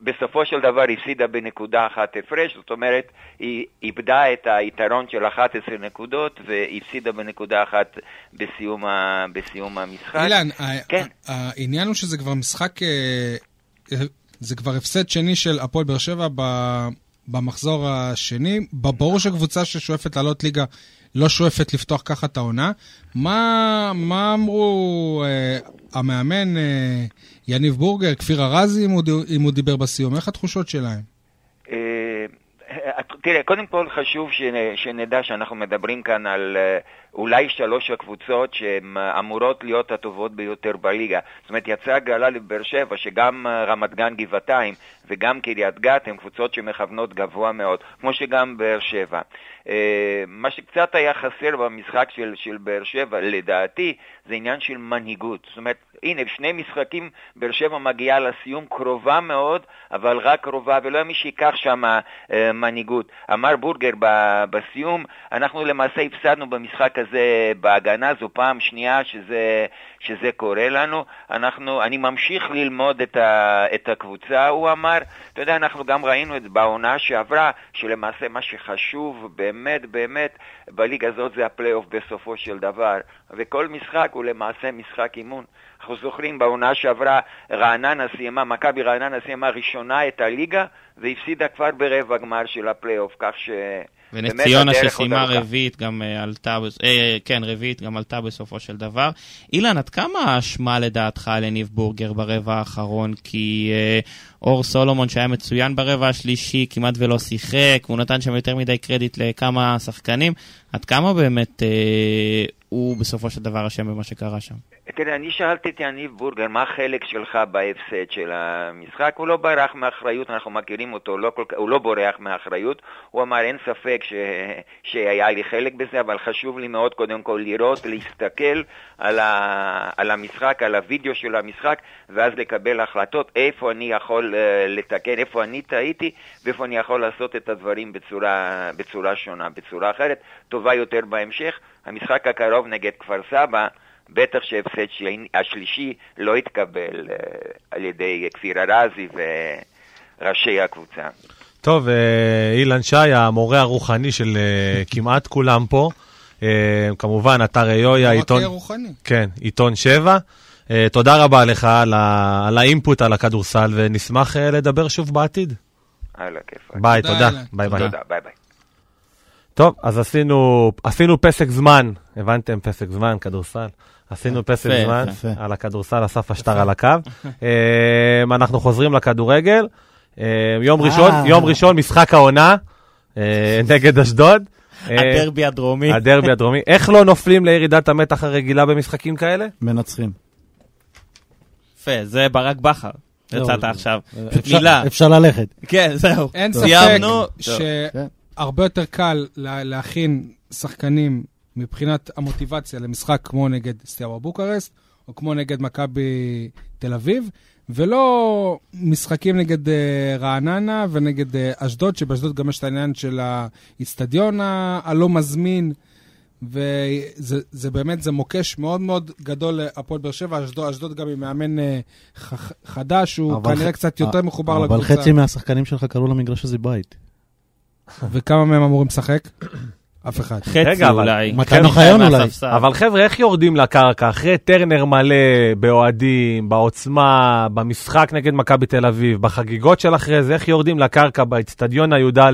[SPEAKER 6] ובסופו של דבר הפסידה בנקודה אחת הפרש, זאת אומרת, היא איבדה את היתרון של 11 נקודות, והפסידה בנקודה אחת בסיום, ה... בסיום המשחק.
[SPEAKER 3] אילן, ה-
[SPEAKER 6] כן.
[SPEAKER 3] ה- העניין הוא שזה כבר משחק, אה, אה, זה כבר הפסד שני של הפועל באר שבע ב- במחזור השני. ב- ברור שקבוצה ששואפת לעלות ליגה לא שואפת לפתוח ככה את העונה. מה, מה אמרו אה, המאמן אה, יניב בורגר, כפיר ארזי, אם, הוא ד- אם הוא דיבר בסיום? איך התחושות שלהם?
[SPEAKER 6] אה, תראה, קודם כל חשוב ש, שנדע שאנחנו מדברים כאן על אה, אולי שלוש הקבוצות שהן אה, אמורות להיות הטובות ביותר בליגה. זאת אומרת, יצאה הגרלה לבאר שבע, שגם אה, רמת גן גבעתיים וגם קריית גת הן קבוצות שמכוונות גבוה מאוד, כמו שגם באר שבע. אה, מה שקצת היה חסר במשחק של, של באר שבע, לדעתי, זה עניין של מנהיגות. זאת אומרת, הנה, שני משחקים, באר שבע מגיעה לסיום קרובה מאוד, אבל רק קרובה, ולא היה מי שייקח שם אה, מנהיגות. אמר בורגר ב- בסיום, אנחנו למעשה הפסדנו במשחק הזה בהגנה, זו פעם שנייה שזה, שזה קורה לנו. אנחנו, אני ממשיך ללמוד את, ה, את הקבוצה, הוא אמר. אתה יודע, אנחנו גם ראינו את זה בעונה שעברה, שלמעשה מה שחשוב באמת באמת בליגה הזאת זה הפלייאוף בסופו של דבר. וכל משחק הוא למעשה משחק אימון. אנחנו זוכרים בעונה שעברה, רעננה סיימה, מכבי רעננה סיימה ראשונה את הליגה והפסידה כבר ברבע גמר של הפלייאוף, כך ש...
[SPEAKER 1] ונס
[SPEAKER 6] באמת
[SPEAKER 1] ציונה
[SPEAKER 6] הדרך עוד
[SPEAKER 1] שסיימה
[SPEAKER 6] ארוכה.
[SPEAKER 1] רביעית גם אה, עלתה, בס- אה, כן, רביעית גם עלתה בסופו של דבר. אילן, עד כמה האשמה לדעתך לניב בורגר ברבע האחרון? כי אה, אור סולומון שהיה מצוין ברבע השלישי, כמעט ולא שיחק, הוא נתן שם יותר מדי קרדיט לכמה שחקנים. עד כמה באמת אה, הוא בסופו של דבר אשם במה שקרה שם?
[SPEAKER 6] תראה, אני שאלתי את יניב בורגר, מה החלק שלך בהפסד של המשחק? הוא לא ברח מאחריות, אנחנו מכירים אותו, לא כל, כך- הוא לא בורח מאחריות. הוא אמר, אין ספק ש, שהיה לי חלק בזה, אבל חשוב לי מאוד קודם כל לראות, להסתכל על, ה, על המשחק, על הוידאו של המשחק, ואז לקבל החלטות איפה אני יכול אה, לתקן, איפה אני טעיתי, ואיפה אני יכול לעשות את הדברים בצורה, בצורה שונה, בצורה אחרת, טובה יותר בהמשך. המשחק הקרוב נגד כפר סבא, בטח שההפסד שני- השלישי לא יתקבל אה, על ידי כפיר ארזי וראשי הקבוצה.
[SPEAKER 2] טוב, אה, אילן שי, המורה הרוחני של אה, כמעט כולם פה, אה, כמובן, אתר איויה,
[SPEAKER 3] רק
[SPEAKER 2] עיתון...
[SPEAKER 3] רוחני.
[SPEAKER 2] כן, עיתון 7. אה, תודה רבה לך על, ה... על האינפוט על הכדורסל, ונשמח אה, לדבר שוב בעתיד.
[SPEAKER 6] על הכיפאק.
[SPEAKER 2] ביי,
[SPEAKER 3] תודה,
[SPEAKER 2] תודה.
[SPEAKER 3] אילן.
[SPEAKER 2] ביי ביי.
[SPEAKER 6] תודה, ביי ביי.
[SPEAKER 2] טוב, אז עשינו, עשינו פסק זמן, הבנתם? פסק זמן, כדורסל. עשינו פסק
[SPEAKER 1] יפה,
[SPEAKER 2] זמן
[SPEAKER 4] יפה.
[SPEAKER 2] על הכדורסל, אסף השטר על הקו. אמ, אנחנו חוזרים לכדורגל. אמ, יום ראשון,
[SPEAKER 5] אה.
[SPEAKER 2] יום ראשון, משחק העונה אה, נגד אשדוד. אה,
[SPEAKER 1] הדרבי הדרומי.
[SPEAKER 2] הדרבי הדרומי. איך לא נופלים לירידת המתח הרגילה במשחקים כאלה?
[SPEAKER 4] מנצחים.
[SPEAKER 1] יפה, זה ברק בכר. יצאת
[SPEAKER 5] לא,
[SPEAKER 1] עכשיו.
[SPEAKER 5] אפשר-
[SPEAKER 1] אה, מילה.
[SPEAKER 5] אפשר ללכת.
[SPEAKER 1] כן, זהו.
[SPEAKER 3] אין
[SPEAKER 1] סיימנו.
[SPEAKER 3] ספק שהרבה יותר קל לה- להכין שחקנים מבחינת המוטיבציה למשחק כמו נגד סטיאבה בוקרסט, או כמו נגד מכבי תל אביב, ולא משחקים נגד אה, רעננה ונגד אה, אשדוד, שבאשדוד גם יש את העניין של האיצטדיון ה- הלא מזמין. וזה זה באמת, זה מוקש מאוד מאוד גדול להפועל באר שבע. אשדוד, אשדוד גם עם מאמן אה, ח- חדש, הוא
[SPEAKER 5] אבל
[SPEAKER 3] כנראה
[SPEAKER 5] ח-
[SPEAKER 3] קצת יותר מחובר
[SPEAKER 5] אבל
[SPEAKER 3] לקבוצה.
[SPEAKER 5] חצי מהשחקנים שלך קראו למגרש הזה בית.
[SPEAKER 3] וכמה מהם אמורים לשחק? אף אחד.
[SPEAKER 1] חצי
[SPEAKER 2] רגע, אבל
[SPEAKER 1] אולי.
[SPEAKER 5] מתן
[SPEAKER 1] חצי
[SPEAKER 5] אוחיון אולי.
[SPEAKER 1] מהספסל.
[SPEAKER 2] אבל חבר'ה, איך יורדים לקרקע? אחרי טרנר מלא, באוהדים, בעוצמה, במשחק נגד מכבי תל אביב, בחגיגות של אחרי זה, איך יורדים לקרקע באיצטדיון הי"א?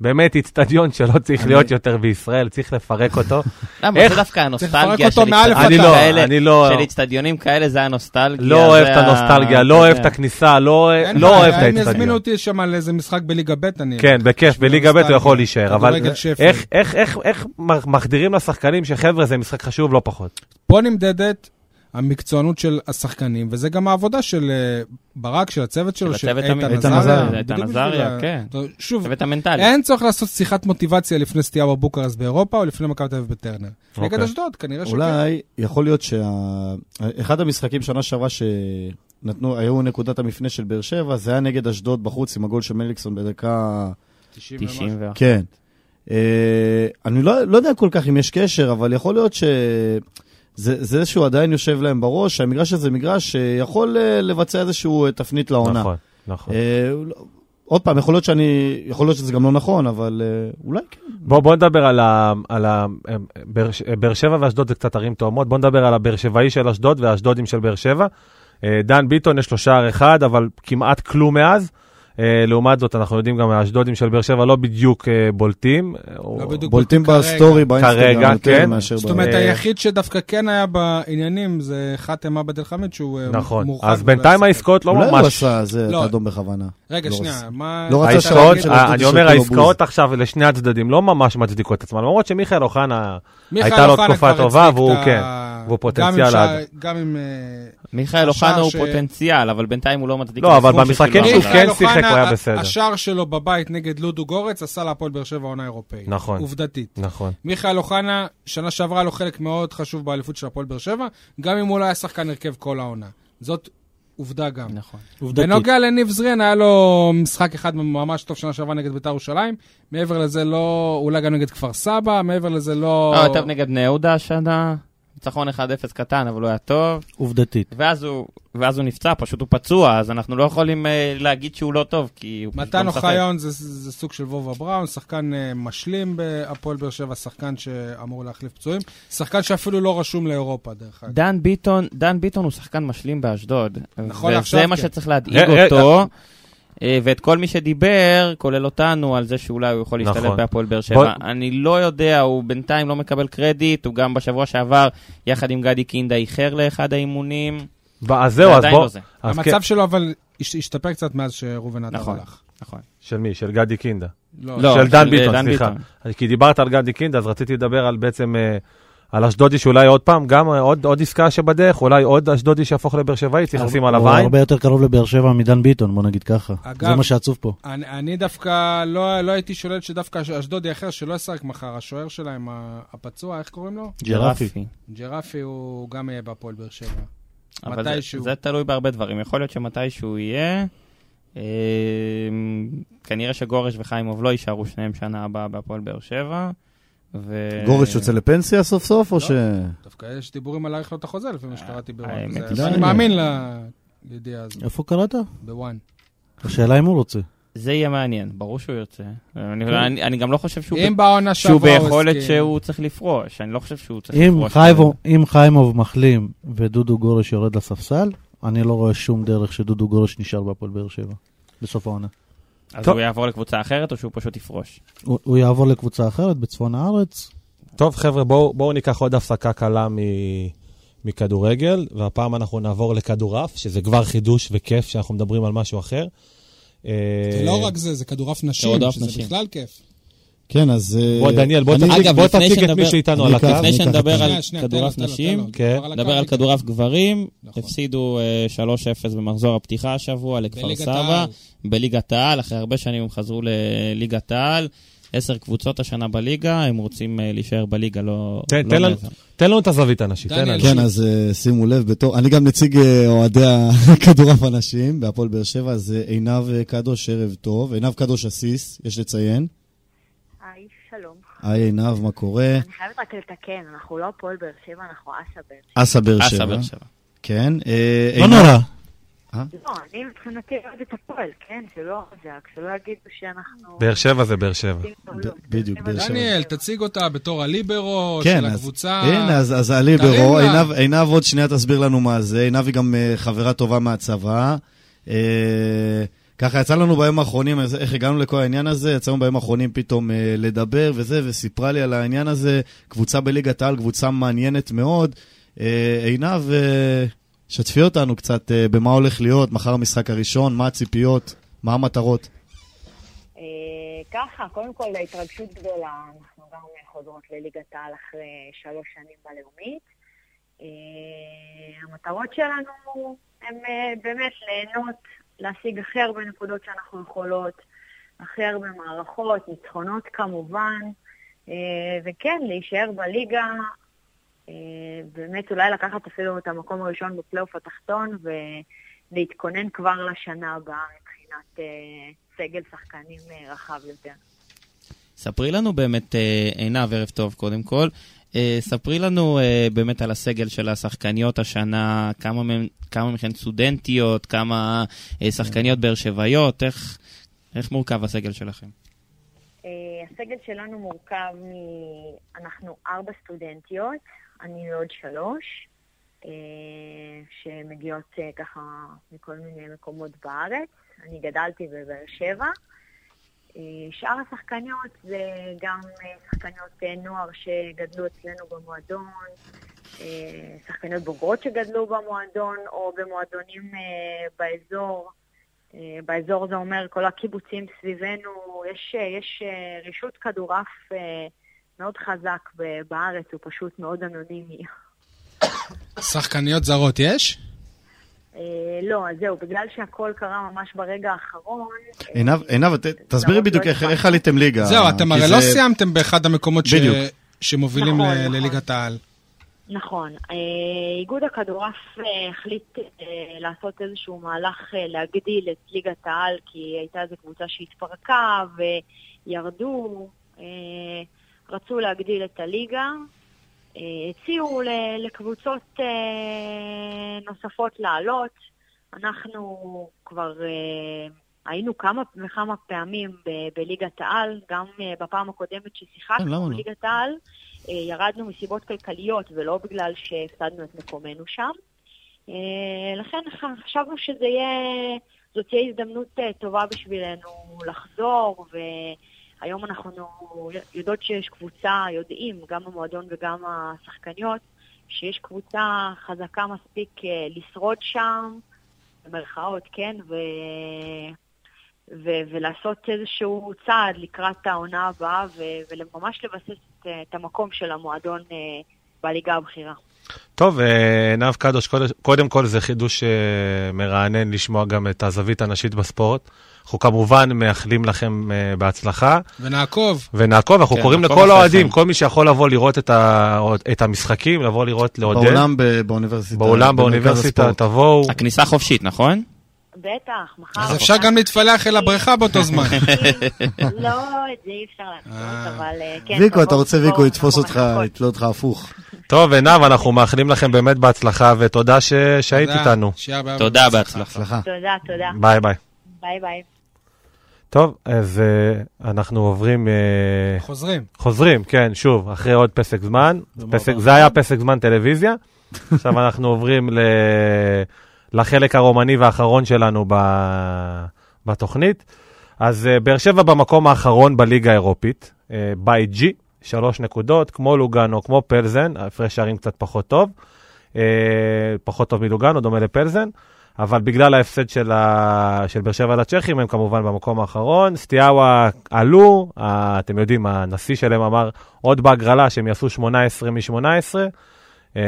[SPEAKER 2] באמת, איצטדיון שלא צריך להיות יותר בישראל, צריך לפרק אותו.
[SPEAKER 1] למה?
[SPEAKER 2] איך?
[SPEAKER 1] זה דווקא הנוסטלגיה
[SPEAKER 3] לפרק
[SPEAKER 1] של
[SPEAKER 3] אותו מאלף
[SPEAKER 2] אני
[SPEAKER 1] אצטדיונים
[SPEAKER 2] לא,
[SPEAKER 1] כאלה.
[SPEAKER 2] אני לא...
[SPEAKER 1] של אצטדיונים כאלה זה הנוסטלגיה.
[SPEAKER 2] לא אוהב
[SPEAKER 1] זה
[SPEAKER 2] את
[SPEAKER 1] ה- כן,
[SPEAKER 2] הנוסטלגיה, לא
[SPEAKER 1] אתה
[SPEAKER 2] אוהב
[SPEAKER 1] יודע.
[SPEAKER 2] את הכניסה, לא
[SPEAKER 3] אין
[SPEAKER 2] לא
[SPEAKER 3] בעיה,
[SPEAKER 2] אוהב את
[SPEAKER 3] אם יזמינו
[SPEAKER 2] האצטדיון.
[SPEAKER 3] אותי שם על איזה משחק בליגה ב' אני...
[SPEAKER 2] כן, בכיף, בליגה ב' הוא יכול להישאר, אבל
[SPEAKER 3] כדורגל שפל.
[SPEAKER 2] איך- איך- איך- איך מח- מחדירים לשחקנים שחבר'ה, זה משחק חשוב לא פחות.
[SPEAKER 3] פה נמדדת המקצוענות של השחקנים, וזה גם העבודה של אה, ברק, של הצוות שלו,
[SPEAKER 1] של
[SPEAKER 3] של
[SPEAKER 1] הצוות המ-
[SPEAKER 3] איתן
[SPEAKER 1] איתן
[SPEAKER 3] עזריה.
[SPEAKER 1] עזריה, איתן
[SPEAKER 3] בדיוק בשביל
[SPEAKER 1] עזריה,
[SPEAKER 3] ה-
[SPEAKER 1] כן.
[SPEAKER 3] שוב,
[SPEAKER 1] ואת המנטליות.
[SPEAKER 3] אין צורך לעשות שיחת מוטיבציה לפני סטייה בבוקרסט באירופה, או לפני מכבי תל אביב בטרנר. נגד
[SPEAKER 2] אוקיי.
[SPEAKER 3] אשדוד, כנראה שכן.
[SPEAKER 4] אולי, יכול להיות שאחד המשחקים שנה שעברה שנתנו, היו נקודת המפנה של באר שבע, זה היה נגד אשדוד בחוץ עם הגול של מליקסון בדקה...
[SPEAKER 1] 90 ו...
[SPEAKER 4] כן. אה, אני לא, לא יודע כל כך אם יש קשר, אבל יכול להיות שזה זה שהוא עדיין יושב להם בראש, שהמגרש הזה מגרש שיכול אה, לבצע איזשהו אה, תפנית לעונה.
[SPEAKER 2] נכון, נכון.
[SPEAKER 4] אה, הוא לא- עוד פעם, יכול להיות שאני, יכול להיות שזה גם לא נכון, אבל אה, אולי כן.
[SPEAKER 2] בוא, בוא נדבר על, ה, על ה, באר, ש- באר שבע ואשדוד זה קצת ערים תאומות, בוא נדבר על הבאר שבעי של אשדוד והאשדודים של באר שבע. אה, דן ביטון יש לו שער אחד, אבל כמעט כלום מאז. אה, לעומת זאת, אנחנו יודעים גם האשדודים של באר שבע לא בדיוק אה, בולטים.
[SPEAKER 3] לא בדיוק
[SPEAKER 4] בולטים
[SPEAKER 3] כרגע.
[SPEAKER 4] בסטורי, באינסטגרם,
[SPEAKER 2] כרגע,
[SPEAKER 4] יותר
[SPEAKER 2] כן.
[SPEAKER 4] מאשר...
[SPEAKER 3] זאת
[SPEAKER 4] ב-
[SPEAKER 3] אומרת,
[SPEAKER 2] אה,
[SPEAKER 3] היחיד שדווקא כן היה בעניינים זה חאתם עבד אל חמיד, שהוא אה,
[SPEAKER 2] נכון,
[SPEAKER 3] מורחק.
[SPEAKER 2] אז
[SPEAKER 3] ולא
[SPEAKER 2] בינתיים
[SPEAKER 3] ישחק.
[SPEAKER 2] העסקאות לא
[SPEAKER 4] אולי הוא
[SPEAKER 2] ממש...
[SPEAKER 4] עשה זה את
[SPEAKER 3] לא.
[SPEAKER 4] האדום בכוונה.
[SPEAKER 3] רגע,
[SPEAKER 4] לא
[SPEAKER 3] שנייה,
[SPEAKER 4] רצה.
[SPEAKER 3] מה...
[SPEAKER 4] לא רצה
[SPEAKER 3] אתה
[SPEAKER 2] העסקאות,
[SPEAKER 4] של
[SPEAKER 3] להגיד?
[SPEAKER 2] אה,
[SPEAKER 4] אשדוד
[SPEAKER 2] אני
[SPEAKER 4] ישתו
[SPEAKER 2] אומר,
[SPEAKER 4] לו בוז.
[SPEAKER 2] העסקאות עכשיו לשני הצדדים לא ממש מצדיקות את עצמן, למרות שמיכאל אוחנה,
[SPEAKER 3] מיכאל
[SPEAKER 2] הייתה לו
[SPEAKER 3] אוחנה
[SPEAKER 2] תקופה
[SPEAKER 3] כבר
[SPEAKER 2] טובה,
[SPEAKER 3] הצדיק
[SPEAKER 2] והוא
[SPEAKER 3] את ה-
[SPEAKER 2] כן, והוא פוטנציאל
[SPEAKER 3] גם עם
[SPEAKER 2] עד.
[SPEAKER 3] שי- גם עם... אה,
[SPEAKER 1] מיכאל
[SPEAKER 3] השער
[SPEAKER 1] אוחנה הוא
[SPEAKER 3] ש-
[SPEAKER 1] פוטנציאל, אבל בינתיים הוא לא מצדיק...
[SPEAKER 2] לא,
[SPEAKER 1] את
[SPEAKER 2] אבל
[SPEAKER 1] הסכום
[SPEAKER 2] במשחקים
[SPEAKER 1] ששילמנו
[SPEAKER 2] שהוא
[SPEAKER 1] עליו.
[SPEAKER 2] כן
[SPEAKER 3] מיכאל
[SPEAKER 2] שיחק, הוא
[SPEAKER 3] אוחנה,
[SPEAKER 2] היה
[SPEAKER 3] ה-
[SPEAKER 2] בסדר.
[SPEAKER 3] השער שלו בבית נגד לודו גורץ עשה להפועל באר שבע עונה אירופאית.
[SPEAKER 2] נכון.
[SPEAKER 3] עובדתית.
[SPEAKER 2] נכון.
[SPEAKER 3] מיכאל אוחנה, שנה שעברה לו חלק מאוד חשוב באליפות של הפועל באר שבע, גם אם הוא לא היה שחקן הרכב כל העונה. זאת עובדה גם.
[SPEAKER 1] נכון.
[SPEAKER 5] עובדתית.
[SPEAKER 3] בנוגע לניב זרין, היה לו משחק אחד ממש טוב שנה שעברה נגד בית"ר ירושלים. מעבר לזה לא... אולי גם נגד כפר סבא, מעבר לזה לא...
[SPEAKER 1] לא, טוב נגד בני יהודה השנה. ניצחון 1-0 קטן, אבל הוא היה טוב.
[SPEAKER 5] עובדתית.
[SPEAKER 1] ואז הוא, ואז הוא נפצע, פשוט הוא פצוע, אז אנחנו לא יכולים אה, להגיד שהוא לא טוב, כי הוא פשוט לא
[SPEAKER 3] מתן
[SPEAKER 1] משחק.
[SPEAKER 3] אוחיון זה, זה סוג של וובה בראון, שחקן אה, משלים בהפועל באר שבע, שחקן שאמור להחליף פצועים, שחקן שאפילו לא רשום לאירופה, דרך אגב.
[SPEAKER 1] דן ביטון, דן ביטון הוא שחקן משלים באשדוד.
[SPEAKER 3] נכון,
[SPEAKER 1] וזה
[SPEAKER 3] עכשיו
[SPEAKER 1] מה
[SPEAKER 3] כן.
[SPEAKER 1] שצריך להדאיג
[SPEAKER 2] ר- ר-
[SPEAKER 1] אותו. אה, ואת כל מי שדיבר, כולל אותנו, על זה שאולי הוא יכול להשתלב
[SPEAKER 2] נכון.
[SPEAKER 1] בהפועל באר
[SPEAKER 2] בוא-
[SPEAKER 1] שבע. אני לא יודע, הוא בינתיים לא מקבל קרדיט, הוא גם בשבוע שעבר, יחד עם גדי קינדה, איחר לאחד האימונים.
[SPEAKER 2] אז זהו, אז
[SPEAKER 1] ועדיין
[SPEAKER 2] בוא...
[SPEAKER 1] לא זה.
[SPEAKER 2] אז
[SPEAKER 3] המצב
[SPEAKER 2] כן-
[SPEAKER 3] שלו אבל הש- השתפר קצת מאז שראובן עטר
[SPEAKER 1] נכון.
[SPEAKER 3] הלך.
[SPEAKER 1] נכון.
[SPEAKER 2] של מי? של גדי קינדה.
[SPEAKER 3] לא,
[SPEAKER 1] לא.
[SPEAKER 2] של דן
[SPEAKER 1] של
[SPEAKER 2] ביטון,
[SPEAKER 1] דן
[SPEAKER 2] סליחה.
[SPEAKER 1] ביטון.
[SPEAKER 2] כי דיברת על גדי קינדה, אז רציתי לדבר על בעצם אה, על אשדודי שאולי עוד פעם, גם אה, עוד, עוד עסקה שבדרך, אולי עוד אשדודי שיהפוך לבאר שבעי, צריך לשים עליו
[SPEAKER 5] הוא
[SPEAKER 2] עין.
[SPEAKER 5] הרבה יותר קרוב לבאר שבע מדן ביטון, בוא נגיד ככה.
[SPEAKER 3] אגב-
[SPEAKER 5] זה מה שעצוב פה.
[SPEAKER 3] אני, אני דווקא לא, לא הייתי שולל שדווקא אש- אשדודי אחר שלא ישחק מחר, השוער שלהם, ה- הפצוע, איך קוראים לו?
[SPEAKER 5] ג'רפי.
[SPEAKER 3] ג'רפי הוא גם יהיה בהפועל באר שבע.
[SPEAKER 1] אבל
[SPEAKER 3] מתישהו.
[SPEAKER 1] זה, זה תלוי בהרבה דברים. יכול להיות שמתישהו יהיה, אה, כנראה שגורש וחיימוב לא יישארו שניהם שנה הבאה בהפועל באר שבע. ו...
[SPEAKER 4] גורש יוצא לפנסיה סוף סוף, או
[SPEAKER 3] לא.
[SPEAKER 4] ש...
[SPEAKER 3] דווקא יש דיבורים על להאריך לו את החוזה לפי מה שקראתי בוואן.
[SPEAKER 1] האמת
[SPEAKER 3] זה-
[SPEAKER 1] היא לא
[SPEAKER 3] אני
[SPEAKER 4] שאני-
[SPEAKER 3] מאמין לידיעה הזו,
[SPEAKER 5] איפה קראת?
[SPEAKER 3] בוואן.
[SPEAKER 5] השאלה אם הוא רוצה.
[SPEAKER 1] זה יהיה מעניין, ברור שהוא יוצא. אני, אני, אני גם לא חושב שהוא,
[SPEAKER 3] כן. אם בעונה שעברה
[SPEAKER 1] שהוא
[SPEAKER 3] הוא הסכים.
[SPEAKER 1] ביכולת שהוא צריך לפרוש, אני לא חושב שהוא צריך
[SPEAKER 5] אם
[SPEAKER 1] לפרוש.
[SPEAKER 5] חייבו- אם חיימוב מחלים ודודו גורש יורד לספסל, אני לא רואה שום דרך שדודו גורש נשאר בהפועל באר שבע. בסוף העונה.
[SPEAKER 1] אז
[SPEAKER 2] טוב.
[SPEAKER 1] הוא יעבור לקבוצה אחרת או שהוא פשוט יפרוש?
[SPEAKER 5] הוא הוא יעבור לקבוצה אחרת בצפון הארץ.
[SPEAKER 2] טוב, חבר'ה, בואו בואו ניקח עוד הפסקה קלה מ... מכדורגל, והפעם אנחנו נעבור לכדורעף, שזה כבר חידוש וכיף שאנחנו מדברים על משהו אחר. אה,
[SPEAKER 3] זה לא רק זה, זה כדורעף נשים,
[SPEAKER 7] כדורעף
[SPEAKER 3] שזה
[SPEAKER 7] נשים.
[SPEAKER 3] בכלל כיף.
[SPEAKER 7] כן, אז... אה,
[SPEAKER 2] בוא, דניאל, בוא
[SPEAKER 7] אני-
[SPEAKER 2] תציג-
[SPEAKER 7] אגב,
[SPEAKER 2] בוא
[SPEAKER 7] לפני
[SPEAKER 2] תציג את
[SPEAKER 7] שנדבר-
[SPEAKER 2] מישהו איתנו
[SPEAKER 7] אני
[SPEAKER 2] על הקו. כן,
[SPEAKER 7] אקח-
[SPEAKER 2] לפני
[SPEAKER 7] אני אקח את שנדבר על
[SPEAKER 3] שנייה, שנייה, תן לו,
[SPEAKER 7] כדורעף
[SPEAKER 3] תן לו, תן
[SPEAKER 7] נשים,
[SPEAKER 3] לו.
[SPEAKER 2] כן.
[SPEAKER 3] כבר
[SPEAKER 7] נדבר על
[SPEAKER 3] הקו,
[SPEAKER 7] כדורעף גברים,
[SPEAKER 3] נכון.
[SPEAKER 7] הפסידו אה, 3-0 במחזור הפתיחה השבוע לכפר
[SPEAKER 3] בליגת
[SPEAKER 7] סבא,
[SPEAKER 3] העל.
[SPEAKER 7] בליגת העל, אחרי הרבה שנים הם חזרו לליגת העל, עשר קבוצות השנה בליגה, הם רוצים אה, להישאר בליגה, לא...
[SPEAKER 2] תן-
[SPEAKER 7] לא
[SPEAKER 2] תן לנו-
[SPEAKER 7] מעבר.
[SPEAKER 2] תן לנו את הזווית הנשית. תן
[SPEAKER 3] דניאל,
[SPEAKER 2] לנו.
[SPEAKER 7] כן, אז אה, שימו לב, בתור, אני גם נציג אה, אוהדי הכדורעף הנשים בהפועל באר שבע, אז אה, עינב אה, קדוש, ערב טוב. עינב קדוש עסיס, יש לציין.
[SPEAKER 8] היי, שלום.
[SPEAKER 7] היי עינב, מה קורה?
[SPEAKER 8] אני חייבת רק לתקן, אנחנו לא הפועל באר שבע, אנחנו אסה באר שבע.
[SPEAKER 7] אסה באר
[SPEAKER 1] אסה
[SPEAKER 7] שבע.
[SPEAKER 1] באר שבע.
[SPEAKER 7] כן. אה,
[SPEAKER 5] לא
[SPEAKER 7] עינב-
[SPEAKER 5] נורא.
[SPEAKER 8] לא, אני מבחינתי אוהד את הפועל, כן? שלא זק, שלא יגידו שאנחנו... לא,
[SPEAKER 2] באר שבע זה באר שבע.
[SPEAKER 8] עושים טעויות.
[SPEAKER 7] ב- בדיוק, באר שבע.
[SPEAKER 3] דניאל, תציג אותה בתור הליברו
[SPEAKER 7] כן,
[SPEAKER 3] של
[SPEAKER 7] אז-
[SPEAKER 3] הקבוצה.
[SPEAKER 7] הנה, אז, אז
[SPEAKER 3] תרים
[SPEAKER 7] הליברו,
[SPEAKER 3] לה.
[SPEAKER 7] עינב, עינב עוד שנייה תסביר לנו מה זה, עינב היא גם אה, חברה טובה מהצבא. אה, ככה יצא לנו בימים האחרונים, אז איך הגענו לכל העניין הזה, יצא לנו בימים האחרונים פתאום אה, לדבר וזה, וסיפרה לי על העניין הזה, קבוצה בליגת העל, קבוצה מעניינת מאוד. אה, עינב, אה, שתפי אותנו קצת אה, במה הולך להיות, מחר המשחק הראשון, מה הציפיות, מה המטרות.
[SPEAKER 8] אה, ככה, קודם כל התרגשות גדולה, אנחנו גם חוזרות לליגת העל אחרי שלוש שנים בלאומית. אה, המטרות שלנו הן אה, באמת ליהנות, להשיג הכי הרבה נקודות שאנחנו יכולות, הכי הרבה מערכות, ניצחונות כמובן, אה, וכן, להישאר בליגה, אה, באמת אולי לקחת אפילו את המקום הראשון בפלייאוף התחתון ולהתכונן כבר לשנה הבאה מבחינת אה, סגל שחקנים אה, רחב יותר.
[SPEAKER 1] ספרי לנו באמת, אה, עינב, ערב טוב קודם כל. אה, ספרי לנו אה, באמת על הסגל של השחקניות השנה, כמה מהן- כמה מכן סטודנטיות, כמה אה, שחקניות באר שבעיות, איך, איך מורכב הסגל שלכם?
[SPEAKER 8] אה, הסגל שלנו מורכב מ... אנחנו ארבע סטודנטיות, אני ועוד שלוש, אה, שמגיעות אה, ככה מכל מיני מקומות בארץ. אני גדלתי בבאר שבע. אה, שאר השחקניות זה גם אה, שחקניות אה, נוער שגדלו אצלנו במועדון, אה, שחקניות בוגרות שגדלו במועדון או במועדונים אה, באזור. אה, באזור זה אומר כל הקיבוצים סביבנו, יש, אה, יש אה, רשות כדורעף אה, מאוד חזק ב- בארץ, הוא פשוט מאוד אנונימי.
[SPEAKER 3] שחקניות זרות יש?
[SPEAKER 8] אה, לא, אז זהו, בגלל שהכל קרה ממש ברגע האחרון... אה,
[SPEAKER 7] עינב, עינב, ת- תסבירי
[SPEAKER 8] לרוב
[SPEAKER 7] בדיוק
[SPEAKER 8] לא
[SPEAKER 7] איך,
[SPEAKER 8] הספקנו.
[SPEAKER 7] איך עליתם ליגה.
[SPEAKER 3] זהו, אתם
[SPEAKER 7] כי
[SPEAKER 3] הרי
[SPEAKER 7] זה-
[SPEAKER 3] לא סיימתם באחד המקומות ש-
[SPEAKER 7] בדיוק.
[SPEAKER 3] שמובילים
[SPEAKER 8] נכון,
[SPEAKER 3] ל-
[SPEAKER 8] נכון.
[SPEAKER 3] לליגת העל.
[SPEAKER 8] נכון. אה, איגוד הכדורעף אה, החליט אה, לעשות איזשהו מהלך אה, להגדיל את ליגת העל, כי הייתה איזו קבוצה שהתפרקה וירדו, אה, רצו להגדיל את הליגה. אה, הציעו ל- לקבוצות אה, נוספות לעלות. אנחנו כבר אה, היינו כמה וכמה פעמים ב- בליגת העל, גם אה, בפעם הקודמת
[SPEAKER 7] כן, למה
[SPEAKER 8] ששיחקנו
[SPEAKER 7] לא?
[SPEAKER 8] בליגת העל. אה, ירדנו מסיבות כלכליות ולא בגלל שהפסדנו את מקומנו שם. אה, לכן ח- חשבנו שזה יהיה, זאת תהיה הזדמנות אה, טובה בשבילנו לחזור, והיום אנחנו יודעות שיש קבוצה, יודעים, גם המועדון וגם השחקניות, שיש קבוצה חזקה מספיק אה, לשרוד שם, במרכאות, כן, ו... ו- ולעשות איזשהו צעד לקראת העונה הבאה ו- וממש לבסס את, את המקום של המועדון אה, בליגה הבכירה.
[SPEAKER 2] טוב, אה, עינב קדוש, קודם- קודם כל זה חידוש אה, מרענן לשמוע גם את הזווית הנשית בספורט. אנחנו כמובן מאחלים לכם אה, בהצלחה,
[SPEAKER 3] ונעקוב.
[SPEAKER 2] ונעקוב, אנחנו
[SPEAKER 1] כן,
[SPEAKER 2] קוראים
[SPEAKER 1] נעקוב
[SPEAKER 2] לכל
[SPEAKER 1] אחריכם.
[SPEAKER 2] האוהדים, כל מי שיכול לבוא לראות את ה- את המשחקים, לבוא לראות, לעודד,
[SPEAKER 7] בעולם ב- באוניברסיטה. במרכז
[SPEAKER 2] באולם, באוניברסיטה,
[SPEAKER 7] הספורט.
[SPEAKER 2] תבואו.
[SPEAKER 1] הכניסה חופשית, נכון?
[SPEAKER 8] בטח, מחר...
[SPEAKER 3] אז אפשר גם להתפלח אל הבריכה באותו זמן.
[SPEAKER 8] לא, את זה אי אפשר לעשות, אבל אה, כן.
[SPEAKER 7] ויקו, אתה
[SPEAKER 8] תבואו,
[SPEAKER 7] רוצה
[SPEAKER 3] לא-
[SPEAKER 8] תבואו,
[SPEAKER 7] ויקו יתפוס
[SPEAKER 8] אנחנו
[SPEAKER 7] אותך,
[SPEAKER 8] מחכות.
[SPEAKER 7] יתלה אותך הפוך.
[SPEAKER 2] טוב, עינב, אנחנו מאחלים לכם באמת בהצלחה, ותודה ש- שהיית
[SPEAKER 3] תודה.
[SPEAKER 2] איתנו.
[SPEAKER 3] שיהיה הרבה הרבה
[SPEAKER 1] תודה,
[SPEAKER 3] בהצלחה.
[SPEAKER 7] סליחה.
[SPEAKER 1] בהצלחה.
[SPEAKER 8] תודה, תודה.
[SPEAKER 2] ביי ביי.
[SPEAKER 8] ביי ביי.
[SPEAKER 2] טוב, אז אה, אנחנו עוברים... אה,
[SPEAKER 3] חוזרים.
[SPEAKER 2] חוזרים, כן, שוב, אחרי עוד פסק זמן.
[SPEAKER 5] ומה
[SPEAKER 2] פסק,
[SPEAKER 5] הבא?
[SPEAKER 2] זה היה פסק זמן טלוויזיה. עכשיו אנחנו עוברים ל... לחלק הרומני והאחרון שלנו ב... בתוכנית. אז אה, באר שבע במקום האחרון בליגה האירופית, אה, ביי ג'י, שלוש נקודות, כמו לוגאנו, כמו פלזן, הפרש שערים קצת פחות טוב. אה, פחות טוב מלוגאנו, דומה לפלזן. אבל בגלל ההפסד של, ה... של באר שבע לצ'כים, הם כמובן במקום האחרון. סטיאבה עלו, ה... אתם יודעים, הנשיא שלהם אמר עוד בהגרלה שהם יעשו 18 מ-18. אה,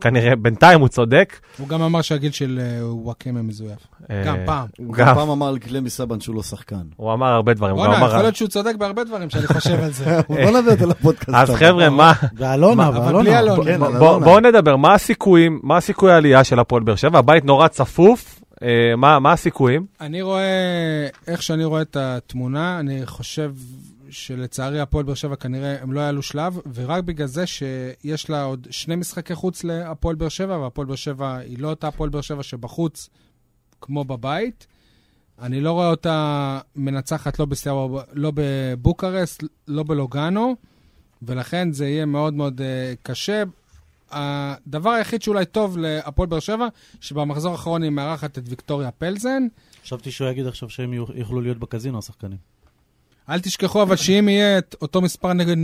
[SPEAKER 2] כנראה בינתיים הוא צודק.
[SPEAKER 3] הוא גם אמר שהגיל של אה, וואקמה מזויף.
[SPEAKER 2] אה,
[SPEAKER 3] גם פעם.
[SPEAKER 2] הוא
[SPEAKER 7] גם
[SPEAKER 2] גם,
[SPEAKER 7] פעם אמר על גלמי סבן שהוא לא שחקן.
[SPEAKER 2] הוא אמר הרבה דברים. הוא גם
[SPEAKER 3] וואלה, יכול
[SPEAKER 2] אמר...
[SPEAKER 3] להיות שהוא צודק בהרבה דברים שאני חושב על זה.
[SPEAKER 7] הוא לא נביא אותו לפודקאסט.
[SPEAKER 2] אז
[SPEAKER 7] אבל.
[SPEAKER 2] חבר'ה, מה...
[SPEAKER 5] ואלונה,
[SPEAKER 3] אבל בלי
[SPEAKER 5] ואלונה.
[SPEAKER 3] אלון.
[SPEAKER 7] כן, אבל
[SPEAKER 2] בוא-
[SPEAKER 7] אלונה.
[SPEAKER 2] בואו נדבר, מה הסיכויים, מה הסיכוי העלייה של הפועל באר שבע? הבית נורא צפוף, אה, מה מה הסיכויים?
[SPEAKER 3] אני רואה, איך שאני רואה את התמונה, אני חושב שלצערי הפועל באר שבע כנראה הם לא יעלו שלב, ורק בגלל זה שיש לה עוד שני משחקי חוץ להפועל באר שבע, והפועל באר שבע היא לא אותה הפועל באר שבע שבחוץ כמו בבית. אני לא רואה אותה מנצחת לא, בסטיאבו, לא בבוקרסט, לא בלוגאנו, ולכן זה יהיה מאוד מאוד אה, קשה. הדבר היחיד שאולי טוב להפועל באר שבע, שבמחזור האחרון היא מארחת את ויקטוריה פלזן,
[SPEAKER 5] חשבתי שהוא יגיד עכשיו שהם יוכ- יוכלו להיות בקזינו, השחקנים.
[SPEAKER 3] אל תשכחו אבל שאם יהיה את אותו מספר נגד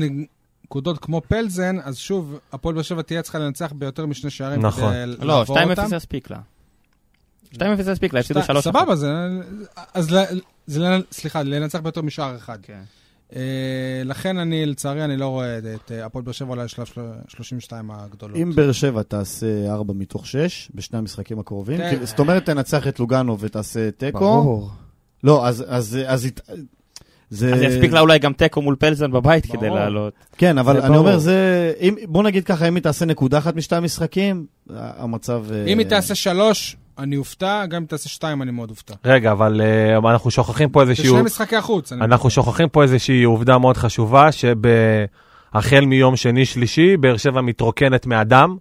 [SPEAKER 3] נקודות כמו פלזן, אז שוב, הפועל באר שבע תהיה צריכה לנצח ביותר משני שערים
[SPEAKER 2] נכון.
[SPEAKER 3] כדי לעבור
[SPEAKER 1] לא,
[SPEAKER 3] אותם.
[SPEAKER 1] 2-0 יספיק לה. 2-0 יספיק לה, הפסידו 3-1.
[SPEAKER 3] סבבה, זה... אז ל- זה... לנ- סליחה, לנצח ביותר משער אחד.
[SPEAKER 1] כן.
[SPEAKER 3] אה, לכן אני, לצערי, אני לא רואה את- את אה, הפועל באר שבע עולה לשלב של- 32 הגדולות.
[SPEAKER 7] אם באר שבע תעשה 4 מתוך 6 בשני המשחקים הקרובים,
[SPEAKER 3] כן.
[SPEAKER 7] כאילו, זאת אומרת תנצח את לוגאנו ותעשה תיקו. לא, אז... אז, אז, הת- זה...
[SPEAKER 1] אז יספיק לה אולי גם תיקו מול פלזן בבית כדי
[SPEAKER 3] ברור.
[SPEAKER 1] לעלות.
[SPEAKER 7] כן, אבל
[SPEAKER 2] זה
[SPEAKER 7] אני
[SPEAKER 2] ברור.
[SPEAKER 7] אומר, זה... אם, בוא נגיד ככה, אם היא תעשה נקודה אחת משתי המשחקים, ה- המצב... אה,
[SPEAKER 3] אם היא תעשה שלוש, אני אופתע, גם אם תעשה שתיים, אני מאוד אופתע.
[SPEAKER 2] רגע, אבל אה, אנחנו שוכחים פה
[SPEAKER 3] זה
[SPEAKER 2] איזשהו...
[SPEAKER 3] שני משחקי החוץ. אני-
[SPEAKER 2] אנחנו שוכחים פה איזושהי עובדה מאוד חשובה, שהחל מיום שני-שלישי, באר שבע מתרוקנת מאדם.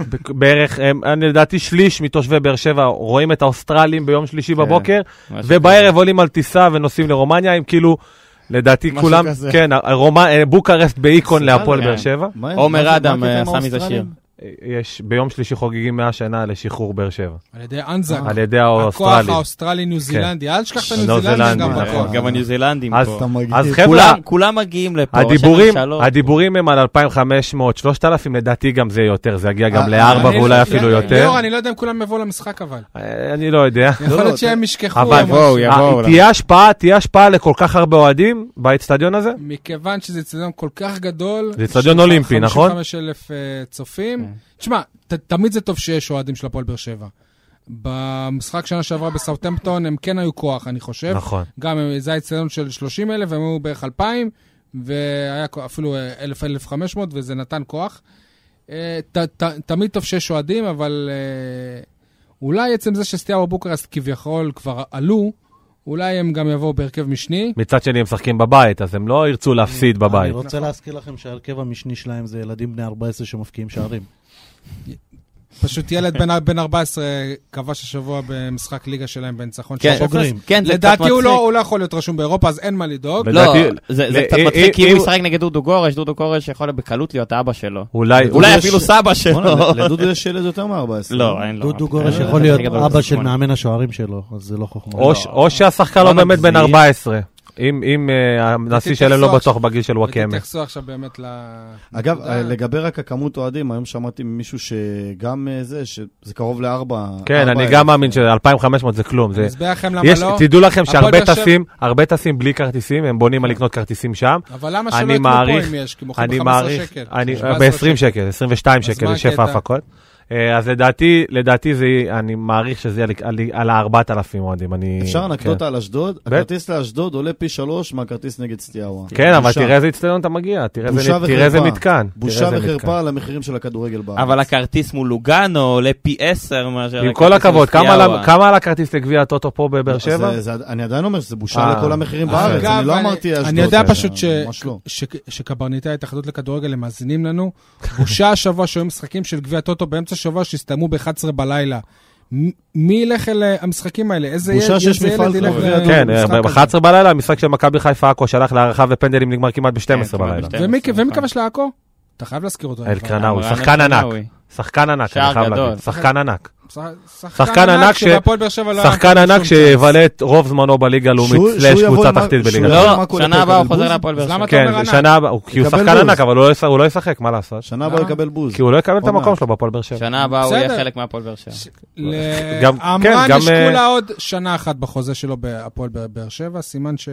[SPEAKER 2] ב- בערך, הם- אני לדעתי שליש מתושבי באר שבע רואים את האוסטרלים ביום שלישי בבוקר,
[SPEAKER 1] משהו
[SPEAKER 2] ובערב עולים על טיסה ונוסעים לרומניה, הם כאילו, לדעתי
[SPEAKER 7] משהו
[SPEAKER 2] כולם,
[SPEAKER 7] כזה.
[SPEAKER 2] כן, ה- רומא- אה, בוקרשט באיקון להפועל
[SPEAKER 1] כן.
[SPEAKER 2] באר שבע.
[SPEAKER 7] מה- מה זה-
[SPEAKER 1] עומר
[SPEAKER 7] מה
[SPEAKER 1] אדם,
[SPEAKER 7] הקטע עם
[SPEAKER 1] אה, עשה מזה
[SPEAKER 7] האוסטרלים?
[SPEAKER 1] שיר.
[SPEAKER 2] יש, ביום שלישי חוגגים 100 שנה לשחרור באר שבע,
[SPEAKER 3] על ידי אנזק,
[SPEAKER 2] על ידי כן.
[SPEAKER 3] הכוח
[SPEAKER 2] האוסטרלים.
[SPEAKER 3] האוסטרלי-ניו זילנדי. אל תשכח את הניו
[SPEAKER 2] ניו
[SPEAKER 3] זילנדי
[SPEAKER 2] זילנדי,
[SPEAKER 3] גם
[SPEAKER 1] נכון,
[SPEAKER 3] בכוח.
[SPEAKER 7] אה,
[SPEAKER 1] גם הניו זילנדים
[SPEAKER 2] אז
[SPEAKER 1] פה.
[SPEAKER 7] אתה מגדיל.
[SPEAKER 2] אז חבר'ה,
[SPEAKER 1] כולם- כולם מגיעים לפה. ראשי
[SPEAKER 2] הדיבורים,
[SPEAKER 1] ממשלות.
[SPEAKER 2] הדיבורים הם על 2,500, 3,000, לדעתי גם זה יותר, זה יגיע גם
[SPEAKER 7] אה,
[SPEAKER 2] לארבע
[SPEAKER 3] אני-
[SPEAKER 2] ואולי
[SPEAKER 3] לא-
[SPEAKER 2] אפילו
[SPEAKER 3] לא-
[SPEAKER 2] יותר.
[SPEAKER 3] ליאור, אני לא יודע אם כולם יבואו למשחק אבל.
[SPEAKER 2] אה, אני לא יודע.
[SPEAKER 3] יכול להיות שהם ישכחו.
[SPEAKER 2] אבל-
[SPEAKER 3] או משהו.
[SPEAKER 1] יבואו, יבואו.
[SPEAKER 2] אה, תהיה השפעה, תהיה השפעה לכל כך הרבה אוהדים באצטדיון הזה?
[SPEAKER 3] מכיוון שזה אצטדיון כל כך גדול.
[SPEAKER 2] זה אצטדיון אולימפי, נכון?
[SPEAKER 3] 55 אלף אה, צופים. תשמע, ת- תמיד זה טוב שיש אוהדים של הפועל באר שבע. במשחק שנה שעברה בסאוטמפטון הם כן היו כוח, אני חושב.
[SPEAKER 2] נכון.
[SPEAKER 3] גם אה, זה היה אצטדיון של 30 אלף, הם היו בערך 2,000, והיה כ- אפילו אה, 1,000-1,500, וזה נתן כוח. אה, ת- ת- תמיד טוב שיש אוהדים, אבל אה, אולי עצם זה שסטיאבו בוקרסט כביכול כבר עלו, אולי הם גם יבואו בהרכב משני.
[SPEAKER 2] מצד שני הם משחקים בבית, אז הם לא ירצו להפסיד
[SPEAKER 5] אני
[SPEAKER 2] בבית.
[SPEAKER 5] רוצה להזכיר לכם שההרכב המשני שלהם זה ילדים בני 14 שמפקיעים שערים.
[SPEAKER 3] פשוט ילד בן- בן 14 כבש השבוע במשחק ליגה שלהם בניצחון
[SPEAKER 1] כן,
[SPEAKER 3] שלוש אפס.
[SPEAKER 1] כן, זה קצת
[SPEAKER 3] לדעתי הוא לא-
[SPEAKER 1] מצחיק.
[SPEAKER 3] הוא לא יכול להיות רשום באירופה, אז אין מה לדאוג.
[SPEAKER 2] ו-
[SPEAKER 1] לא,
[SPEAKER 2] לדעתי-
[SPEAKER 1] זה זה
[SPEAKER 2] אה,
[SPEAKER 1] קצת
[SPEAKER 2] אה,
[SPEAKER 1] מצחיק,
[SPEAKER 2] אה,
[SPEAKER 1] כי אם
[SPEAKER 2] אה,
[SPEAKER 1] הוא ישחק נגד דודו גורש, דודו גורש יכול בקלות להיות אבא שלו.
[SPEAKER 2] אולי,
[SPEAKER 1] אולי
[SPEAKER 7] יש-
[SPEAKER 1] אפילו סבא שלו.
[SPEAKER 7] בואנה,
[SPEAKER 2] לא.
[SPEAKER 7] לדודו יש ילד יותר מ-14.
[SPEAKER 1] לא, אין לו.
[SPEAKER 5] דודו
[SPEAKER 1] אוקיי,
[SPEAKER 5] גורש
[SPEAKER 1] זה
[SPEAKER 5] יכול
[SPEAKER 1] משחק
[SPEAKER 5] להיות
[SPEAKER 1] גדול,
[SPEAKER 5] אבא
[SPEAKER 1] זה
[SPEAKER 5] של
[SPEAKER 1] שמונה.
[SPEAKER 5] מאמן השוערים שלו, אז זה לא חוכמה.
[SPEAKER 2] או ש- או שהשחקן
[SPEAKER 1] לא
[SPEAKER 2] לא באמת
[SPEAKER 1] נגזים.
[SPEAKER 2] בן 14, אם אם, אה, הנשיא שלהם לא
[SPEAKER 3] תתייחסו
[SPEAKER 2] בטוח בגיל של וואקמה.
[SPEAKER 3] ותתייחסו עכשיו באמת ל...
[SPEAKER 7] אגב,
[SPEAKER 3] נקודה.
[SPEAKER 7] אה, לגבי רק הכמות אוהדים, היום שמעתי ממישהו שגם אה, זה, שזה קרוב לארבע.
[SPEAKER 2] כן,
[SPEAKER 7] ארבע
[SPEAKER 2] אני
[SPEAKER 7] אלף.
[SPEAKER 2] גם מאמין ש-2,500 זה כלום.
[SPEAKER 3] אני
[SPEAKER 2] זה-
[SPEAKER 3] אסביר לכם למה
[SPEAKER 2] יש,
[SPEAKER 3] לא,
[SPEAKER 2] תדעו לכם שהרבה
[SPEAKER 3] באר שבע- כן.
[SPEAKER 2] טסים, הרבה טסים בלי כרטיסים, הם בונים על לקנות כרטיסים שם.
[SPEAKER 3] אבל למה
[SPEAKER 2] אני
[SPEAKER 3] שלא יקנו פה
[SPEAKER 2] מעריך-
[SPEAKER 3] אם יש? כי מוכרים
[SPEAKER 2] אני
[SPEAKER 3] ב-15
[SPEAKER 2] מעריך,
[SPEAKER 3] שקל.
[SPEAKER 2] אני-
[SPEAKER 3] 17
[SPEAKER 2] ב-20 שקל, 22
[SPEAKER 3] אז
[SPEAKER 2] שקל,
[SPEAKER 3] מה
[SPEAKER 2] זה שפע
[SPEAKER 3] הקטע?
[SPEAKER 2] הפקות. אה, אז לדעתי, לדעתי זה, יהיה- אני מעריך שזה יהיה על- על- על ה-4,000 אוהדים. אני-
[SPEAKER 7] אפשר
[SPEAKER 2] כן.
[SPEAKER 7] אנקדוטה על אשדוד? הכרטיס לאשדוד עולה פי שלוש מהכרטיס נגד סטיאבה.
[SPEAKER 2] כן, אבל
[SPEAKER 7] בושה.
[SPEAKER 2] תראה איזה אצטדיון אתה מגיע, תראה איזה-
[SPEAKER 7] בושה
[SPEAKER 2] תראה איזה
[SPEAKER 7] וחרפה.
[SPEAKER 2] מתקן.
[SPEAKER 7] בושה
[SPEAKER 2] תראה איזה מתקן.
[SPEAKER 7] וחרפה על המחירים של הכדורגל בארץ.
[SPEAKER 1] אבל הכרטיס מול לוגאנו עולה פי 10 מאשר...
[SPEAKER 2] עם
[SPEAKER 1] הכרטיס
[SPEAKER 2] כל הכבוד,
[SPEAKER 1] לסטיאבה.
[SPEAKER 2] כמה עלה- כמה עלה הכרטיס לגביע הטוטו פה בבאר שבע?
[SPEAKER 7] לא, זה- זה- אני עדיין אומר שזה בושה
[SPEAKER 2] אה.
[SPEAKER 7] לכל המחירים
[SPEAKER 2] אגב,
[SPEAKER 7] בארץ, אני לא
[SPEAKER 3] אני-
[SPEAKER 7] אמרתי אשדוד.
[SPEAKER 3] אני יודע
[SPEAKER 7] זה-
[SPEAKER 3] פשוט ש-
[SPEAKER 7] ממש לא.
[SPEAKER 3] ש- שקברניטי ההתאחדות לכדורגל הם מאזינים לנו. בושה השבוע שהיו משחקים של גביע הטוטו באמצע השבוע שהסתיימו ב-11 בלילה. מ- מי ילך אל אה, המשחקים האלה? איזה
[SPEAKER 7] בושה
[SPEAKER 3] ילד
[SPEAKER 7] שיש
[SPEAKER 3] איזה ילד
[SPEAKER 7] מפעל
[SPEAKER 3] ילך
[SPEAKER 7] גביע
[SPEAKER 3] ל-
[SPEAKER 7] הטוטו.
[SPEAKER 2] כן,
[SPEAKER 3] למשחק הזה?
[SPEAKER 2] ב-11 בלילה, המשחק של מכבי חיפה עכו שלח להערכה ופנדלים נגמר כמעט ב-12
[SPEAKER 1] כן, כמעט
[SPEAKER 2] בלילה.
[SPEAKER 1] ב-
[SPEAKER 3] ומי-
[SPEAKER 1] כן,
[SPEAKER 3] ומי
[SPEAKER 1] נכון.
[SPEAKER 3] כבש לעכו? אתה חייב להזכיר אותו.
[SPEAKER 2] אלקרנאו. קנאווי,
[SPEAKER 1] אמרן
[SPEAKER 2] שחקן ענק.
[SPEAKER 1] קנאווי.
[SPEAKER 2] שחקן ענק,
[SPEAKER 1] שער
[SPEAKER 2] אני חייב
[SPEAKER 1] גדול.
[SPEAKER 2] להגיד. שחקן ענק.
[SPEAKER 3] שחקן ענק
[SPEAKER 2] ש-
[SPEAKER 3] שבהפועל באר שבע לא היה
[SPEAKER 2] שחקן
[SPEAKER 3] מקבל
[SPEAKER 2] ענק
[SPEAKER 3] שום צ'אנס.
[SPEAKER 2] שיבלה את רוב זמנו בליגה הלאומית,
[SPEAKER 7] שהוא-
[SPEAKER 2] סלאש
[SPEAKER 7] שהוא
[SPEAKER 2] קבוצה
[SPEAKER 7] יבוא עם-
[SPEAKER 2] תחתית בליגה
[SPEAKER 7] שהוא
[SPEAKER 2] הלאומית.
[SPEAKER 7] יבוא-
[SPEAKER 1] לא,
[SPEAKER 7] מה קורה,
[SPEAKER 1] שנה
[SPEAKER 7] אתה
[SPEAKER 1] הבאה הוא
[SPEAKER 7] מקבל
[SPEAKER 1] חוזר
[SPEAKER 7] בוז?
[SPEAKER 1] להפועל באר
[SPEAKER 3] אז
[SPEAKER 1] שבע.
[SPEAKER 3] למה אתה אומר
[SPEAKER 2] כן,
[SPEAKER 3] ענק?
[SPEAKER 2] זה שנה הבאה, הוא- כי הוא
[SPEAKER 7] יקבל
[SPEAKER 2] שחקן
[SPEAKER 7] בוז.
[SPEAKER 2] ענק, אבל הוא לא ישחק- הוא לא ישחק, מה לעשות?
[SPEAKER 7] שנה הבאה
[SPEAKER 3] למה?
[SPEAKER 7] יקבל בוז.
[SPEAKER 2] כי הוא לא יקבל את
[SPEAKER 7] עונה.
[SPEAKER 2] המקום שלו בהפועל באר שבע.
[SPEAKER 1] שנה הבאה הוא יהיה
[SPEAKER 3] בסדר.
[SPEAKER 1] חלק מהפועל באר שבע.
[SPEAKER 3] ל-
[SPEAKER 2] גם- כן,
[SPEAKER 3] עמרן
[SPEAKER 2] גם,
[SPEAKER 3] יש
[SPEAKER 2] אה,
[SPEAKER 3] כולה עוד שנה אחת בחוזה שלו בהפועל באר- באר שבע, סימן ש...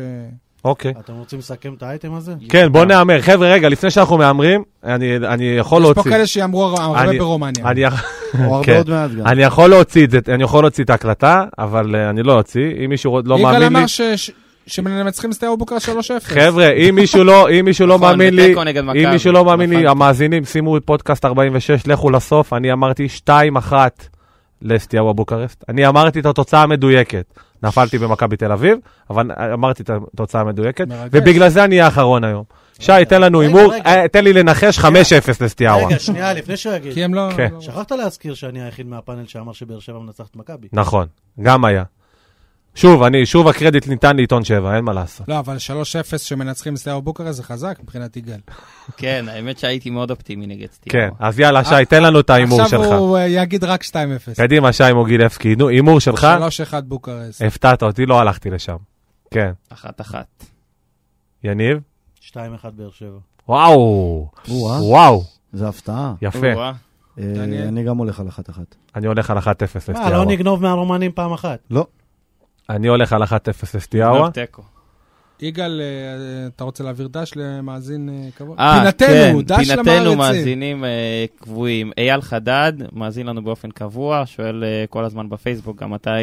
[SPEAKER 2] אוקיי.
[SPEAKER 5] אתם רוצים לסכם את האייטם הזה?
[SPEAKER 2] כן, בוא נהמר. חבר'ה, רגע, לפני שאנחנו מהמרים, אני אני יכול
[SPEAKER 3] יש פה
[SPEAKER 2] להוציא.
[SPEAKER 3] כאלה שיאמרו הרבה
[SPEAKER 2] אני-
[SPEAKER 3] ברומניה.
[SPEAKER 2] אני-
[SPEAKER 7] או הרבה
[SPEAKER 2] כן.
[SPEAKER 7] עוד מעט גם.
[SPEAKER 2] אני יכול להוציא את זה, אני יכול להוציא את ההקלטה, אבל אה, אני לא אוציא. אם מישהו עוד לא
[SPEAKER 3] יגאל
[SPEAKER 2] מאמין לי...
[SPEAKER 3] אמר ש- ש- שמנצחים סטייה בוקרשט 3-0.
[SPEAKER 2] חבר'ה, אם מישהו לא, אם מישהו לא
[SPEAKER 1] נכון,
[SPEAKER 2] מאמין לי,
[SPEAKER 1] ותיקו נגד מכבי.
[SPEAKER 2] אם מישהו לא מאמין לי,
[SPEAKER 1] נפלתי.
[SPEAKER 2] המאזינים, שימו את פודקאסט 46, לכו לסוף, אני אמרתי 2-1 לסטיהו בוקרשט. אני אמרתי את התוצאה המדויקת. נפלתי במכבי תל אביב, אבל אמרתי את התוצאה המדויקת,
[SPEAKER 3] מרגש.
[SPEAKER 2] ובגלל זה אני האחרון היום. שי, תן לנו
[SPEAKER 5] רגע,
[SPEAKER 2] הימור,
[SPEAKER 5] רגע.
[SPEAKER 2] אה, תן לי לנחש 5-0 לסטיהו.
[SPEAKER 5] רגע, שנייה, לפני שהוא יגיד.
[SPEAKER 3] כי הם לא...
[SPEAKER 2] כן.
[SPEAKER 3] לא-
[SPEAKER 5] שכחת להזכיר שאני היחיד מהפאנל שאמר שבאר שבע מנצחת מכבי.
[SPEAKER 2] נכון, גם היה. שוב, אני, שוב הקרדיט ניתן לעיתון 7, אין מה לעשות.
[SPEAKER 3] לא, אבל 3-0 שמנצחים סטייה בוקרשט זה חזק מבחינת יגאל.
[SPEAKER 1] כן, האמת שהייתי מאוד אופטימי נגד סטיאבה.
[SPEAKER 2] כן, אז יאללה, שי, תן לנו את ההימור שלך.
[SPEAKER 3] עכשיו הוא אה, יגיד רק 2-0.
[SPEAKER 2] קדימה, שי מוגילבסקי, נו, הימור שלך.
[SPEAKER 3] 3-1 בוקרשט.
[SPEAKER 2] הפתעת אותי, לא הלכתי לשם. כן.
[SPEAKER 1] אחת אחת.
[SPEAKER 2] יניב?
[SPEAKER 5] 2-1 באר שבע.
[SPEAKER 2] וואו!
[SPEAKER 7] או-אה,
[SPEAKER 2] וואו!
[SPEAKER 7] זה הפתעה.
[SPEAKER 2] יפה.
[SPEAKER 1] או-אה.
[SPEAKER 7] אה,
[SPEAKER 3] דניאל?
[SPEAKER 7] אני גם הולך על אחת-אחת.
[SPEAKER 2] אני הולך על 1-0
[SPEAKER 5] מה, לא
[SPEAKER 2] לסטיאאווה.
[SPEAKER 5] נגנוב מהרומנים פעם אחת.
[SPEAKER 2] אני הולך על 1-0 לסטיאאווה.
[SPEAKER 1] גנוב תיקו.
[SPEAKER 3] יגאל, אה, אתה רוצה להעביר דש למאזין אה, כבוד?
[SPEAKER 1] אה,
[SPEAKER 3] פינתנו,
[SPEAKER 1] כן,
[SPEAKER 3] דש
[SPEAKER 1] פינתנו
[SPEAKER 3] למעריצים.
[SPEAKER 1] מאזינים אה, קבועים. אייל חדד מאזין לנו באופן קבוע, שואל אה, כל הזמן בפייסבוק גם מתי אה,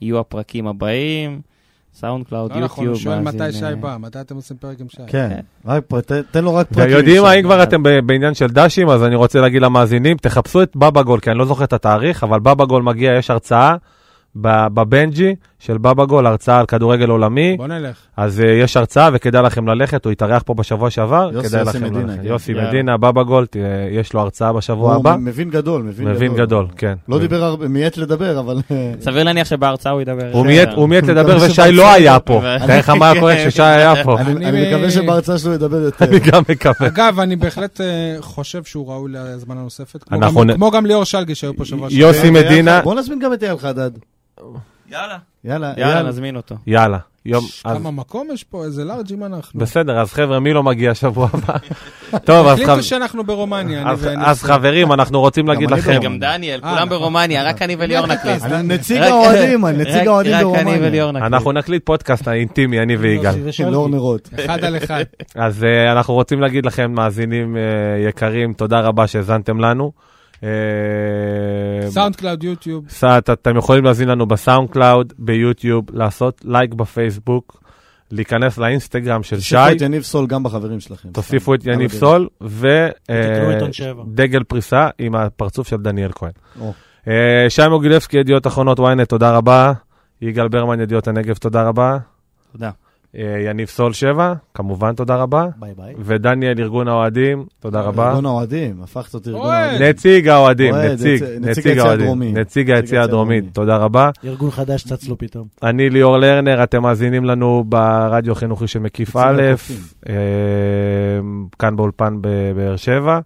[SPEAKER 1] יהיו הפרקים הבאים. סאונד קלאוד,
[SPEAKER 3] לא נכון, הוא
[SPEAKER 1] יוטיוב,
[SPEAKER 3] שואל
[SPEAKER 1] מאזין,
[SPEAKER 3] מתי
[SPEAKER 1] אה,
[SPEAKER 3] שי בא, מתי אתם עושים פרק עם שי?
[SPEAKER 7] כן, רק פרט- תן- תן לו רק פרטים.
[SPEAKER 2] ויודעים מה,
[SPEAKER 7] שם.
[SPEAKER 2] אם כבר אתם ב- בעניין של דשים, אז אני רוצה להגיד למאזינים, תחפשו את בבא גול, כי אני לא זוכר את התאריך, אבל בבא גול מגיע, יש הרצאה ב- בבנג'י של בבא גול, הרצאה על כדורגל עולמי.
[SPEAKER 1] נכון.
[SPEAKER 3] בוא נלך.
[SPEAKER 2] אז אה, יש הרצאה וכדאי לכם ללכת, הוא התארח פה בשבוע שעבר,
[SPEAKER 7] יוסי-
[SPEAKER 2] כדאי
[SPEAKER 7] יוסי
[SPEAKER 2] לכם
[SPEAKER 7] מדינה,
[SPEAKER 2] ללכת.
[SPEAKER 7] כן.
[SPEAKER 2] יוסי
[SPEAKER 1] יאללה.
[SPEAKER 2] מדינה, בבא גול, תהיה- יש לו הרצאה בשבוע
[SPEAKER 7] הוא
[SPEAKER 2] הבא.
[SPEAKER 7] מבין גדול, מבין גדול.
[SPEAKER 2] מבין גדול, כן.
[SPEAKER 7] לא דיבר הרבה, מיעט לדבר, אבל... אה,
[SPEAKER 1] סביר להניח שבהרצאה הוא ידבר.
[SPEAKER 2] הוא מיעט- הוא מיעט לדבר ושי לא היה פה. תאר לך מה היה קורה כששי היה פה.
[SPEAKER 7] אני
[SPEAKER 3] אני-
[SPEAKER 7] אני מקווה שבהרצאה שלו ידבר יותר.
[SPEAKER 2] אני גם מקווה.
[SPEAKER 3] אגב, אני בהחלט אה, חושב שהוא ראוי להזמנה נוספת. כמו
[SPEAKER 2] אנחנו
[SPEAKER 3] גם-
[SPEAKER 2] נ-
[SPEAKER 3] כמו גם ליאור שלגי שהיו פה שבוע שעבר.
[SPEAKER 2] יוסי מדינה,
[SPEAKER 7] בוא נזמין גם את אייל חדד.
[SPEAKER 1] יאללה.
[SPEAKER 7] יאללה,
[SPEAKER 1] יאללה,
[SPEAKER 7] אייל.
[SPEAKER 1] נזמין אותו.
[SPEAKER 2] יאללה. יום, אז
[SPEAKER 3] כמה מקום יש פה, איזה לארג'ים אנחנו.
[SPEAKER 2] בסדר, אז חבר'ה, מי לא מגיע שבוע הבא? טוב, אז
[SPEAKER 3] החליטו
[SPEAKER 2] חב-
[SPEAKER 3] שאנחנו ברומניה, אני
[SPEAKER 2] אז-
[SPEAKER 3] ואני.
[SPEAKER 2] אז חברים, אנחנו רוצים להגיד
[SPEAKER 7] אני
[SPEAKER 2] לכם,
[SPEAKER 1] גם דניאל,
[SPEAKER 3] אה,
[SPEAKER 1] כולם
[SPEAKER 3] נכון.
[SPEAKER 1] ברומניה, רק אני וליאור נקליט.
[SPEAKER 7] אני- נציג
[SPEAKER 1] רק-
[SPEAKER 7] האוהדים, אני
[SPEAKER 1] רק-
[SPEAKER 7] נציג האוהדים
[SPEAKER 1] רק אני
[SPEAKER 7] ברומניה.
[SPEAKER 1] וליאור נקליט.
[SPEAKER 2] אנחנו נקליט פודקאסט האינטימי, אני ויגאל.
[SPEAKER 7] של
[SPEAKER 4] לא
[SPEAKER 7] ליאור נרות.
[SPEAKER 3] אחד על אחד.
[SPEAKER 2] אז אה, אנחנו רוצים להגיד לכם, מאזינים אה, יקרים, תודה רבה שהאזנתם לנו. אה,
[SPEAKER 3] סאונד קלאוד, יוטיוב.
[SPEAKER 2] ס- את- אתם יכולים להזין לנו בסאונד קלאוד, ביוטיוב, לעשות לייק בפייסבוק, להיכנס לאינסטגרם של שי,
[SPEAKER 7] תוסיפו את יניב סול גם בחברים שלכם.
[SPEAKER 2] תוסיפו את
[SPEAKER 7] סתם.
[SPEAKER 2] יניב
[SPEAKER 7] על
[SPEAKER 2] סול, ודגל
[SPEAKER 5] ותקראו עיתון שבע.
[SPEAKER 2] פריסה עם הפרצוף של דניאל כהן.
[SPEAKER 7] או.
[SPEAKER 2] אה, שי מוגילבסקי, ידיעות אחרונות ynet, תודה רבה. יגאל ברמן, ידיעות הנגב, תודה רבה.
[SPEAKER 1] תודה.
[SPEAKER 2] אה, יניב סול שבע, כמובן תודה רבה.
[SPEAKER 5] ביי ביי.
[SPEAKER 2] ודניאל, ארגון האוהדים, תודה
[SPEAKER 4] אה,
[SPEAKER 2] רבה.
[SPEAKER 7] ארגון האוהדים, הפכת אותי ארגון
[SPEAKER 3] אוהד.
[SPEAKER 7] האוהדים.
[SPEAKER 2] נציג האוהדים,
[SPEAKER 7] אוהד,
[SPEAKER 2] נציג,
[SPEAKER 7] נציג
[SPEAKER 2] נציג
[SPEAKER 7] היציע הדרומי.
[SPEAKER 2] האוהדים, נציג
[SPEAKER 7] נציג
[SPEAKER 2] היציע
[SPEAKER 7] היציע
[SPEAKER 2] הדרומי,
[SPEAKER 7] הדרומי.
[SPEAKER 2] תודה רבה.
[SPEAKER 5] ארגון חדש צץ לו פתאום.
[SPEAKER 2] אני ליאור לרנר, אתם מאזינים לנו ברדיו חינוכי של מקיף
[SPEAKER 7] אצל
[SPEAKER 2] א',
[SPEAKER 7] הקופים.
[SPEAKER 2] אה, כאן באולפן בבאר שבע.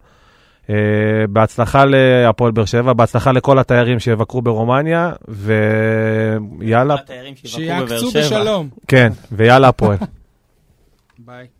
[SPEAKER 2] אה, בהצלחה להפועל באר שבע, בהצלחה לכל התיירים שיבקרו ברומניה, ויאללה,
[SPEAKER 1] התיירים שיבקרו בבאר
[SPEAKER 3] שיעקצו
[SPEAKER 1] שבע.
[SPEAKER 3] בשלום.
[SPEAKER 2] כן, ויאללה הפועל.
[SPEAKER 3] ביי.